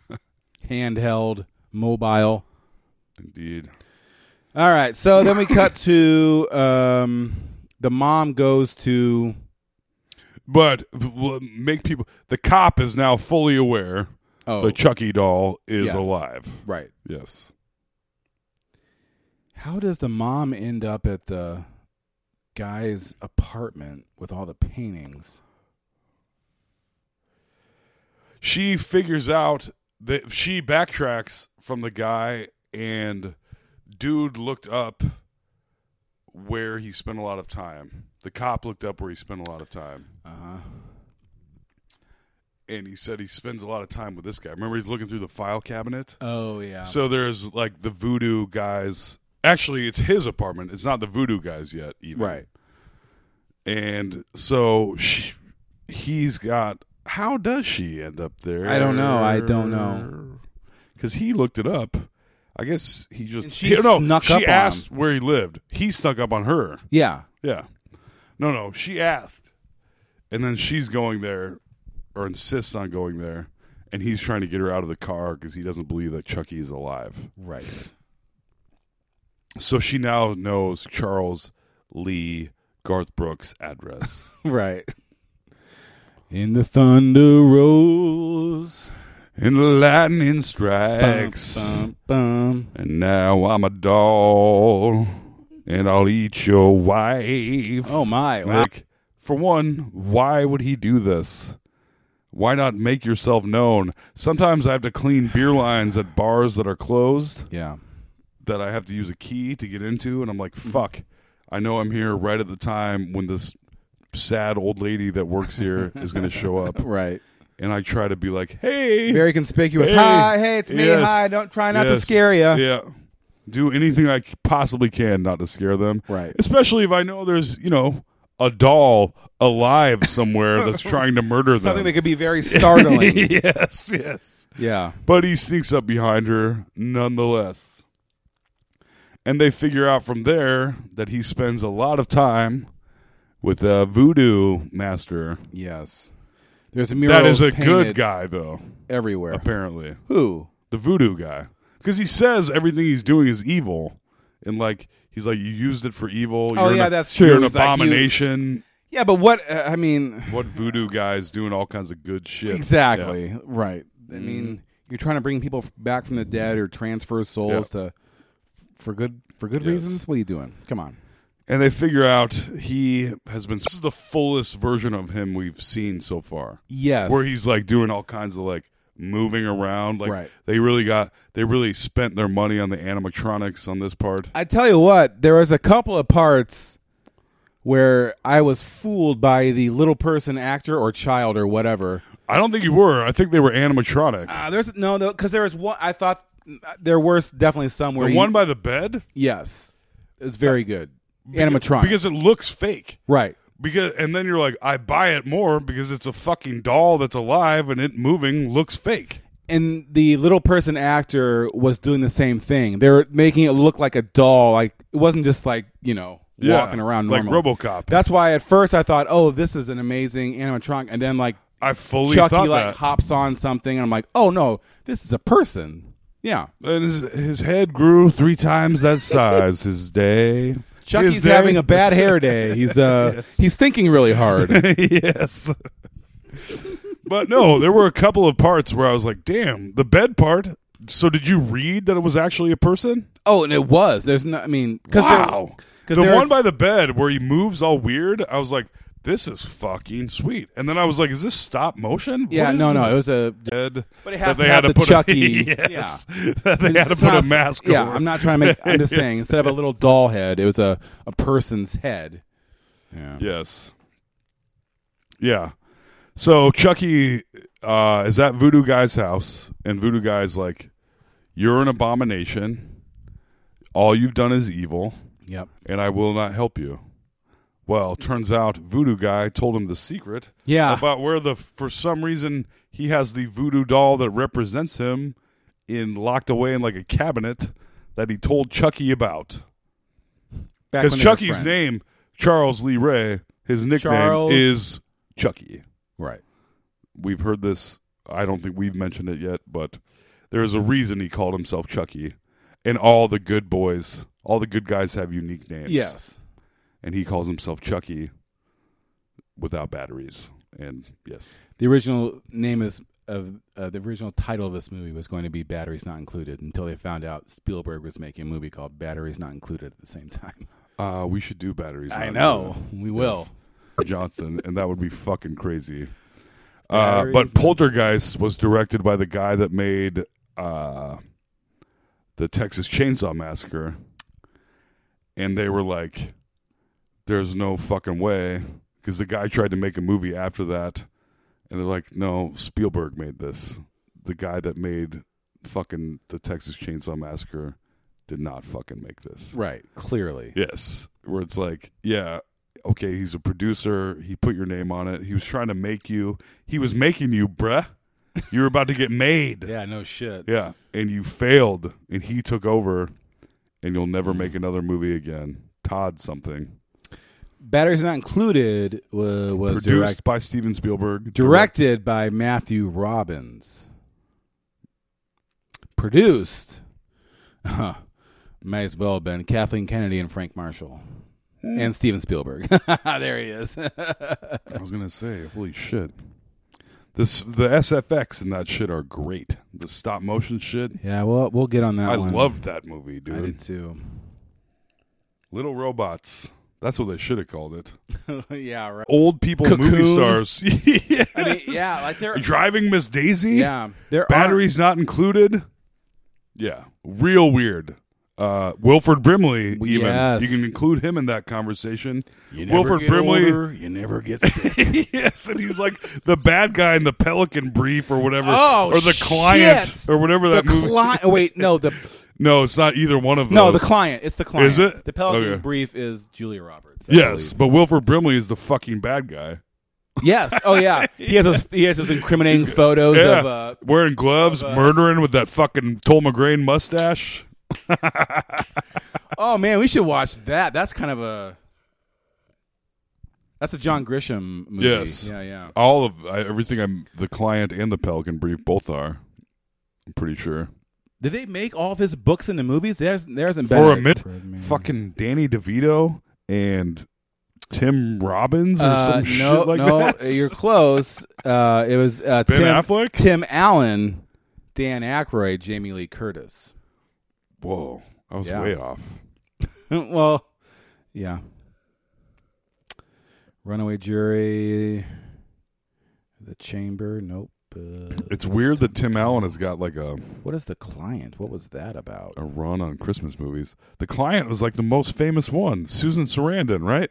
Handheld, mobile. Indeed. All right. So then we cut to um, the mom goes to But l- make people. The cop is now fully aware oh the Chucky doll is Yes. alive. right. Yes. How does the mom end up at the guy's apartment with all the paintings? She figures out that she backtracks from the guy, and dude looked up where he spent a lot of time. The cop looked up where he spent a lot of time. Uh huh. And he said he spends a lot of time with this guy. Remember, he's looking through the file cabinet? Oh yeah. So there's like the voodoo guys. Actually, it's his apartment. It's not the voodoo guys yet, even. right. And so she, he's got. How does she end up there? I don't know. I don't know. Because he looked it up. I guess he just. And she he- no, snuck she up on asked where he lived. He snuck up on her. Yeah. Yeah. No, no. She asked. And then she's going there or insists on going there. And he's trying to get her out of the car because he doesn't believe that Chucky is alive. Right. So she now knows Charles Lee Garth Brooks' address. Right. In the thunder rolls. and the lightning strikes. Bum, bum, And now I'm a doll. And I'll eat your wife. Oh my! Wow. Like, for one, why would he do this? Why not make yourself known? Sometimes I have to clean beer lines at bars that are closed Yeah. that I have to use a key to get into, and I'm Hmm. like, fuck. I know I'm here right at the time when this sad old lady that works here is going to show up, Right. and I try to be like, hey, Very conspicuous. Hey. Hi. Hey, it's me. Yes. Hi. Don't try not to Yes. scare you. Yeah. Do anything I c- possibly can not to scare them. Right. Especially if I know there's, you know, a doll alive somewhere that's trying to murder Something that them. could be very startling. yes, yes. yeah. But he sneaks up behind her nonetheless. And they figure out from there that he spends a lot of time with a voodoo master. Yes. There's murals. That is a good painted guy, though, everywhere. apparently. Who? the voodoo guy because he says everything he's doing is evil and like he's like you used it for evil Oh, you're yeah, an, that's you're true. an He's like, you- abomination Yeah, but what? Uh, I mean, what voodoo guy is doing all kinds of good shit exactly. Right. I Mm-hmm. mean, you're trying to bring people f- back from the dead or transfer souls to for good for good Yes. reasons. What are you doing? Come on. and they figure out he has been this is the fullest version of him we've seen so far Yes. where he's like doing all kinds of like moving around like Right. they really got they really spent their money on the animatronics on this part I tell you what, there was a couple of parts where I was fooled by the little person actor or child or whatever. i don't think you were i think they were animatronic Uh, there's no, because there was one. I thought mm, there were s- definitely some where the you- one by the bed yes, it was very good animatronic. because it looks fake right, because and then you're like i buy it more because it's a fucking doll that's alive and it moving looks fake and the little person actor was doing the same thing. They were making it look like a doll. Like it wasn't just like you know Yeah, walking around like normal. RoboCop. That's why at first I thought, oh, this is an amazing animatronic, and then like I fully Chucky thought like that. hops on something, and I'm like, oh no, this is a person. Yeah, And his, his head grew three times that size. His day. Chucky's His day. having a bad hair day. He's uh he's thinking really hard. yes. but no, there were a couple of parts where I was like, "Damn, the bed part." So did you read that it was actually a person? oh, and it was. There's no. I mean, cause there- Wow. 'cause the there's- one by the bed where he moves all weird, I was like, "This is fucking sweet." And then I was like, "Is this stop motion?" Yeah, What is no, no, this it was a- bed. But it has that to they have had to the put Chucky- A, yes, yeah. that they had to It's put a not- mask. Yeah, over. I'm not trying to make. I'm just Yes. saying, instead of a little doll head, it was a a person's head. Yeah. Yes. Yeah. So Chucky uh, is at Voodoo Guy's house, and Voodoo Guy's like, "You're an abomination. All you've done is evil, Yep. and I will not help you." Well, turns out Voodoo Guy told him the secret. Yeah. About where the for some reason he has the voodoo doll that represents him in locked away in like a cabinet that he told Chucky about. Back Because when they were Chucky's friends. name, Charles Lee Ray, his nickname Charles- is Chucky. right? We've heard this. I don't think we've mentioned it yet, but there is a reason he called himself Chucky. And all the good boys, all the good guys have unique names. Yes. And he calls himself Chucky without batteries. And yes. The original name is of uh, the original title of this movie was going to be "Batteries Not Included" until they found out Spielberg was making a movie called "Batteries Not Included" at the same time. Uh, we should do batteries. I on know. that. We will. Yes. Jonathan, and that would be fucking crazy. Uh, Batteries but on- Poltergeist was directed by the guy that made uh, the Texas Chainsaw Massacre, and they were like, "There's no fucking way," because the guy tried to make a movie after that, and they're like, "No, Spielberg made this. The guy that made fucking the Texas Chainsaw Massacre did not fucking make this." Right. Clearly. Yes, where it's like, yeah, okay, he's a producer. He put your name on it. He was trying to make you. He was making you, bruh. You were about to get made. Yeah. No shit. Yeah, and you failed, and he took over, and you'll never Mm-hmm. make another movie again. Todd something "Batteries Not Included" wa- was produced direct, by Steven Spielberg. directed by Matthew Robbins. Produced, huh, may as well have been Kathleen Kennedy and Frank Marshall and Steven Spielberg. there he is. I was gonna say, holy shit. This the SFX and that shit are great. The stop motion shit. yeah, well, we'll get on that. I one. loved that movie, I dude. did too. Little robots. That's what they should have called it. yeah, right. old people Cocoon. movie stars. Yes. I mean, yeah, like there. Driving Miss Daisy. Yeah, there Batteries not included. Yeah. Real weird. Uh, Wilford Brimley, even. Yes. You can include him in that conversation. Are, Wilford Brimley. you never get sick. yes, and he's like the bad guy in the Pelican Brief or whatever. Oh, or the shit. client or whatever the that movie client. Wait, no, the No, it's not either one of those. no, the client. It's the client. Is it? the Pelican Okay. Brief? Is Julia Roberts? I Yes, but Wilford Brimley is the fucking bad guy. Yes. Oh yeah. He has those. He has those incriminating photos of. Uh, Wearing gloves, of, uh, murdering with that fucking Tol McGrain mustache. oh man, we should watch that. That's kind of a. That's a John Grisham movie. Yes. Yeah. Yeah. All of I, everything I'm the client and the Pelican Brief both are. I'm pretty sure. Did they make all of his books into movies? There's there's been For a Benedict minute, Cumberbatch. fucking Danny DeVito and Tim Robbins or some Uh, no, shit like no, that. you're close. Uh, it was uh, Ben Tim, Affleck? Tim Allen, Dan Aykroyd, Jamie Lee Curtis. Whoa, I was Yeah. way off. well, yeah. Runaway Jury, The Chamber. Nope. Uh, It's weird that Tim Allen has got like a, what is the client? What was that about? a run on Christmas movies. The client was like the most famous one. Susan Sarandon, right?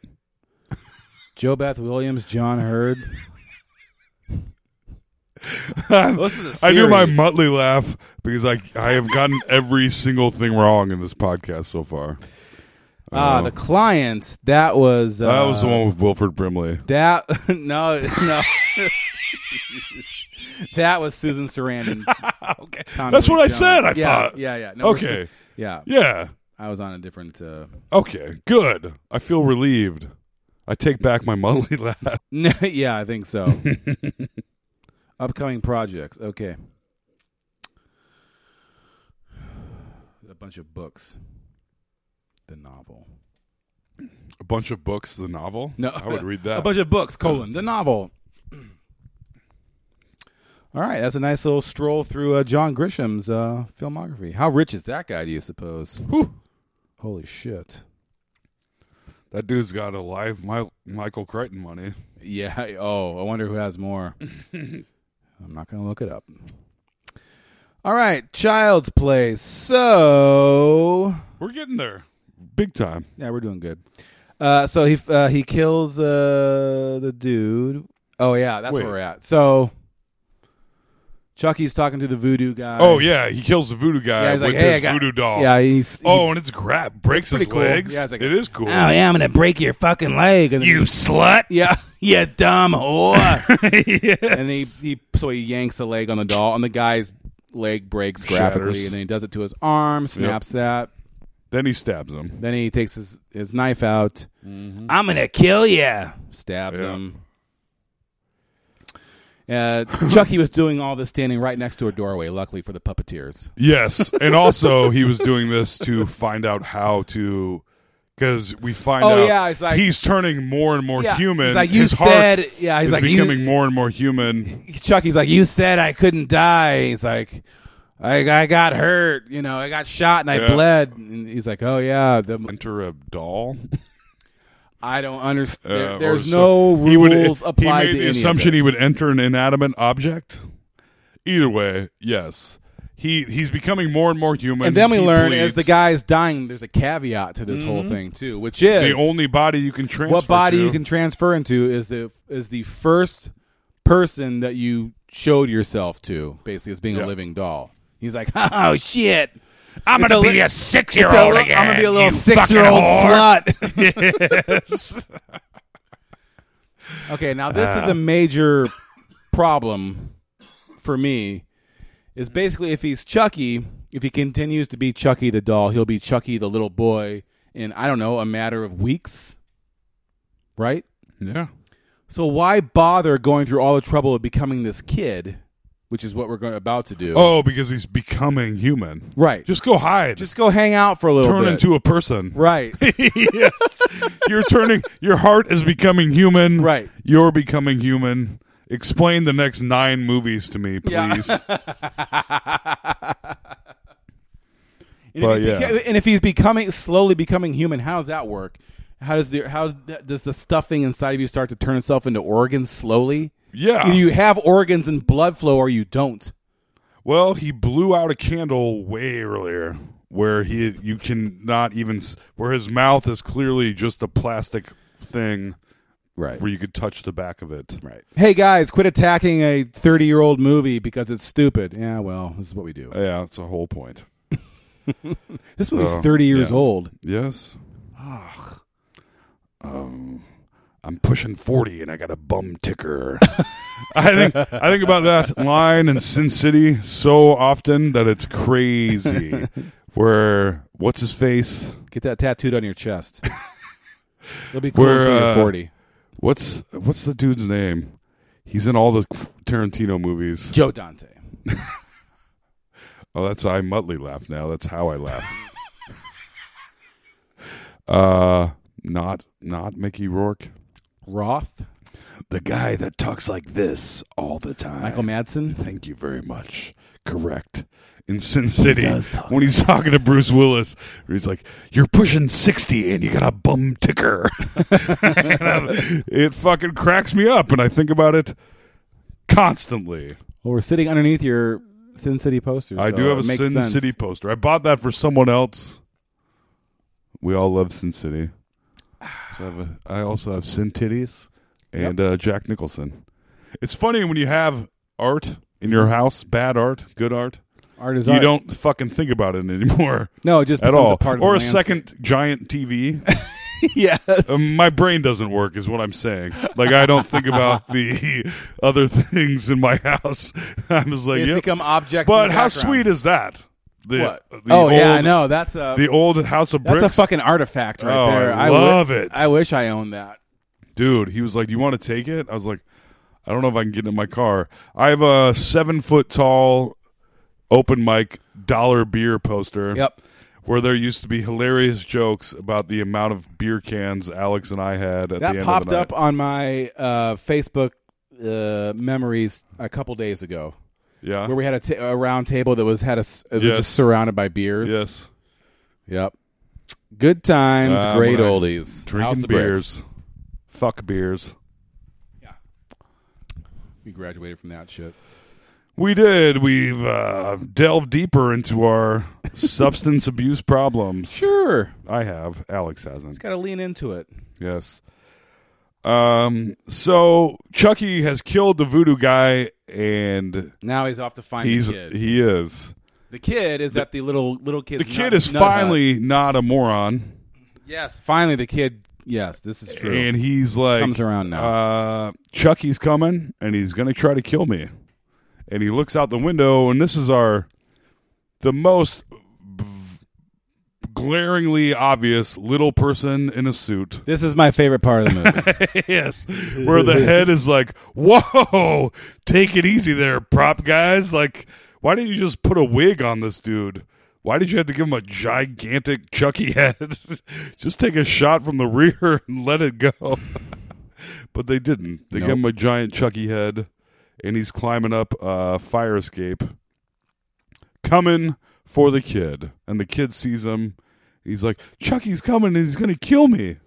Joe Beth Williams, John Hurd. Those are the I do my series. Muttley laugh because I I have gotten every single thing wrong in this podcast so far. Ah, Oh. the client. That was uh, that was the one with Wilford Brimley. That no no. that was Susan Sarandon. okay. Tommy That's Lee what I Jones. said. I yeah, thought. Yeah, yeah. No, we're Okay. si- yeah. Yeah. I was on a different. Uh, Okay. Good. I feel relieved. I take back my monthly laugh. yeah, I think so. Upcoming projects. Okay. A bunch of books. The novel. A bunch of books, the novel. No, I would read that. A bunch of books, colon, the novel. All right, that's a nice little stroll through uh, John Grisham's uh, filmography. How rich is that guy, do you suppose? Whew. Holy shit. That dude's got a live my- Michael Crichton money. Yeah, I- oh, I wonder who has more. I'm not going to look it up. All right, Child's Play. So, We're getting there, big time. yeah, we're doing good. Uh, so he uh, he kills uh, the dude. Oh yeah, that's Wait. where we're at. So Chucky's talking to the voodoo guy. Oh yeah, he kills the voodoo guy Yeah, he's with like, "Hey, I his got-" voodoo doll. Yeah, he's- he- oh, and it's grab breaks his pretty cool. legs. Yeah, it's like it a- is cool. Oh yeah, I'm gonna break your fucking leg. And then- slut! yeah, you dumb whore. And he, he so he yanks a leg on the doll, and the guy's leg breaks graphically, Shatters. and then he does it to his arm, snaps that. Then he stabs him. Then he takes his, his knife out. I'm gonna kill you. Stabs Mm-hmm. Yeah. him. Uh, Chucky was doing all this standing right next to a doorway. Luckily for the puppeteers, Yes, and also he was doing this to find out how to, because we find Oh, out yeah, it's like- he's turning more and more Yeah, human. he's like, "You his heart said-" yeah, he's is like, "You- becoming more and more human. Chucky's like, "You said I couldn't die." He's like, "I, I got hurt. You know, I got shot and I Yeah. bled." And he's like, "Oh yeah, the, Enter a doll. I don't understand. Uh, there's or no so- he would- rules applied He made to the any of assumption this. he would enter an inanimate object. Either way, yes, he he's becoming more and more human. And then we He learn bleeds. as the guy's dying, there's a caveat to this whole thing too, which is the only body you can transfer. what body to. you can transfer into is the is the first person that you showed yourself to, basically as being Yeah. a living doll. He's like, oh shit. I'm It's gonna a li- be a it's six It's year a old li- again. I'm gonna be a little you six year old fucking whore. slut. okay, now this Ah. is a major problem for me. Is basically if he's Chucky, if he continues to be Chucky the doll, he'll be Chucky the little boy in I don't know a matter of weeks, right? Yeah. So why bother going through all the trouble of becoming this kid, which is what we're going about to do? Oh, because he's becoming human. right. Just Just go hide. just go hang out for a little turn bit. into a person. right. yes. You're turning. Your heart is becoming human. Right. You're becoming human. Explain the next nine movies to me, Yeah. please. And, But, if he's yeah. beca- and if he's becoming slowly becoming human, how does that work? How does the how th- does the stuffing inside of you start to turn itself into organs slowly? Yeah. Either you have organs and blood flow, or you don't. Well, he blew out a candle way earlier, where he you can not even s- where his mouth is clearly just a plastic thing Right. where you could touch the back of it. Right. Hey guys, quit attacking a thirty-year-old movie because it's stupid. Yeah, well, this is what we do. Yeah, that's the whole point. This movie's so, thirty years yeah. old. Yes. Ugh. Um, I'm pushing forty, and I got a bum ticker. I think I think about that line in Sin City so often that it's crazy. Where what's his face? Get that tattooed on your chest. It'll be cool We're, until you're uh, forty. What's what's the dude's name? He's in all the Tarantino movies. Joe Dante. Oh, that's I Muttley laugh now. That's how I laugh. uh, not not Mickey Rourke. Roth. The guy that talks like this all the time. Michael Madsen. Thank you very much. Correct. In Sin City, when he's talking to Bruce Willis, he's like, "You're pushing sixty, and you got a bum ticker." And I'm- it fucking cracks me up, and I think about it constantly. Well, we're sitting underneath your Sin City poster. I so do have a it makes Sin sense. City poster. I bought that for someone else. We all love Sin City. So I, have a, I also have Sin Titties and uh, Jack Nicholson. It's funny when you have art in your house, bad art, good art, Art is you art. don't fucking think about it anymore No, it just at becomes all. a part of or the a second giant TV. yes. Um, my brain doesn't work, is what I'm saying. Like I don't think about the other things in my house. I'm just like, It's yep. become objects in But the how background. sweet is that? The, What? the oh yeah, old- I know. That's a The old house of bricks. that's a fucking artifact right Oh, there. I wi- love it. I wish I owned that. dude. He was like, "Do you want to take it?" I was like, "I don't know if I can get it in my car." I have a seven foot tall open mic dollar beer poster. Yep. Where there used to be hilarious jokes about the amount of beer cans Alex and I had at the end That of popped the night. up on my uh, Facebook uh, memories a couple days ago, Yeah. where we had a, ta- a round table that was had a s- it was Yes. just surrounded by beers. yes. Yep. Good times, Um, great when I- oldies. House Drinking of Bricks. beers. Fuck beers. We graduated from that shit. We did. We've uh, delved deeper into our substance abuse problems. Sure. I have. Alex hasn't. Got to lean into it. Yes. Um. So Chucky has killed the voodoo guy, and Now he's off to find he's the kid. he is the kid is at the little little kid's the kid nut- is nut hut. finally not a moron, yes, finally the kid. Yes, this is true. and he's like Comes around now. Uh, Chucky's coming, and he's gonna try to kill me. And he looks out the window, and this is our the most v- glaringly obvious little person in a suit. this is my favorite part of the movie. yes, where the head is like, "Whoa, take it easy there, prop guys." Like, why didn't you just put a wig on this dude? Why did you have to give him a gigantic Chucky head? just take a shot from the rear and let it go. but they didn't. They Nope. gave him a giant Chucky head, and he's climbing up a fire escape, coming for the kid. And the kid sees him. He's like, "Chucky's coming, and he's gonna kill me."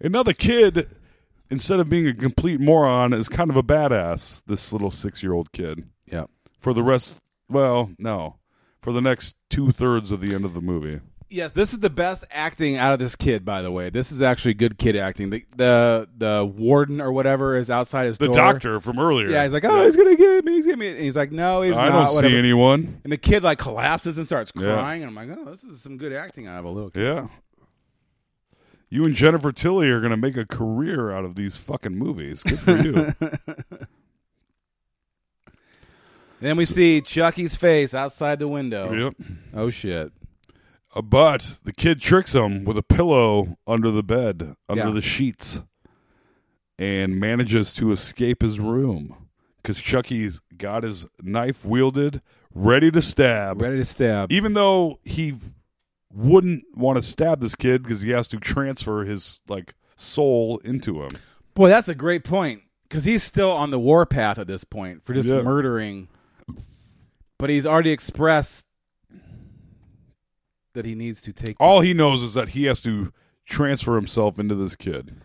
Another kid instead of being a complete moron, is kind of a badass, this little six year old kid. yep. For the rest, well, no. For the next two thirds of the end of the movie. Yes, this is the best acting out of this kid. By the way, this is actually good kid acting. The the, the warden or whatever is outside his The door. doctor from earlier. Yeah, he's like, oh, he's gonna get me. He's gonna get me. And he's like, no, he's I not. don't whatever. see anyone. And the kid like collapses and starts Yeah. crying. And I'm like, oh, this is some good acting out of a little kid. Yeah. You and Jennifer Tilly are going to make a career out of these fucking movies. Good for you. Then we see Chucky's face outside the window. yep. Oh shit. Uh, But the kid tricks him with a pillow under the bed, under Yeah. the sheets, and manages to escape his room because Chucky's got his knife wielded, ready to stab. Ready to stab. Even though he wouldn't want to stab this kid because he has to transfer his like soul into him. Boy, that's a great point because he's still on the warpath at this point for just Yeah. murdering. But he's already expressed that he needs to take. All he knows is that he has to transfer himself into this kid.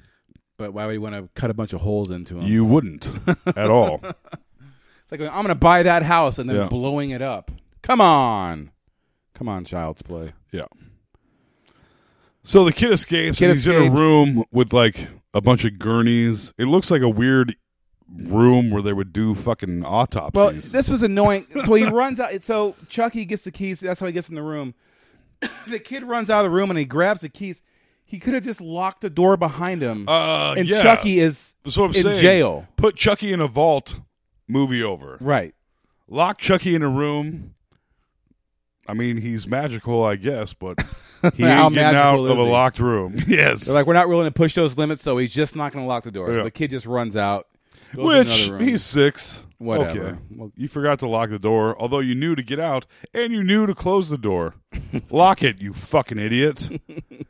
But why would he want to cut a bunch of holes into him? You wouldn't at all. it's like I'm going to buy that house and then Yeah. blowing it up. Come on, come on, child's play. Yeah. So the kid escapes. Kid and he's in a escapes. room with like a bunch of gurneys. It looks like a weird room where they would do fucking autopsies. Well, this was annoying. So he runs out. So Chucky gets the keys. That's how he gets in the room. the kid runs out of the room and he grabs the keys. He could have just locked the door behind him. uh, and yeah. Chucky is That's what I'm in saying. jail. Put Chucky in a vault. Movie over. Right. Lock Chucky in a room. I mean, he's magical, I guess, but he How ain't getting out magical of is a he? locked room. Yes, They're like, we're not willing to push those limits, so he's just not going to lock the door. Yeah. So the kid just runs out. goes in Which another room. he's six. Whatever. Well- You forgot to lock the door, although you knew to get out and you knew to close the door. lock it, you fucking idiots.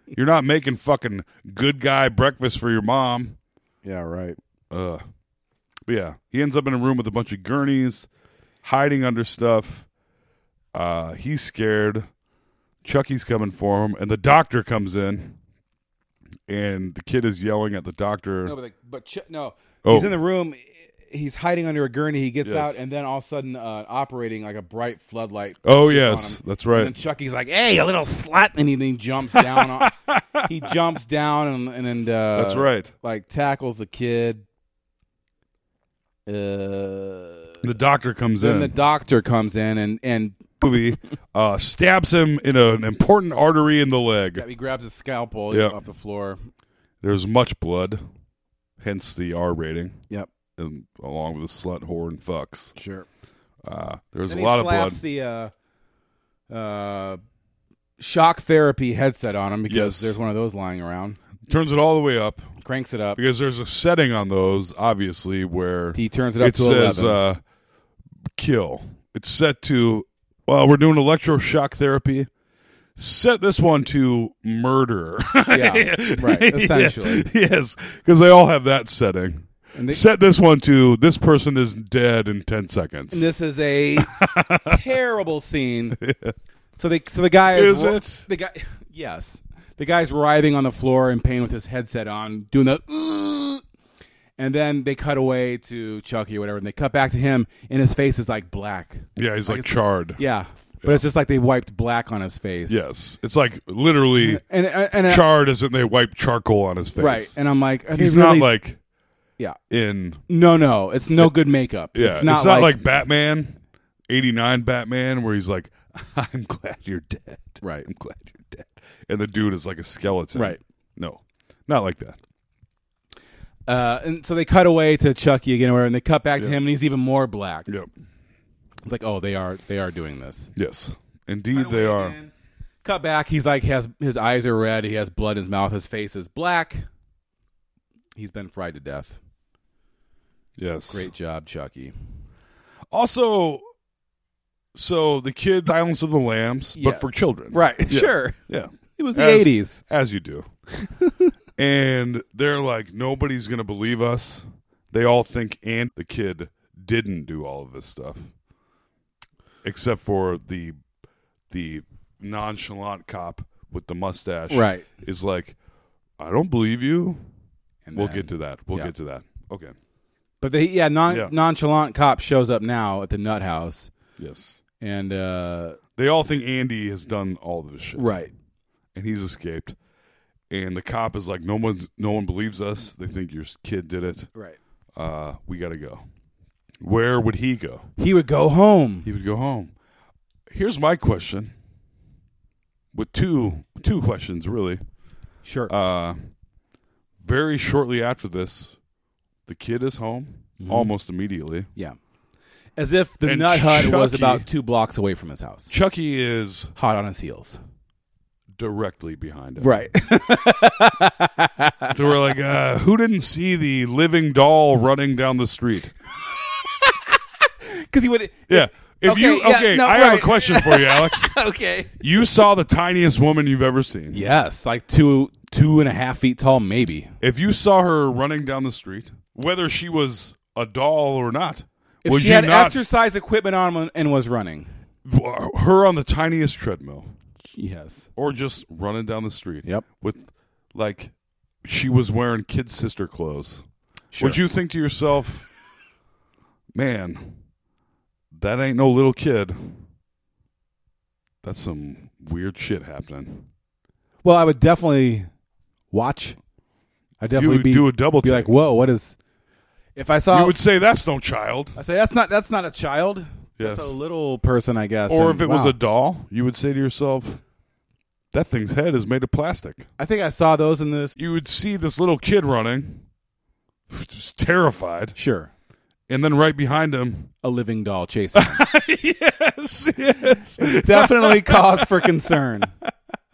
You're not making fucking good guy breakfast for your mom. yeah, right. Ugh. But yeah, he ends up in a room with a bunch of gurneys, hiding under stuff. Uh, he's scared. Chucky's coming for him, and the doctor comes in, and the kid is yelling at the doctor. No, but, like, but Ch- no, Oh. he's in the room. He's hiding under a gurney. He gets Yes. out, and then all of a sudden, uh, operating like a bright floodlight. oh is on yes, him. that's And right. then Chucky's like, "Hey, a little slut," and he then jumps down. on, he jumps down and and, and uh, that's right. Like tackles the kid. Uh, The doctor comes then in. the doctor comes in and and movie uh, stabs him in an important artery in the leg. he grabs his scalpel Yeah. off the floor. There's much blood, hence the R rating, Yep. and along with the slut, whore, and fucks. Sure. Uh, there's Then a he lot of blood. slaps the uh, uh, shock therapy headset on him because Yes. there's one of those lying around. Turns it all the way up Cranks it up. because there's a setting on those, obviously, where He turns it up it to says 11. uh, kill. It's set to. Well, we're doing electroshock therapy. Set this one to murder. Yeah, right, essentially. yes, because they all have that setting. And they- set this one to this person is dead in ten seconds. And this is a terrible scene. So they so the guy is, Is ri- it? the guy yes. The guy's writhing on the floor in pain with his headset on, doing the "Ugh." and then they cut away to Chucky or whatever, and they cut back to him, and his face is like black. yeah, he's Like like, it's- charred. Yeah, but it's just like they wiped black on his face. Yes, it's like literally and and, and uh, charred, as in they wipe charcoal on his face. right, and I'm like, are they he's really- not like yeah, in no, no, it's no good makeup. Yeah, it's not, like, Batman, eighty nine Batman, where he's like, "I'm glad you're dead." Right. I'm glad you're dead. And the dude is like a skeleton. Right. No, not like that. Uh, and so they cut away to Chucky again, where and they cut back to Yeah. him, and he's even more black. Yep. It's like, oh, they are they are doing this. Yes, indeed they are. Cut back. He's like has his eyes are red. He has blood in his mouth. His face is black. He's been fried to death. Yes. Great job, Chucky. Also, so the kid Silence of the Lambs, but Yes. for children. Right? Yeah. Sure. Yeah. It was the As- eighties. as you do. and they're like, nobody's gonna believe us. They all think and the kid didn't do all of this stuff, except for the the nonchalant cop with the mustache. Right. is like, I don't believe you. And We'll then- get to that. We'll yeah. get to that. Okay. But they yeah, non- Yeah. nonchalant cop shows up now at the nut house Yes. and uh They all think Andy has done all of this shit. and he's escaped. And the cop is like, no one's, no one believes us. They think your kid did it. right. uh, we got to go. Where would he go? He would go home. He would go home. Here's my question. With two two questions really. Sure. Uh, very shortly after this, the kid is home almost immediately. yeah. As if the And nut hut was Chucky- about two blocks away from his house, Chucky is hot on his heels. directly behind him. Right. So we're like, uh, who didn't see the living doll running down the street? Because he would. Yeah. If Okay, you yeah, okay, no, I have right. a question for you, Alex. Okay. you saw the tiniest woman you've ever seen. Yes, like two two and a half feet tall, maybe. if you saw her running down the street, whether she was a doll or not, If would she you had not exercise equipment on and was running. her on the tiniest treadmill Yes. or just running down the street? Yep. With like she was wearing kid sister clothes. Sure. Would you think to yourself, man, that ain't no little kid. That's some weird shit happening. Well, I would definitely watch. I definitely you would be, do a double be take. like, "Whoa, what is?" If I saw, you would say that's no child. I say that's not that's not a child. Yes. That's a little person, I guess. Or And, if it was wow. a doll, you would say to yourself, that thing's head is made of plastic. I think I saw those in this. You would see this little kid running, just terrified, Sure, and then right behind him. a living doll chasing yes, yes. definitely cause for concern.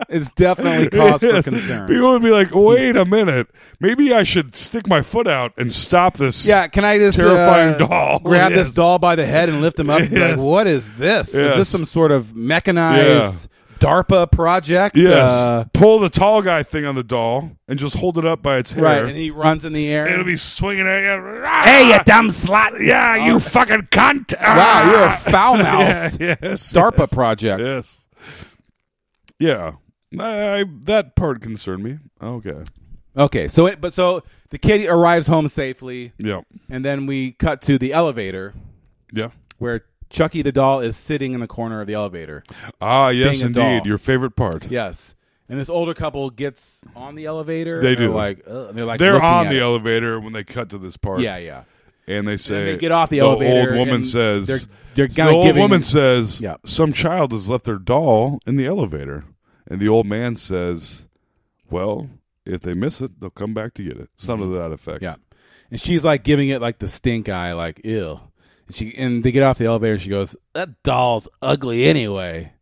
It's definitely cause for Yes. concern. People would be like, wait a minute. Maybe I should stick my foot out and stop this. Yeah, can I just Terrifying uh, doll. Grab Yes. this doll by the head and lift him up. and be Yes. Like, what is this? Is Yes. this some sort of mechanized DARPA project? Yes. Uh, Pull the tall guy thing on the doll and just hold it up by its hair. right, and he runs in the air. It'll be swinging at you. hey, you dumb slut! Yeah, you fucking cunt. Wow, you're a foul mouthed Yeah, yes. DARPA project. Yes. Yeah. I, that part concerned me. Okay. Okay, so it, but so the kid arrives home safely, Yeah. and then we cut to the elevator Yeah. where Chucky the doll is sitting in the corner of the elevator. Ah, yes, Being a indeed. doll. Your favorite part. Yes. And this older couple gets on the elevator. They and they're do. like, Ugh, and they're like, They're looking on at the it. elevator when they cut to this part. Yeah, yeah. And they say, And they get off the elevator old woman and says, they're- they're so kinda The old giving- woman says, Yeah. some child has left their doll in the elevator. And the old man says, well, If they miss it, they'll come back to get it. Something to that effect. Mm-hmm. Yeah. And she's like giving it like the stink eye, like ill. And she and they get off the elevator and she goes, That doll's ugly anyway.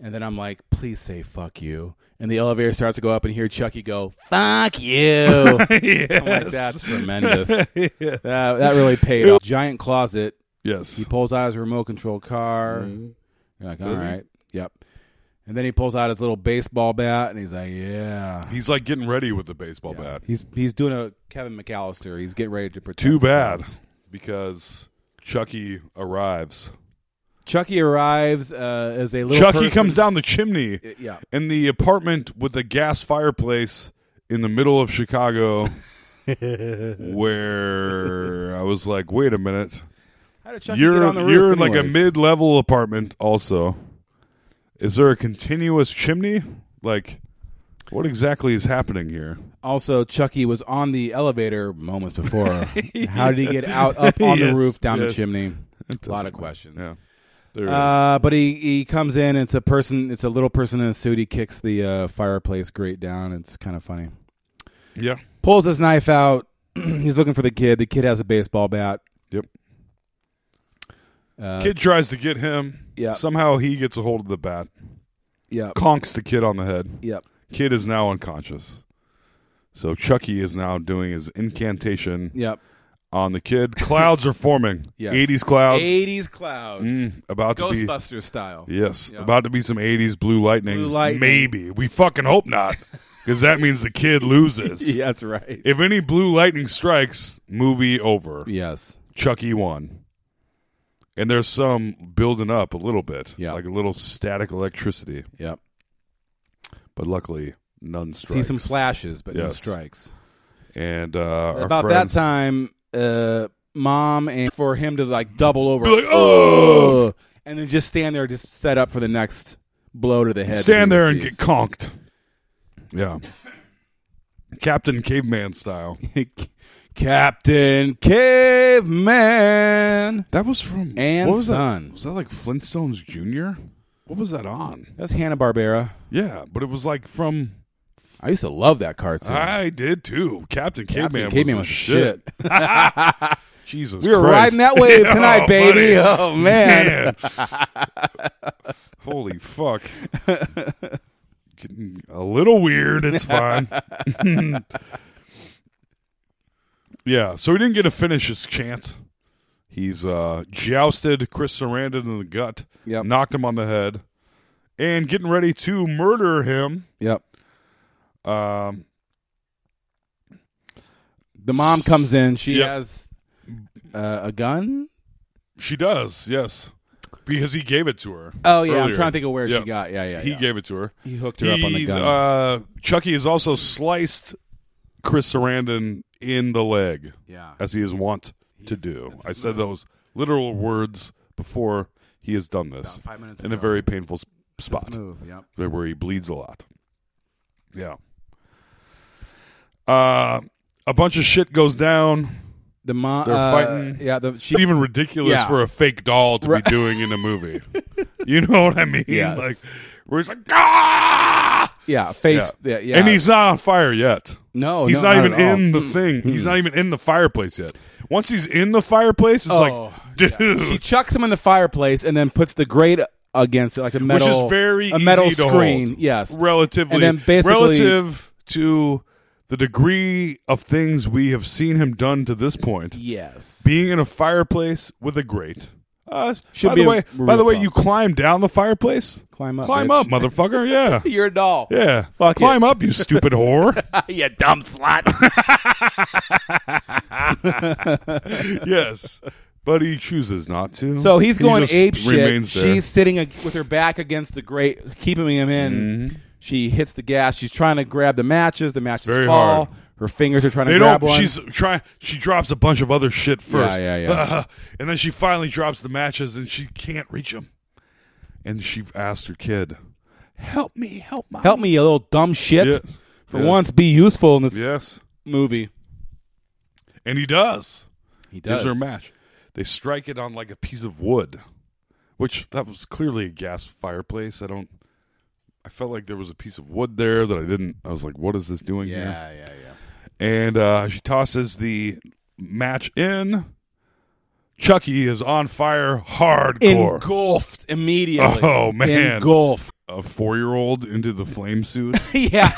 And then I'm like, please say fuck you. And the elevator starts to go up and hear Chucky go, Fuck you. I'm like, that's tremendous. That- that really paid off. Giant closet. Yes. He pulls out his remote control car. You're like, all right. Yep. And then he pulls out his little baseball bat and he's like, Yeah. He's like getting ready with the baseball bat. He's he's doing a Kevin McAllister. He's getting ready to protect. Too his bad house. because Chucky arrives. Chucky arrives uh, as a little. Chucky person. comes down the chimney yeah. in the apartment with the gas fireplace in the middle of Chicago where I was like, wait a minute. How did Chucky get you're on the roof you're in like a anyways? mid level apartment also. Is there a continuous chimney? Like what exactly is happening here? Also, Chucky was on the elevator moments before. How did he get out up on the Yes, roof down yes. the chimney? A lot doesn't- of questions. Yeah. There it is. Uh, but he, he comes in. It's a person. It's a little person in a suit. He kicks the uh, fireplace grate down. It's kind of funny. Yeah. Pulls his knife out. He's looking for the kid. The kid has a baseball bat. Yep. Uh, Kid tries to get him. yeah. Somehow he gets a hold of the bat. Yep. Conks the kid on the head. Yep. Kid is now unconscious. So Chucky is now doing his incantation Yep. on the kid. Clouds are forming. Yes. 80s clouds. 80s clouds. Mm, about to be Ghostbuster style. Yes, Yeah. about to be some 80s blue lightning. Blue lightning. Maybe. We fucking hope not. Cuz that means the kid loses. Yeah, that's right. If any blue lightning strikes, movie over. yes. Chucky won. And there's some building up a little bit, Yeah. like a little static electricity, Yep. but luckily none strikes. See some flashes, but no Yes. strikes. And uh, our About friends- that time, uh, mom and for him to like double over, Be like, "Oh!" "Ugh," and then just stand there, just set up for the next blow to the head. that stand he there and get receives. conked. Yeah, Captain Caveman style. Captain Caveman. That was from And what was Son. That? Was that like Flintstones Junior? What was that on? That's Hanna Barbera. Yeah, but it was like from. I used to love that cartoon. I did too. Captain Ah, Caveman. was Captain Caveman the was the shit. shit. Jesus, We were Christ. riding that wave tonight, buddy. baby. Oh man. Man. Holy fuck. Getting a little weird. It's fine. yeah, so he didn't get to finish his chant. He's uh, jousted Chris Sarandon in the gut, Yep. knocked him on the head, and getting ready to murder him. Yep. Um, The mom comes in. She Yep. has uh, a gun. she does, yes, because he gave it to her. Oh yeah, I'm earlier. trying to think of where Yeah. she got. Yeah, yeah. He yeah. gave it to her. He hooked her up on the He, gun. Uh, Chucky has also sliced Chris Sarandon in the leg, yeah. as he is wont to do. I said those literal words before he has done this About five minutes in a ago. very painful s- spot move. Yep. there where he bleeds a lot. Yeah. Uh, a bunch of shit goes down. The mom. They're uh, fighting. Yeah. The she. It's even ridiculous Yeah. for a fake doll to Right. be doing in a movie. you know what I mean? Yes. Like, where he's like, ah! yeah. Face. Yeah. yeah, And he's not on fire yet. no. he's no, not, even at all. in the thing. He's not even in the fireplace yet. Once he's in the fireplace, it's Oh, like, dude. She chucks him in the fireplace and then puts the grate against it, like a which metal. is very a metal easy to screen. hold, Yes. relatively, And then basically- relative to the degree of things we have seen him done to this point. yes. Being in a fireplace with a grate. Uh, Should by be the a way, by real the way, problem. you climb down the fireplace. Climb up, climb bitch. up, motherfucker. Yeah, You're a doll. yeah. Fuck it. climb up, you stupid whore. you dumb slut. yes, but he chooses not to. So he's He going just ape shit. remains there. She's sitting ag- with her back against the grate, keeping him in. Mm-hmm. She hits the gas. She's trying to grab the matches. The matches very fall. hard. Her fingers are trying They to grab don't. one. She's trying. She drops a bunch of other shit first. Yeah, yeah, yeah. and then she finally drops the matches, and she can't reach them. And she asked her kid, "Help me, help my Help me, you little dumb shit. Yes. For Yes. once, be useful in this Yes, movie. and he does. He Gives her a match. They strike it on like a piece of wood, which that was clearly a gas fireplace. I don't. I felt like there was a piece of wood there that I didn't. I was like, "What is this doing here?" Yeah, yeah, yeah. and uh, she tosses the match in. Chucky is on fire hardcore. Engulfed immediately. Oh, man. engulfed. a four year old into the flame suit. yeah.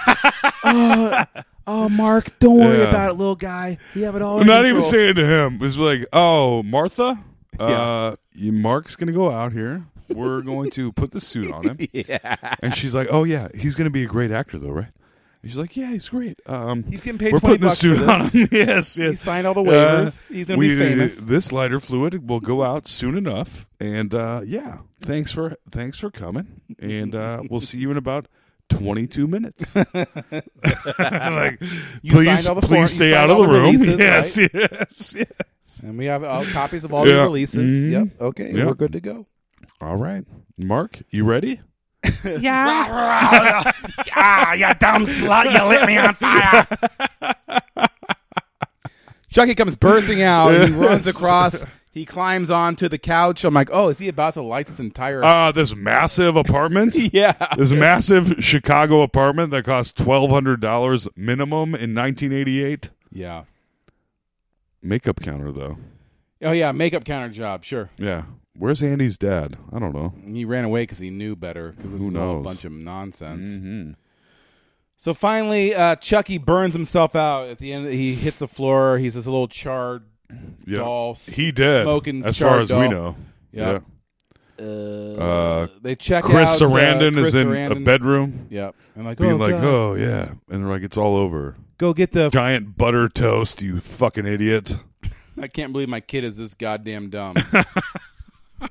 oh, oh, Mark, don't worry Yeah. about it, little guy. We have it all. I'm under not even control. saying to him. It's like, oh, Martha, Yeah. uh, you- Mark's going to go out here. We're going to put the suit on him. Yeah. And she's like, oh, yeah, he's going to be a great actor, though, right? And she's like, yeah, he's great. Um, He's getting paid We're 20 putting the bucks suit for on him. yes, yes. He signed all the waivers. He's gonna be we- famous. This lighter fluid will go out soon enough, and uh, yeah, thanks for thanks for coming, and uh, we'll see you in about twenty two minutes. like, You please, signed all the form- you please stay out signed of all the the room. releases, yes, yes, yes. And we have uh, copies of all Yeah. the releases. Mhm. Yep. Okay. Yeah. We're good to go. All right, Mark, you ready? Ah, you dumb slut. You lit me on fire. Chucky comes bursting out. He runs across. He climbs onto the couch. I'm like, oh, is he about to light this entire. Uh, this massive apartment. yeah. This massive Chicago apartment that cost twelve hundred dollars minimum in nineteen eighty eight. Yeah. Makeup counter though. Oh, yeah. Makeup counter job. Sure. Yeah. Where's Andy's dad? I don't know. And he ran away because he knew better because this Who is all a knows? bunch of nonsense. Mm-hmm. So finally, uh, Chucky burns himself out. At the end, he hits the floor. He's this little charred doll. s- He did. Smoking as charred far as we doll. know. Yeah. Yeah. Uh, They check Chris out. uh, Sarandon Chris is in a Sarandon. bedroom, Yep. And like, being oh, like, God. "Oh yeah," and they're like, "It's all over." go get the. Giant butter toast, you fucking idiot. I can't believe my kid is this goddamn dumb. so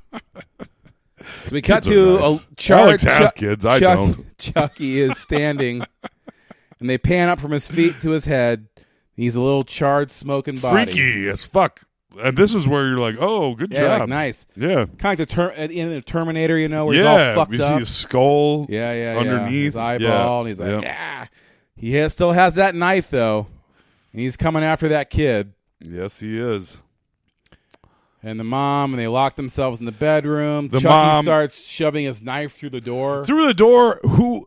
we cut Kids are to nice. a charred Alex has Chuck- kids. I Chuck- don't. Chucky is standing, and they pan up from his feet to his head. He's a little charred, smoking body. Freaky as fuck. And this is where you're like, "Oh, good Yeah, job." like, nice. Yeah. kind of like the ter- at the end of the Terminator, you know, where yeah. he's all fucked you up. see his skull. yeah, yeah, yeah. underneath. his eyeball, Yeah. and he's like, Yeah. yeah. He has, still has that knife though, and he's coming after that kid Yes, he is. and the mom, and they lock themselves in the bedroom. The Chucky mom- starts shoving his knife through the door. through the door who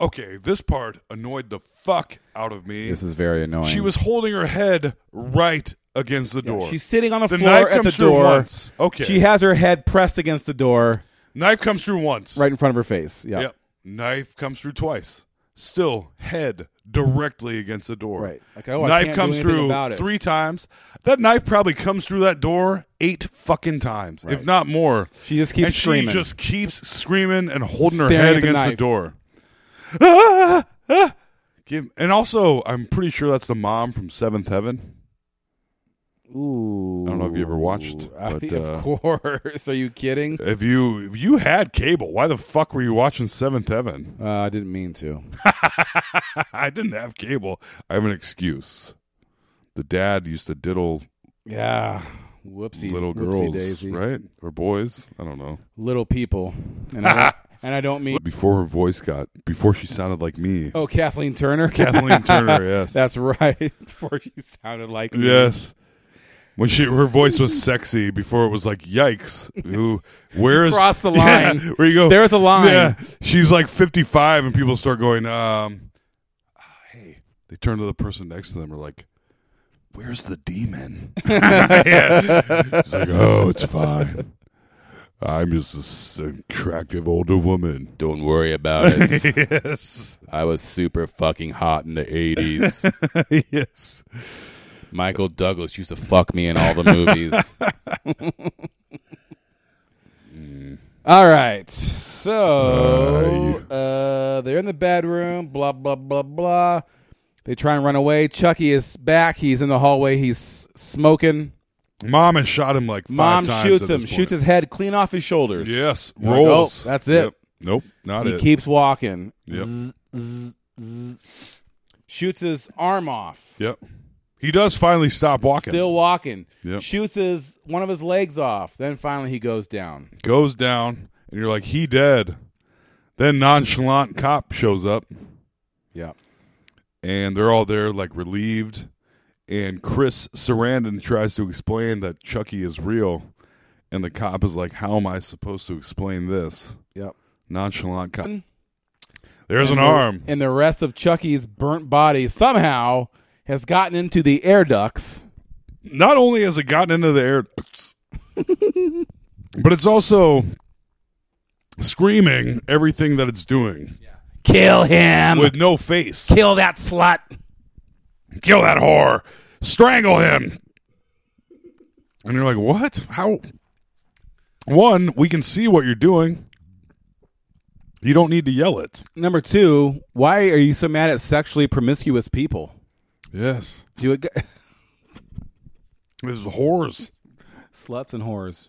okay this part annoyed the fuck out of me This is very annoying. she was holding her head right against the Yeah, door She's sitting on the, The floor knife at comes the through door. once. Okay. She has her head pressed against the door, knife comes through once right in front of her face. Yeah. yep knife comes through twice still head directly against the door Right. Like, oh, I knife can't do comes anything through about it. three times that knife probably comes through that door eight fucking times if not more She just keeps and screaming. she just keeps screaming and holding her Staring head at the against the knife. door Ah, ah. Give- and also i'm pretty sure that's the mom from seventh heaven Ooh. I don't know if you ever watched, but, uh, of course. Are you kidding? if you if you had cable why the fuck were you watching seventh heaven Uh, I didn't mean to. i didn't have cable i have an excuse the dad used to diddle Yeah. Whoopsie. little whoopsie girls daisy. right or boys i don't know Little people. And I, don't- and I don't mean. before her voice got before she sounded like me Oh, Kathleen Turner? kathleen turner yes That's right. Before she sounded like me. Yes. When she her voice was sexy before it was like yikes. Who where is Cross the Yeah, line. where you go? There's a line. Yeah, she's like 55 and people start going um ah, hey, they turn to the person next to them are like where's the demon? yeah. It's like oh, it's fine. I'm just this attractive older woman. Don't worry about it. yes. I was super fucking hot in the 80s. yes. Michael Douglas used to fuck me in all the movies. Mm. All right. So uh, they're in the bedroom, blah, blah, blah, blah. They try and run away. Chucky is back. He's in the hallway. He's smoking. Mom has shot him like five Mom times shoots at this him, shoots point. his head clean off his shoulders. Yes, You're like, rolls. "Oh, that's it." Yep. Nope, not He it. keeps walking. yep. Shoots his arm off. Yep. He does finally stop walking. Still walking. Yep. Shoots his one of his legs off. Then finally he goes down. goes down, and you're like, he dead. Then nonchalant cop shows up, Yeah. and they're all there like relieved. And Chris Sarandon tries to explain that Chucky is real, and the cop is like, "How am I supposed to explain this?" Yep. Nonchalant cop. There's an arm. and the rest of Chucky's burnt body somehow has gotten into the air ducts. Not only has it gotten into the air, but it's also screaming everything that it's doing Kill him! with no face. Kill that slut! Kill that whore. Strangle him. And you're like, what? How? One, we can see what you're doing. You don't need to yell it. Number two, why are you so mad at sexually promiscuous people? Yes. Do it, This is whores. sluts and whores.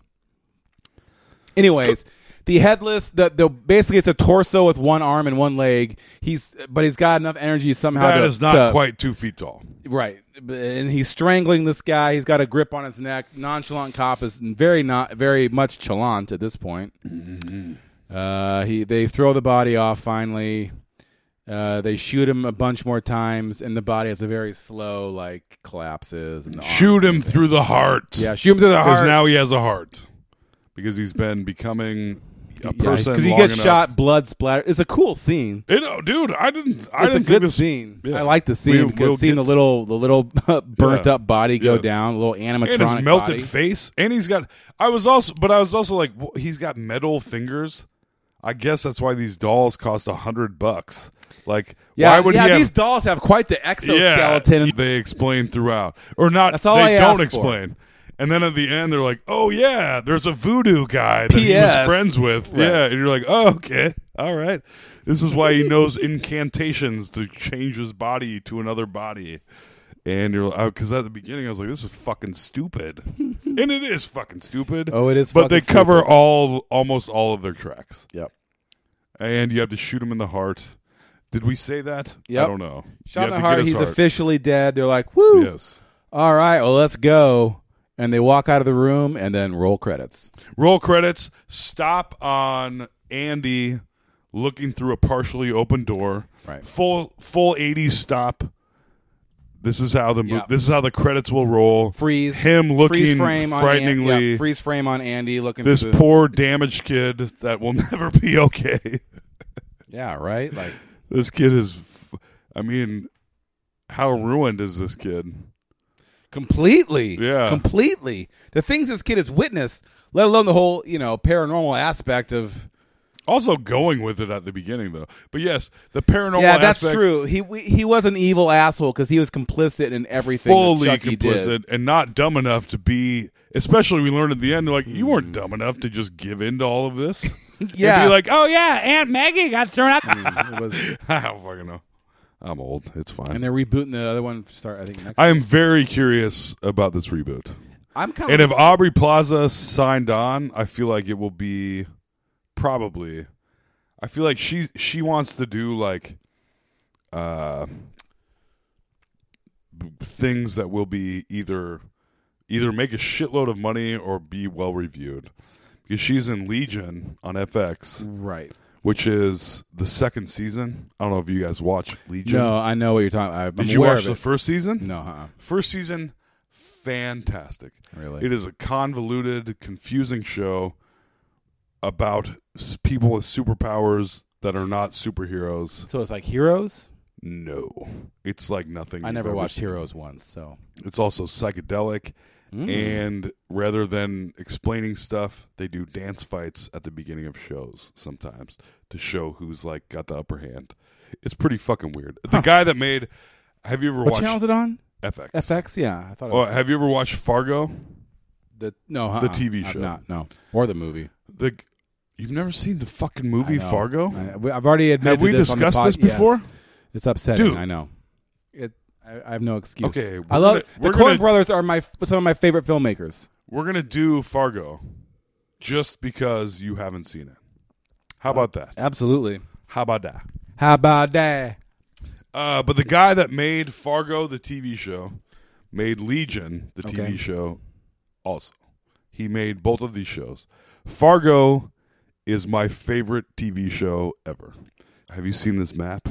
Anyways, the headless, the the basically it's a torso with one arm and one leg. He's but he's got enough energy somehow. That to- is not to- quite two feet tall. right, and he's strangling this guy. He's got a grip on his neck. Nonchalant cop is very not very much chalant at this point. Mm-hmm. Uh, he they throw the body off finally. Uh, they shoot him a bunch more times, and the body has a very slow like collapses. And the arms- Shoot him through the heart. Yeah, shoot him through the Because heart. now he has a heart. Because he's been becoming a person. because he long gets enough. shot, blood splatter. It's a cool scene. You know, dude, I didn't. I didn't It's a think good this, scene. yeah. I like the We- scene because we'll seeing get- the little the little burnt Yeah. up body go Yes. down, little animatronic and his melted body. face, and he's got. I was also, but I was also like, wh- he's got metal fingers. I guess that's why these dolls cost a hundred bucks. Like, Yeah, why would yeah, he have- these dolls have quite the Yeah, exoskeleton. they explain throughout, or not? That's all they I asked don't for. explain. And then at the end, they're like, "Oh yeah, there's a voodoo guy that he was P.S.. friends with." Right. Yeah, and you're like, "Oh okay, all right." This is why he knows incantations to change his body to another body. And you're because at the beginning I was like, "This is fucking stupid," and it is fucking stupid. Oh, it is But they fucking cover stupid. all almost all of their tracks, Yep. and you have to shoot him in the heart. Did we say that? I Yep. don't know. Shot in You have to the get heart. his He's officially dead. They're like, "Woo! Yes. All right, well, let's go." And they walk out of the room, and then roll credits. Roll credits. Stop on Andy looking through a partially open door. Right. Full full 80s stop. This is how the mo- Yeah. this is how the credits will roll. Freeze him looking freeze frame on An- frighteningly. yeah, freeze frame on Andy looking. this through the- poor damaged kid that will never be okay. yeah, right. Like this kid is. F- I mean, how ruined is this kid? completely Yeah. completely the things this kid has witnessed let alone the whole you know paranormal aspect of Also going with it at the beginning though, but yes, the paranormal. yeah that's aspect- true he we, he was an evil asshole because he was complicit in everything fully that Chucky complicit did. and not dumb enough to be. Especially, we learned at the end, like you weren't dumb enough to just give in to all of this. Hmm. Yeah. Mm. and be like, oh yeah, Aunt Maggie got thrown out. It was- I don't fucking know. I'm old. It's fine. and they're rebooting the other one to start i think next I am very curious about this reboot. i'm kind And of if Aubrey Plaza signed on, I feel like it will be probably. I feel like she she wants to do like uh b- things that will be either either make a shitload of money or be well reviewed. Because she's in Legion on FX, right which is the second season. I don't know if you guys watch Legion. no i know what you're talking about i'm Did you aware watch of the it first season? no uh-uh. First season, fantastic. Really? It is a convoluted, confusing show about s- people with superpowers that are not superheroes. so it's like heroes No. It's like nothing. i you've never ever watched seen. heroes once so It's also psychedelic. Mm. And rather than explaining stuff, they do dance fights at the beginning of shows sometimes to show who's like got the upper hand. It's pretty fucking weird. The guy that made have you ever what watched channel is it on FX? fx yeah i thought it Oh, was have you ever watched Fargo? the no uh-uh. the TV I've show. not no or the movie The you've never seen the fucking movie I know. Fargo? I- we- I've already Have admitted. to we this on the discussed pod- this before? Yes. It's upsetting. Dude. I know. It. I, I have no excuse. Okay, I we're love gonna- we're the Coen gonna- Brothers are my some of my favorite filmmakers. We're gonna do Fargo just because you haven't seen it. How about that? Absolutely. How about that? How about that? Uh, but the guy that made Fargo the TV show made Legion the TV Okay. show also. He made both of these shows. Fargo is my favorite TV show ever. Have you seen this map?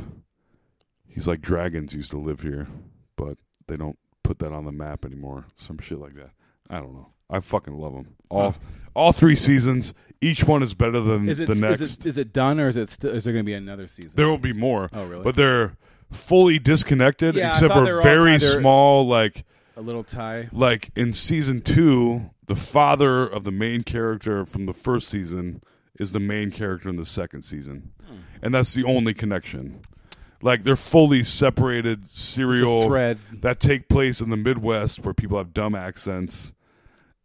He's like dragons used to live here, but they don't put that on the map anymore. Some shit like that. I don't know. I fucking love them all. All three seasons, each one is better than Is it the next. Is it, is it done or is it still? Is there going to be another season? There will be more. Oh, really? But they're fully disconnected, Yeah, I except thought for they were all very kinda- small. Like, a little tie. like in season two, the father of the main character from the first season is the main character in the second season, and that's the only connection. Like they're fully separated serial thread. that take place in the Midwest where people have dumb accents,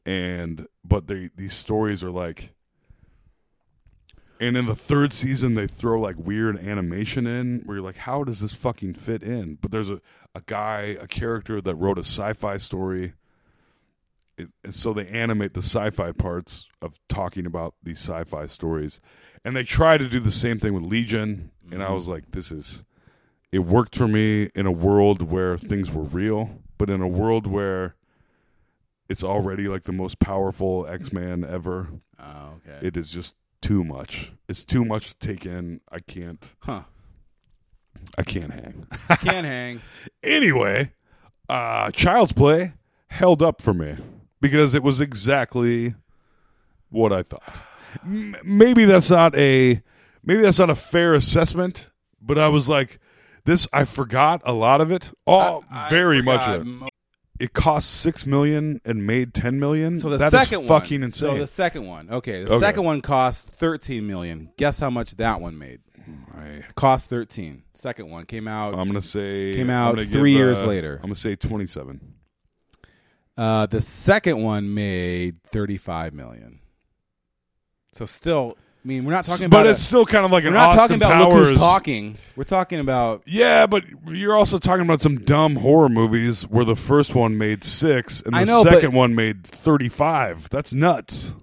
and but they these stories are like. And in the third season, they throw like weird animation in where you're like, how does this fucking fit in? But there's a, a guy, a character that wrote a sci fi story. It, and so they animate the sci fi parts of talking about these sci fi stories. And they try to do the same thing with Legion. And I was like, this is. It worked for me in a world where things were real, but in a world where it's already like the most powerful X Man ever Oh, okay. it is just too much. It's too much to take in. I can't. huh. I can't hang. Can hang. anyway, uh, Child's Play held up for me because it was exactly what I thought. M- maybe that's not a maybe that's not a fair assessment, but I was like, this. I forgot a lot of it. All very much of it. Um, It cost six million and made ten million. So the That is second one. fucking insane. So the second one. Okay, the Okay. second one cost thirteen million. Guess how much that one made? I- Cost thirteen. Second one came out. I'm gonna say Came I'm out gonna three give, years uh, later. I'm gonna say 27. Uh, the second one made thirty-five million. So still, I mean, we're not talking about. but a- it's still kind of like we're an not Austin talking about look Powers who's talking. We're talking about. Yeah, but you're also talking about some dumb horror movies where the first one made six and the I know, but- second one made 35. That's nuts.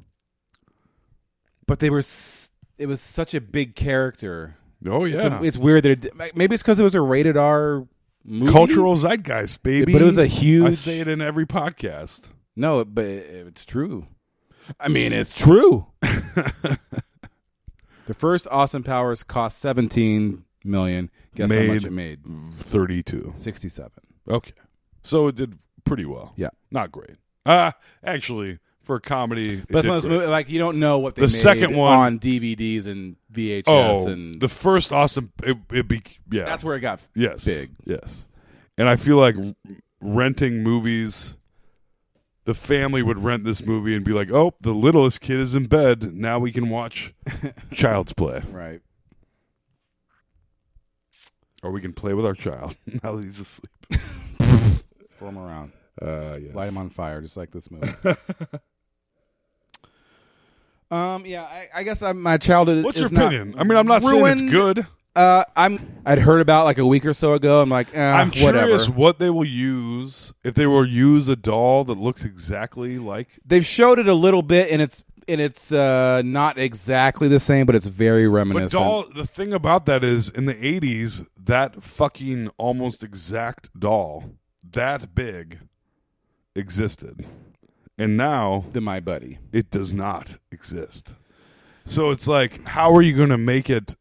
But they were. S- it was such a big character. Oh yeah, It's, a- it's weird that it, maybe it's because it was a rated R movie. cultural zeitgeist, baby. But it was a I huge- say it in every podcast. No, but it- it's true. I mean, it's true. the first Austin Powers cost seventeen million. Guess how Made- much it made? 32. Sixty-seven. Okay, so it did pretty well. Yeah. not great. Uh actually, for a comedy, it But it's did one of those great. movies, like you don't know what they The made second one- on DVDs and VHS, Oh, and the first Austin, it, it be yeah. that's where it got. Yes. Big. Yes. And I feel like r- renting movies, the family would rent this movie and be like, oh, the littlest kid is in bed. Now we can watch Child's Play. Right. Or we can play with our child now that he's asleep. Throw them around, Uh, yes. light them on fire, just like this movie. um. Yeah. I, I guess I, my childhood. What's your is opinion? Not I mean, I'm not saying ruined. it's good. Uh, I'm. I'd heard about like a week or so ago. I'm like, eh, I'm whatever. curious what they will use if they will use a doll that looks exactly like. They've showed it a little bit, and it's and it's uh, not exactly the same, but it's very But reminiscent. doll, the thing about that is, in the '80s, that fucking almost exact doll, that big, existed, and now than my buddy. it does not exist. So it's like, how are you going to make it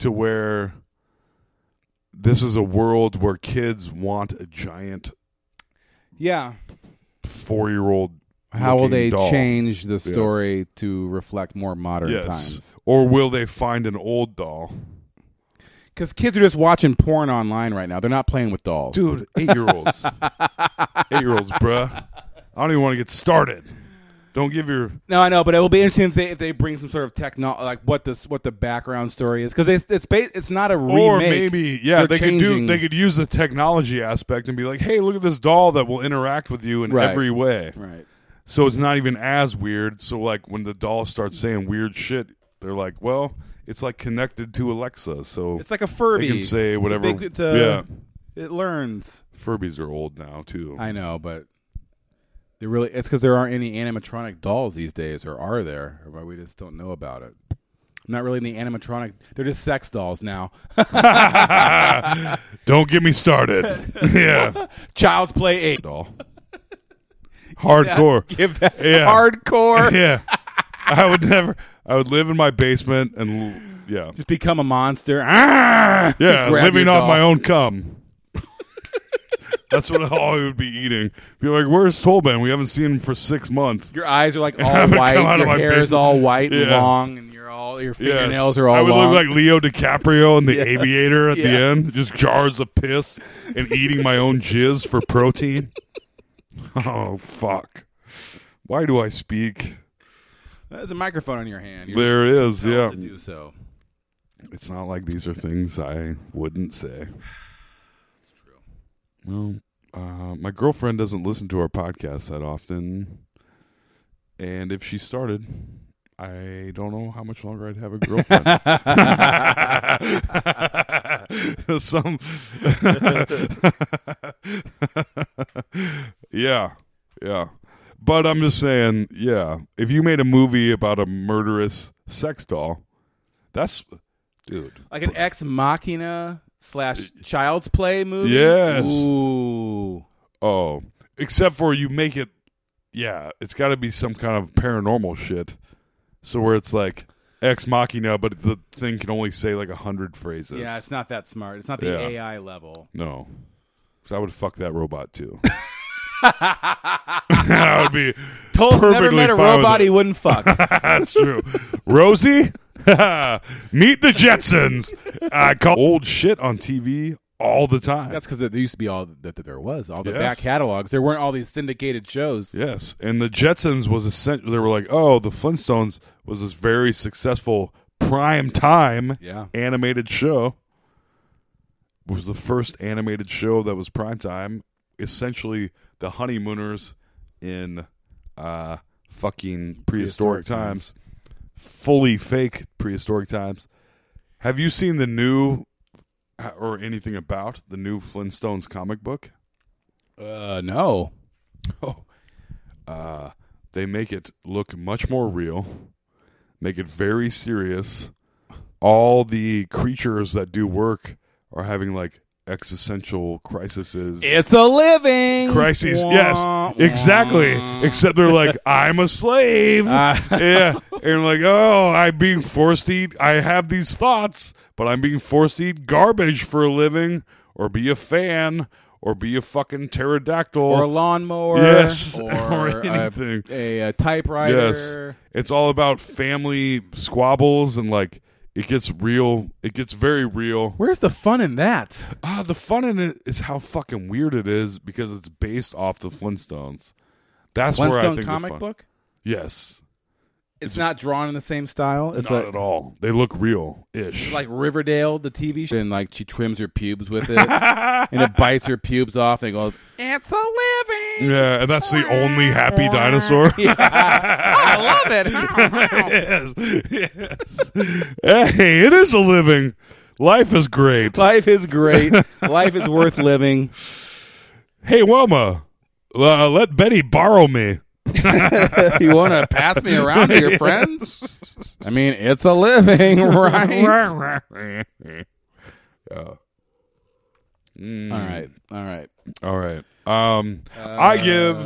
to where this is a world where kids want a giant Yeah. four-year-old? How will looking they doll? change the story to reflect more modern Yes, times? or will they find an old doll? Because kids are just watching porn online right now. They're not playing with dolls. dude eight year olds eight year olds bruh i don't even want to get started don't give your No, I know, but it will be interesting if they, if they bring some sort of techno, like what this what the background story is, because it's it's ba- it's not a remake. or maybe yeah They're they could do changing- they could use the technology aspect and be like hey look at this doll that will interact with you in Right. every way right. so it's not even as weird so like when the doll starts saying weird shit they're like well it's like connected to alexa so It's like a Furby. can say It's a whatever- big- it's a- yeah. It learns. furbies are old now too I know, but they really it's because there aren't any animatronic dolls these days, or are there? Or we just don't know about it. Not really in the animatronic. They're just sex dolls now. don't get me started yeah Child's Play Eight. doll hardcore Give that Yeah. hardcore. yeah. I would never. I would live in my basement and l- yeah, Just become a monster. Ah! yeah, Grab living your off doll. my own cum. That's what all he would be eating. Be like, "Where's Tolban? We haven't seen him for six months." Your eyes are like all I'm gonna white. come out of Your my hair is basement. all white and Yeah. long, and your all your Yes. fingernails are all I would long. look like Leo DiCaprio in The Yes. Aviator at the Yes. end, just jars of piss and eating my own jizz for protein. Oh fuck! Why do I speak? There's a microphone in your hand. You're There it is. just compelled Yeah, To do so. it's not like these are things I wouldn't say. Well, uh, my girlfriend doesn't listen to our podcast that often, and if she started, I don't know how much longer I'd have a girlfriend. Some, yeah, yeah. But I'm just saying, yeah. If you made a movie about a murderous sex doll, that's dude. Like an ex machina slash child's play movie. Yes. Ooh. Oh, except for you make it. Yeah, it's got to be some kind of paranormal shit. So where it's like ex machina, but the thing can only say like a hundred phrases. Yeah, it's not that smart. It's not the Yeah. AI level. no, because I would fuck that robot too. that would be. Toll's never Perfectly met a fine with robot it. he wouldn't fuck. That's true. Rosie, meet the Jetsons. I call old shit on TV all the time. That's because there used to be all that there was, all the Yes. back catalogs. There weren't all these syndicated shows. Yes, and the Jetsons was essential. They were like, oh, the Flintstones was this very successful prime time Yeah. animated show. It was the first animated show that was prime time. Essentially, the honeymooners in uh, fucking prehistoric, Prehistoric times. fully fake prehistoric times. Have you seen the new uh, or anything about the new Flintstones comic book? Uh, no. Oh, uh, they make it look much more real, make it very serious. All the creatures that do work are having like existential crises. It's a living Crises, Wah, yes, wah. exactly. Except they're like, I'm a slave. Ah. yeah, and like, oh, I'm being forced to eat. I have these thoughts, but I'm being forced to eat garbage for a living, or be a fan, or be a fucking pterodactyl, or a lawnmower, Yes, or, or a- anything. A, a typewriter. Yes. It's all about family squabbles and like it gets real. It gets very real. Where's the fun in that? Ah, the fun in it is how fucking weird it is because it's based off the Flintstones. That's where I think Flintstone the comic fun- book. Yes, It's, not drawn in the same style. It's not like, at all. They look real ish. like Riverdale, the TV show, and like she trims her pubes with it, and it bites her pubes off, and it goes, "It's a living." yeah, and that's the only happy dinosaur. I love it. yes, yes. hey, it is a living. Life is great. Life is great. Life is worth living. hey, Wilma, uh, let Betty borrow me. You want to pass me around to your friends? I mean, it's a living, right? all right, all right. All right. Um, I give.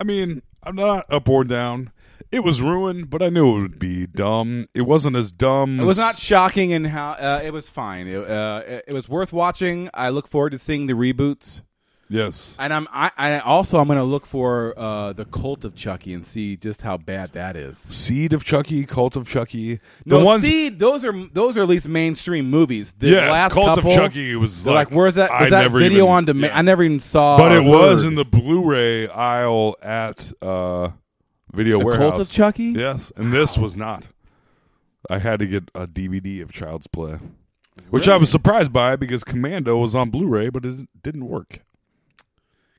I mean, I'm not up or down. It was ruined, but I knew it would be dumb. It wasn't as dumb. It was as- not shocking in how uh, it was fine. It, uh, it- it was worth watching. I look forward to seeing the reboots, Yes. and I'm I, I also I'm going to look for uh, the Cult of Chucky and see just how bad that is. Seed of Chucky, Cult of Chucky. The no, ones. see, those are those are at least mainstream movies. The Yes, last Cult of couple, Chucky was they're like, like- where's that? I Was that never video even- on demand? yeah. I never even saw. but or it was heard. in the Blu-ray aisle at uh, Video The Warehouse. Cult of Chucky. Yes, and this was not. I had to get a DVD of Child's Play, which I was surprised by because Commando was on Blu-ray, but it didn't work.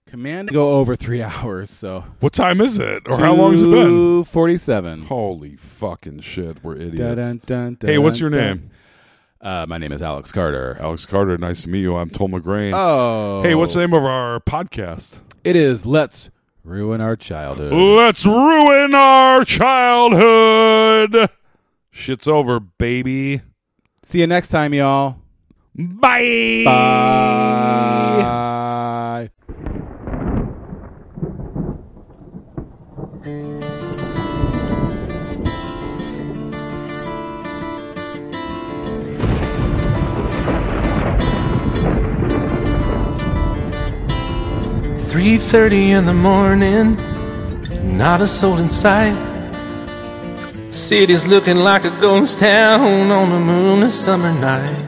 Command go over three hours, so What time is it, or how long has it been? Forty-seven. Holy fucking shit, we're idiots. Dun, dun, dun, hey, what's your dun. name? Uh, my name is Alex Carter. Alex Carter, nice to meet you. I'm Tom McGrain. Oh, hey, what's the name of our podcast? It is Let's Ruin Our Childhood. Let's ruin our childhood. Shit's over, baby. See you next time, y'all. Bye. Bye. 3:30 in the morning, not a soul in sight. City's looking like a ghost town on a moonless summer night.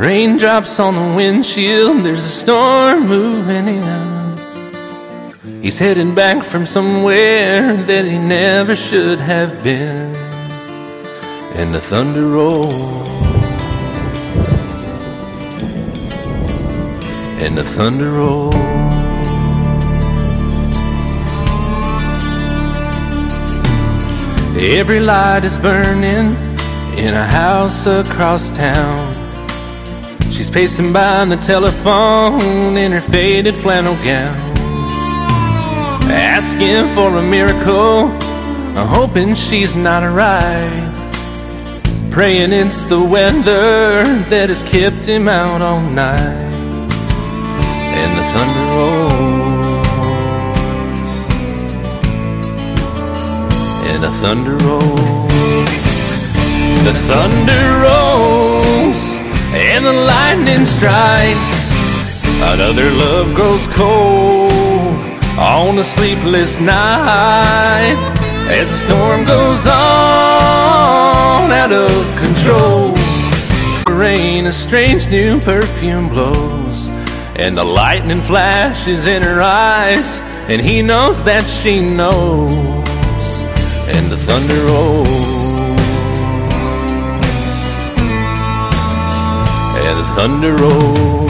Raindrops on the windshield, there's a storm moving in. He's heading back from somewhere that he never should have been. And the thunder rolls. And the thunder rolls. Every light is burning in a house across town. She's pacing by on the telephone in her faded flannel gown. Asking for a miracle, I'm hoping she's not alright. Praying it's the weather that has kept him out all night. And the thunder rolls. And the thunder rolls. The thunder rolls. And the lightning strikes. Another love grows cold on a sleepless night as the storm goes on out of control. The rain, a strange new perfume blows, and the lightning flashes in her eyes, and he knows that she knows, and the thunder rolls. And the thunder rolls.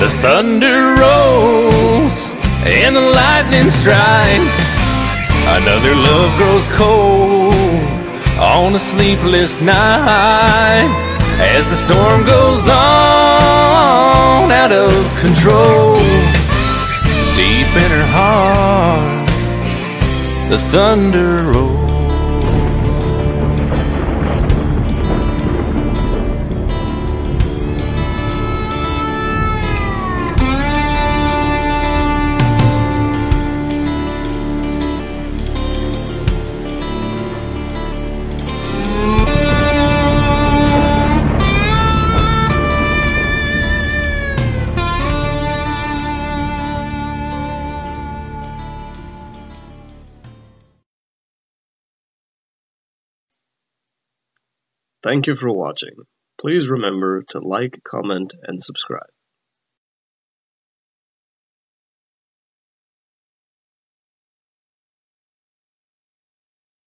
The thunder rolls and the lightning strikes. Another love grows cold on a sleepless night as the storm goes on out of control. Deep in her heart, the thunder rolls. Thank you for watching. Please remember to like, comment, and subscribe.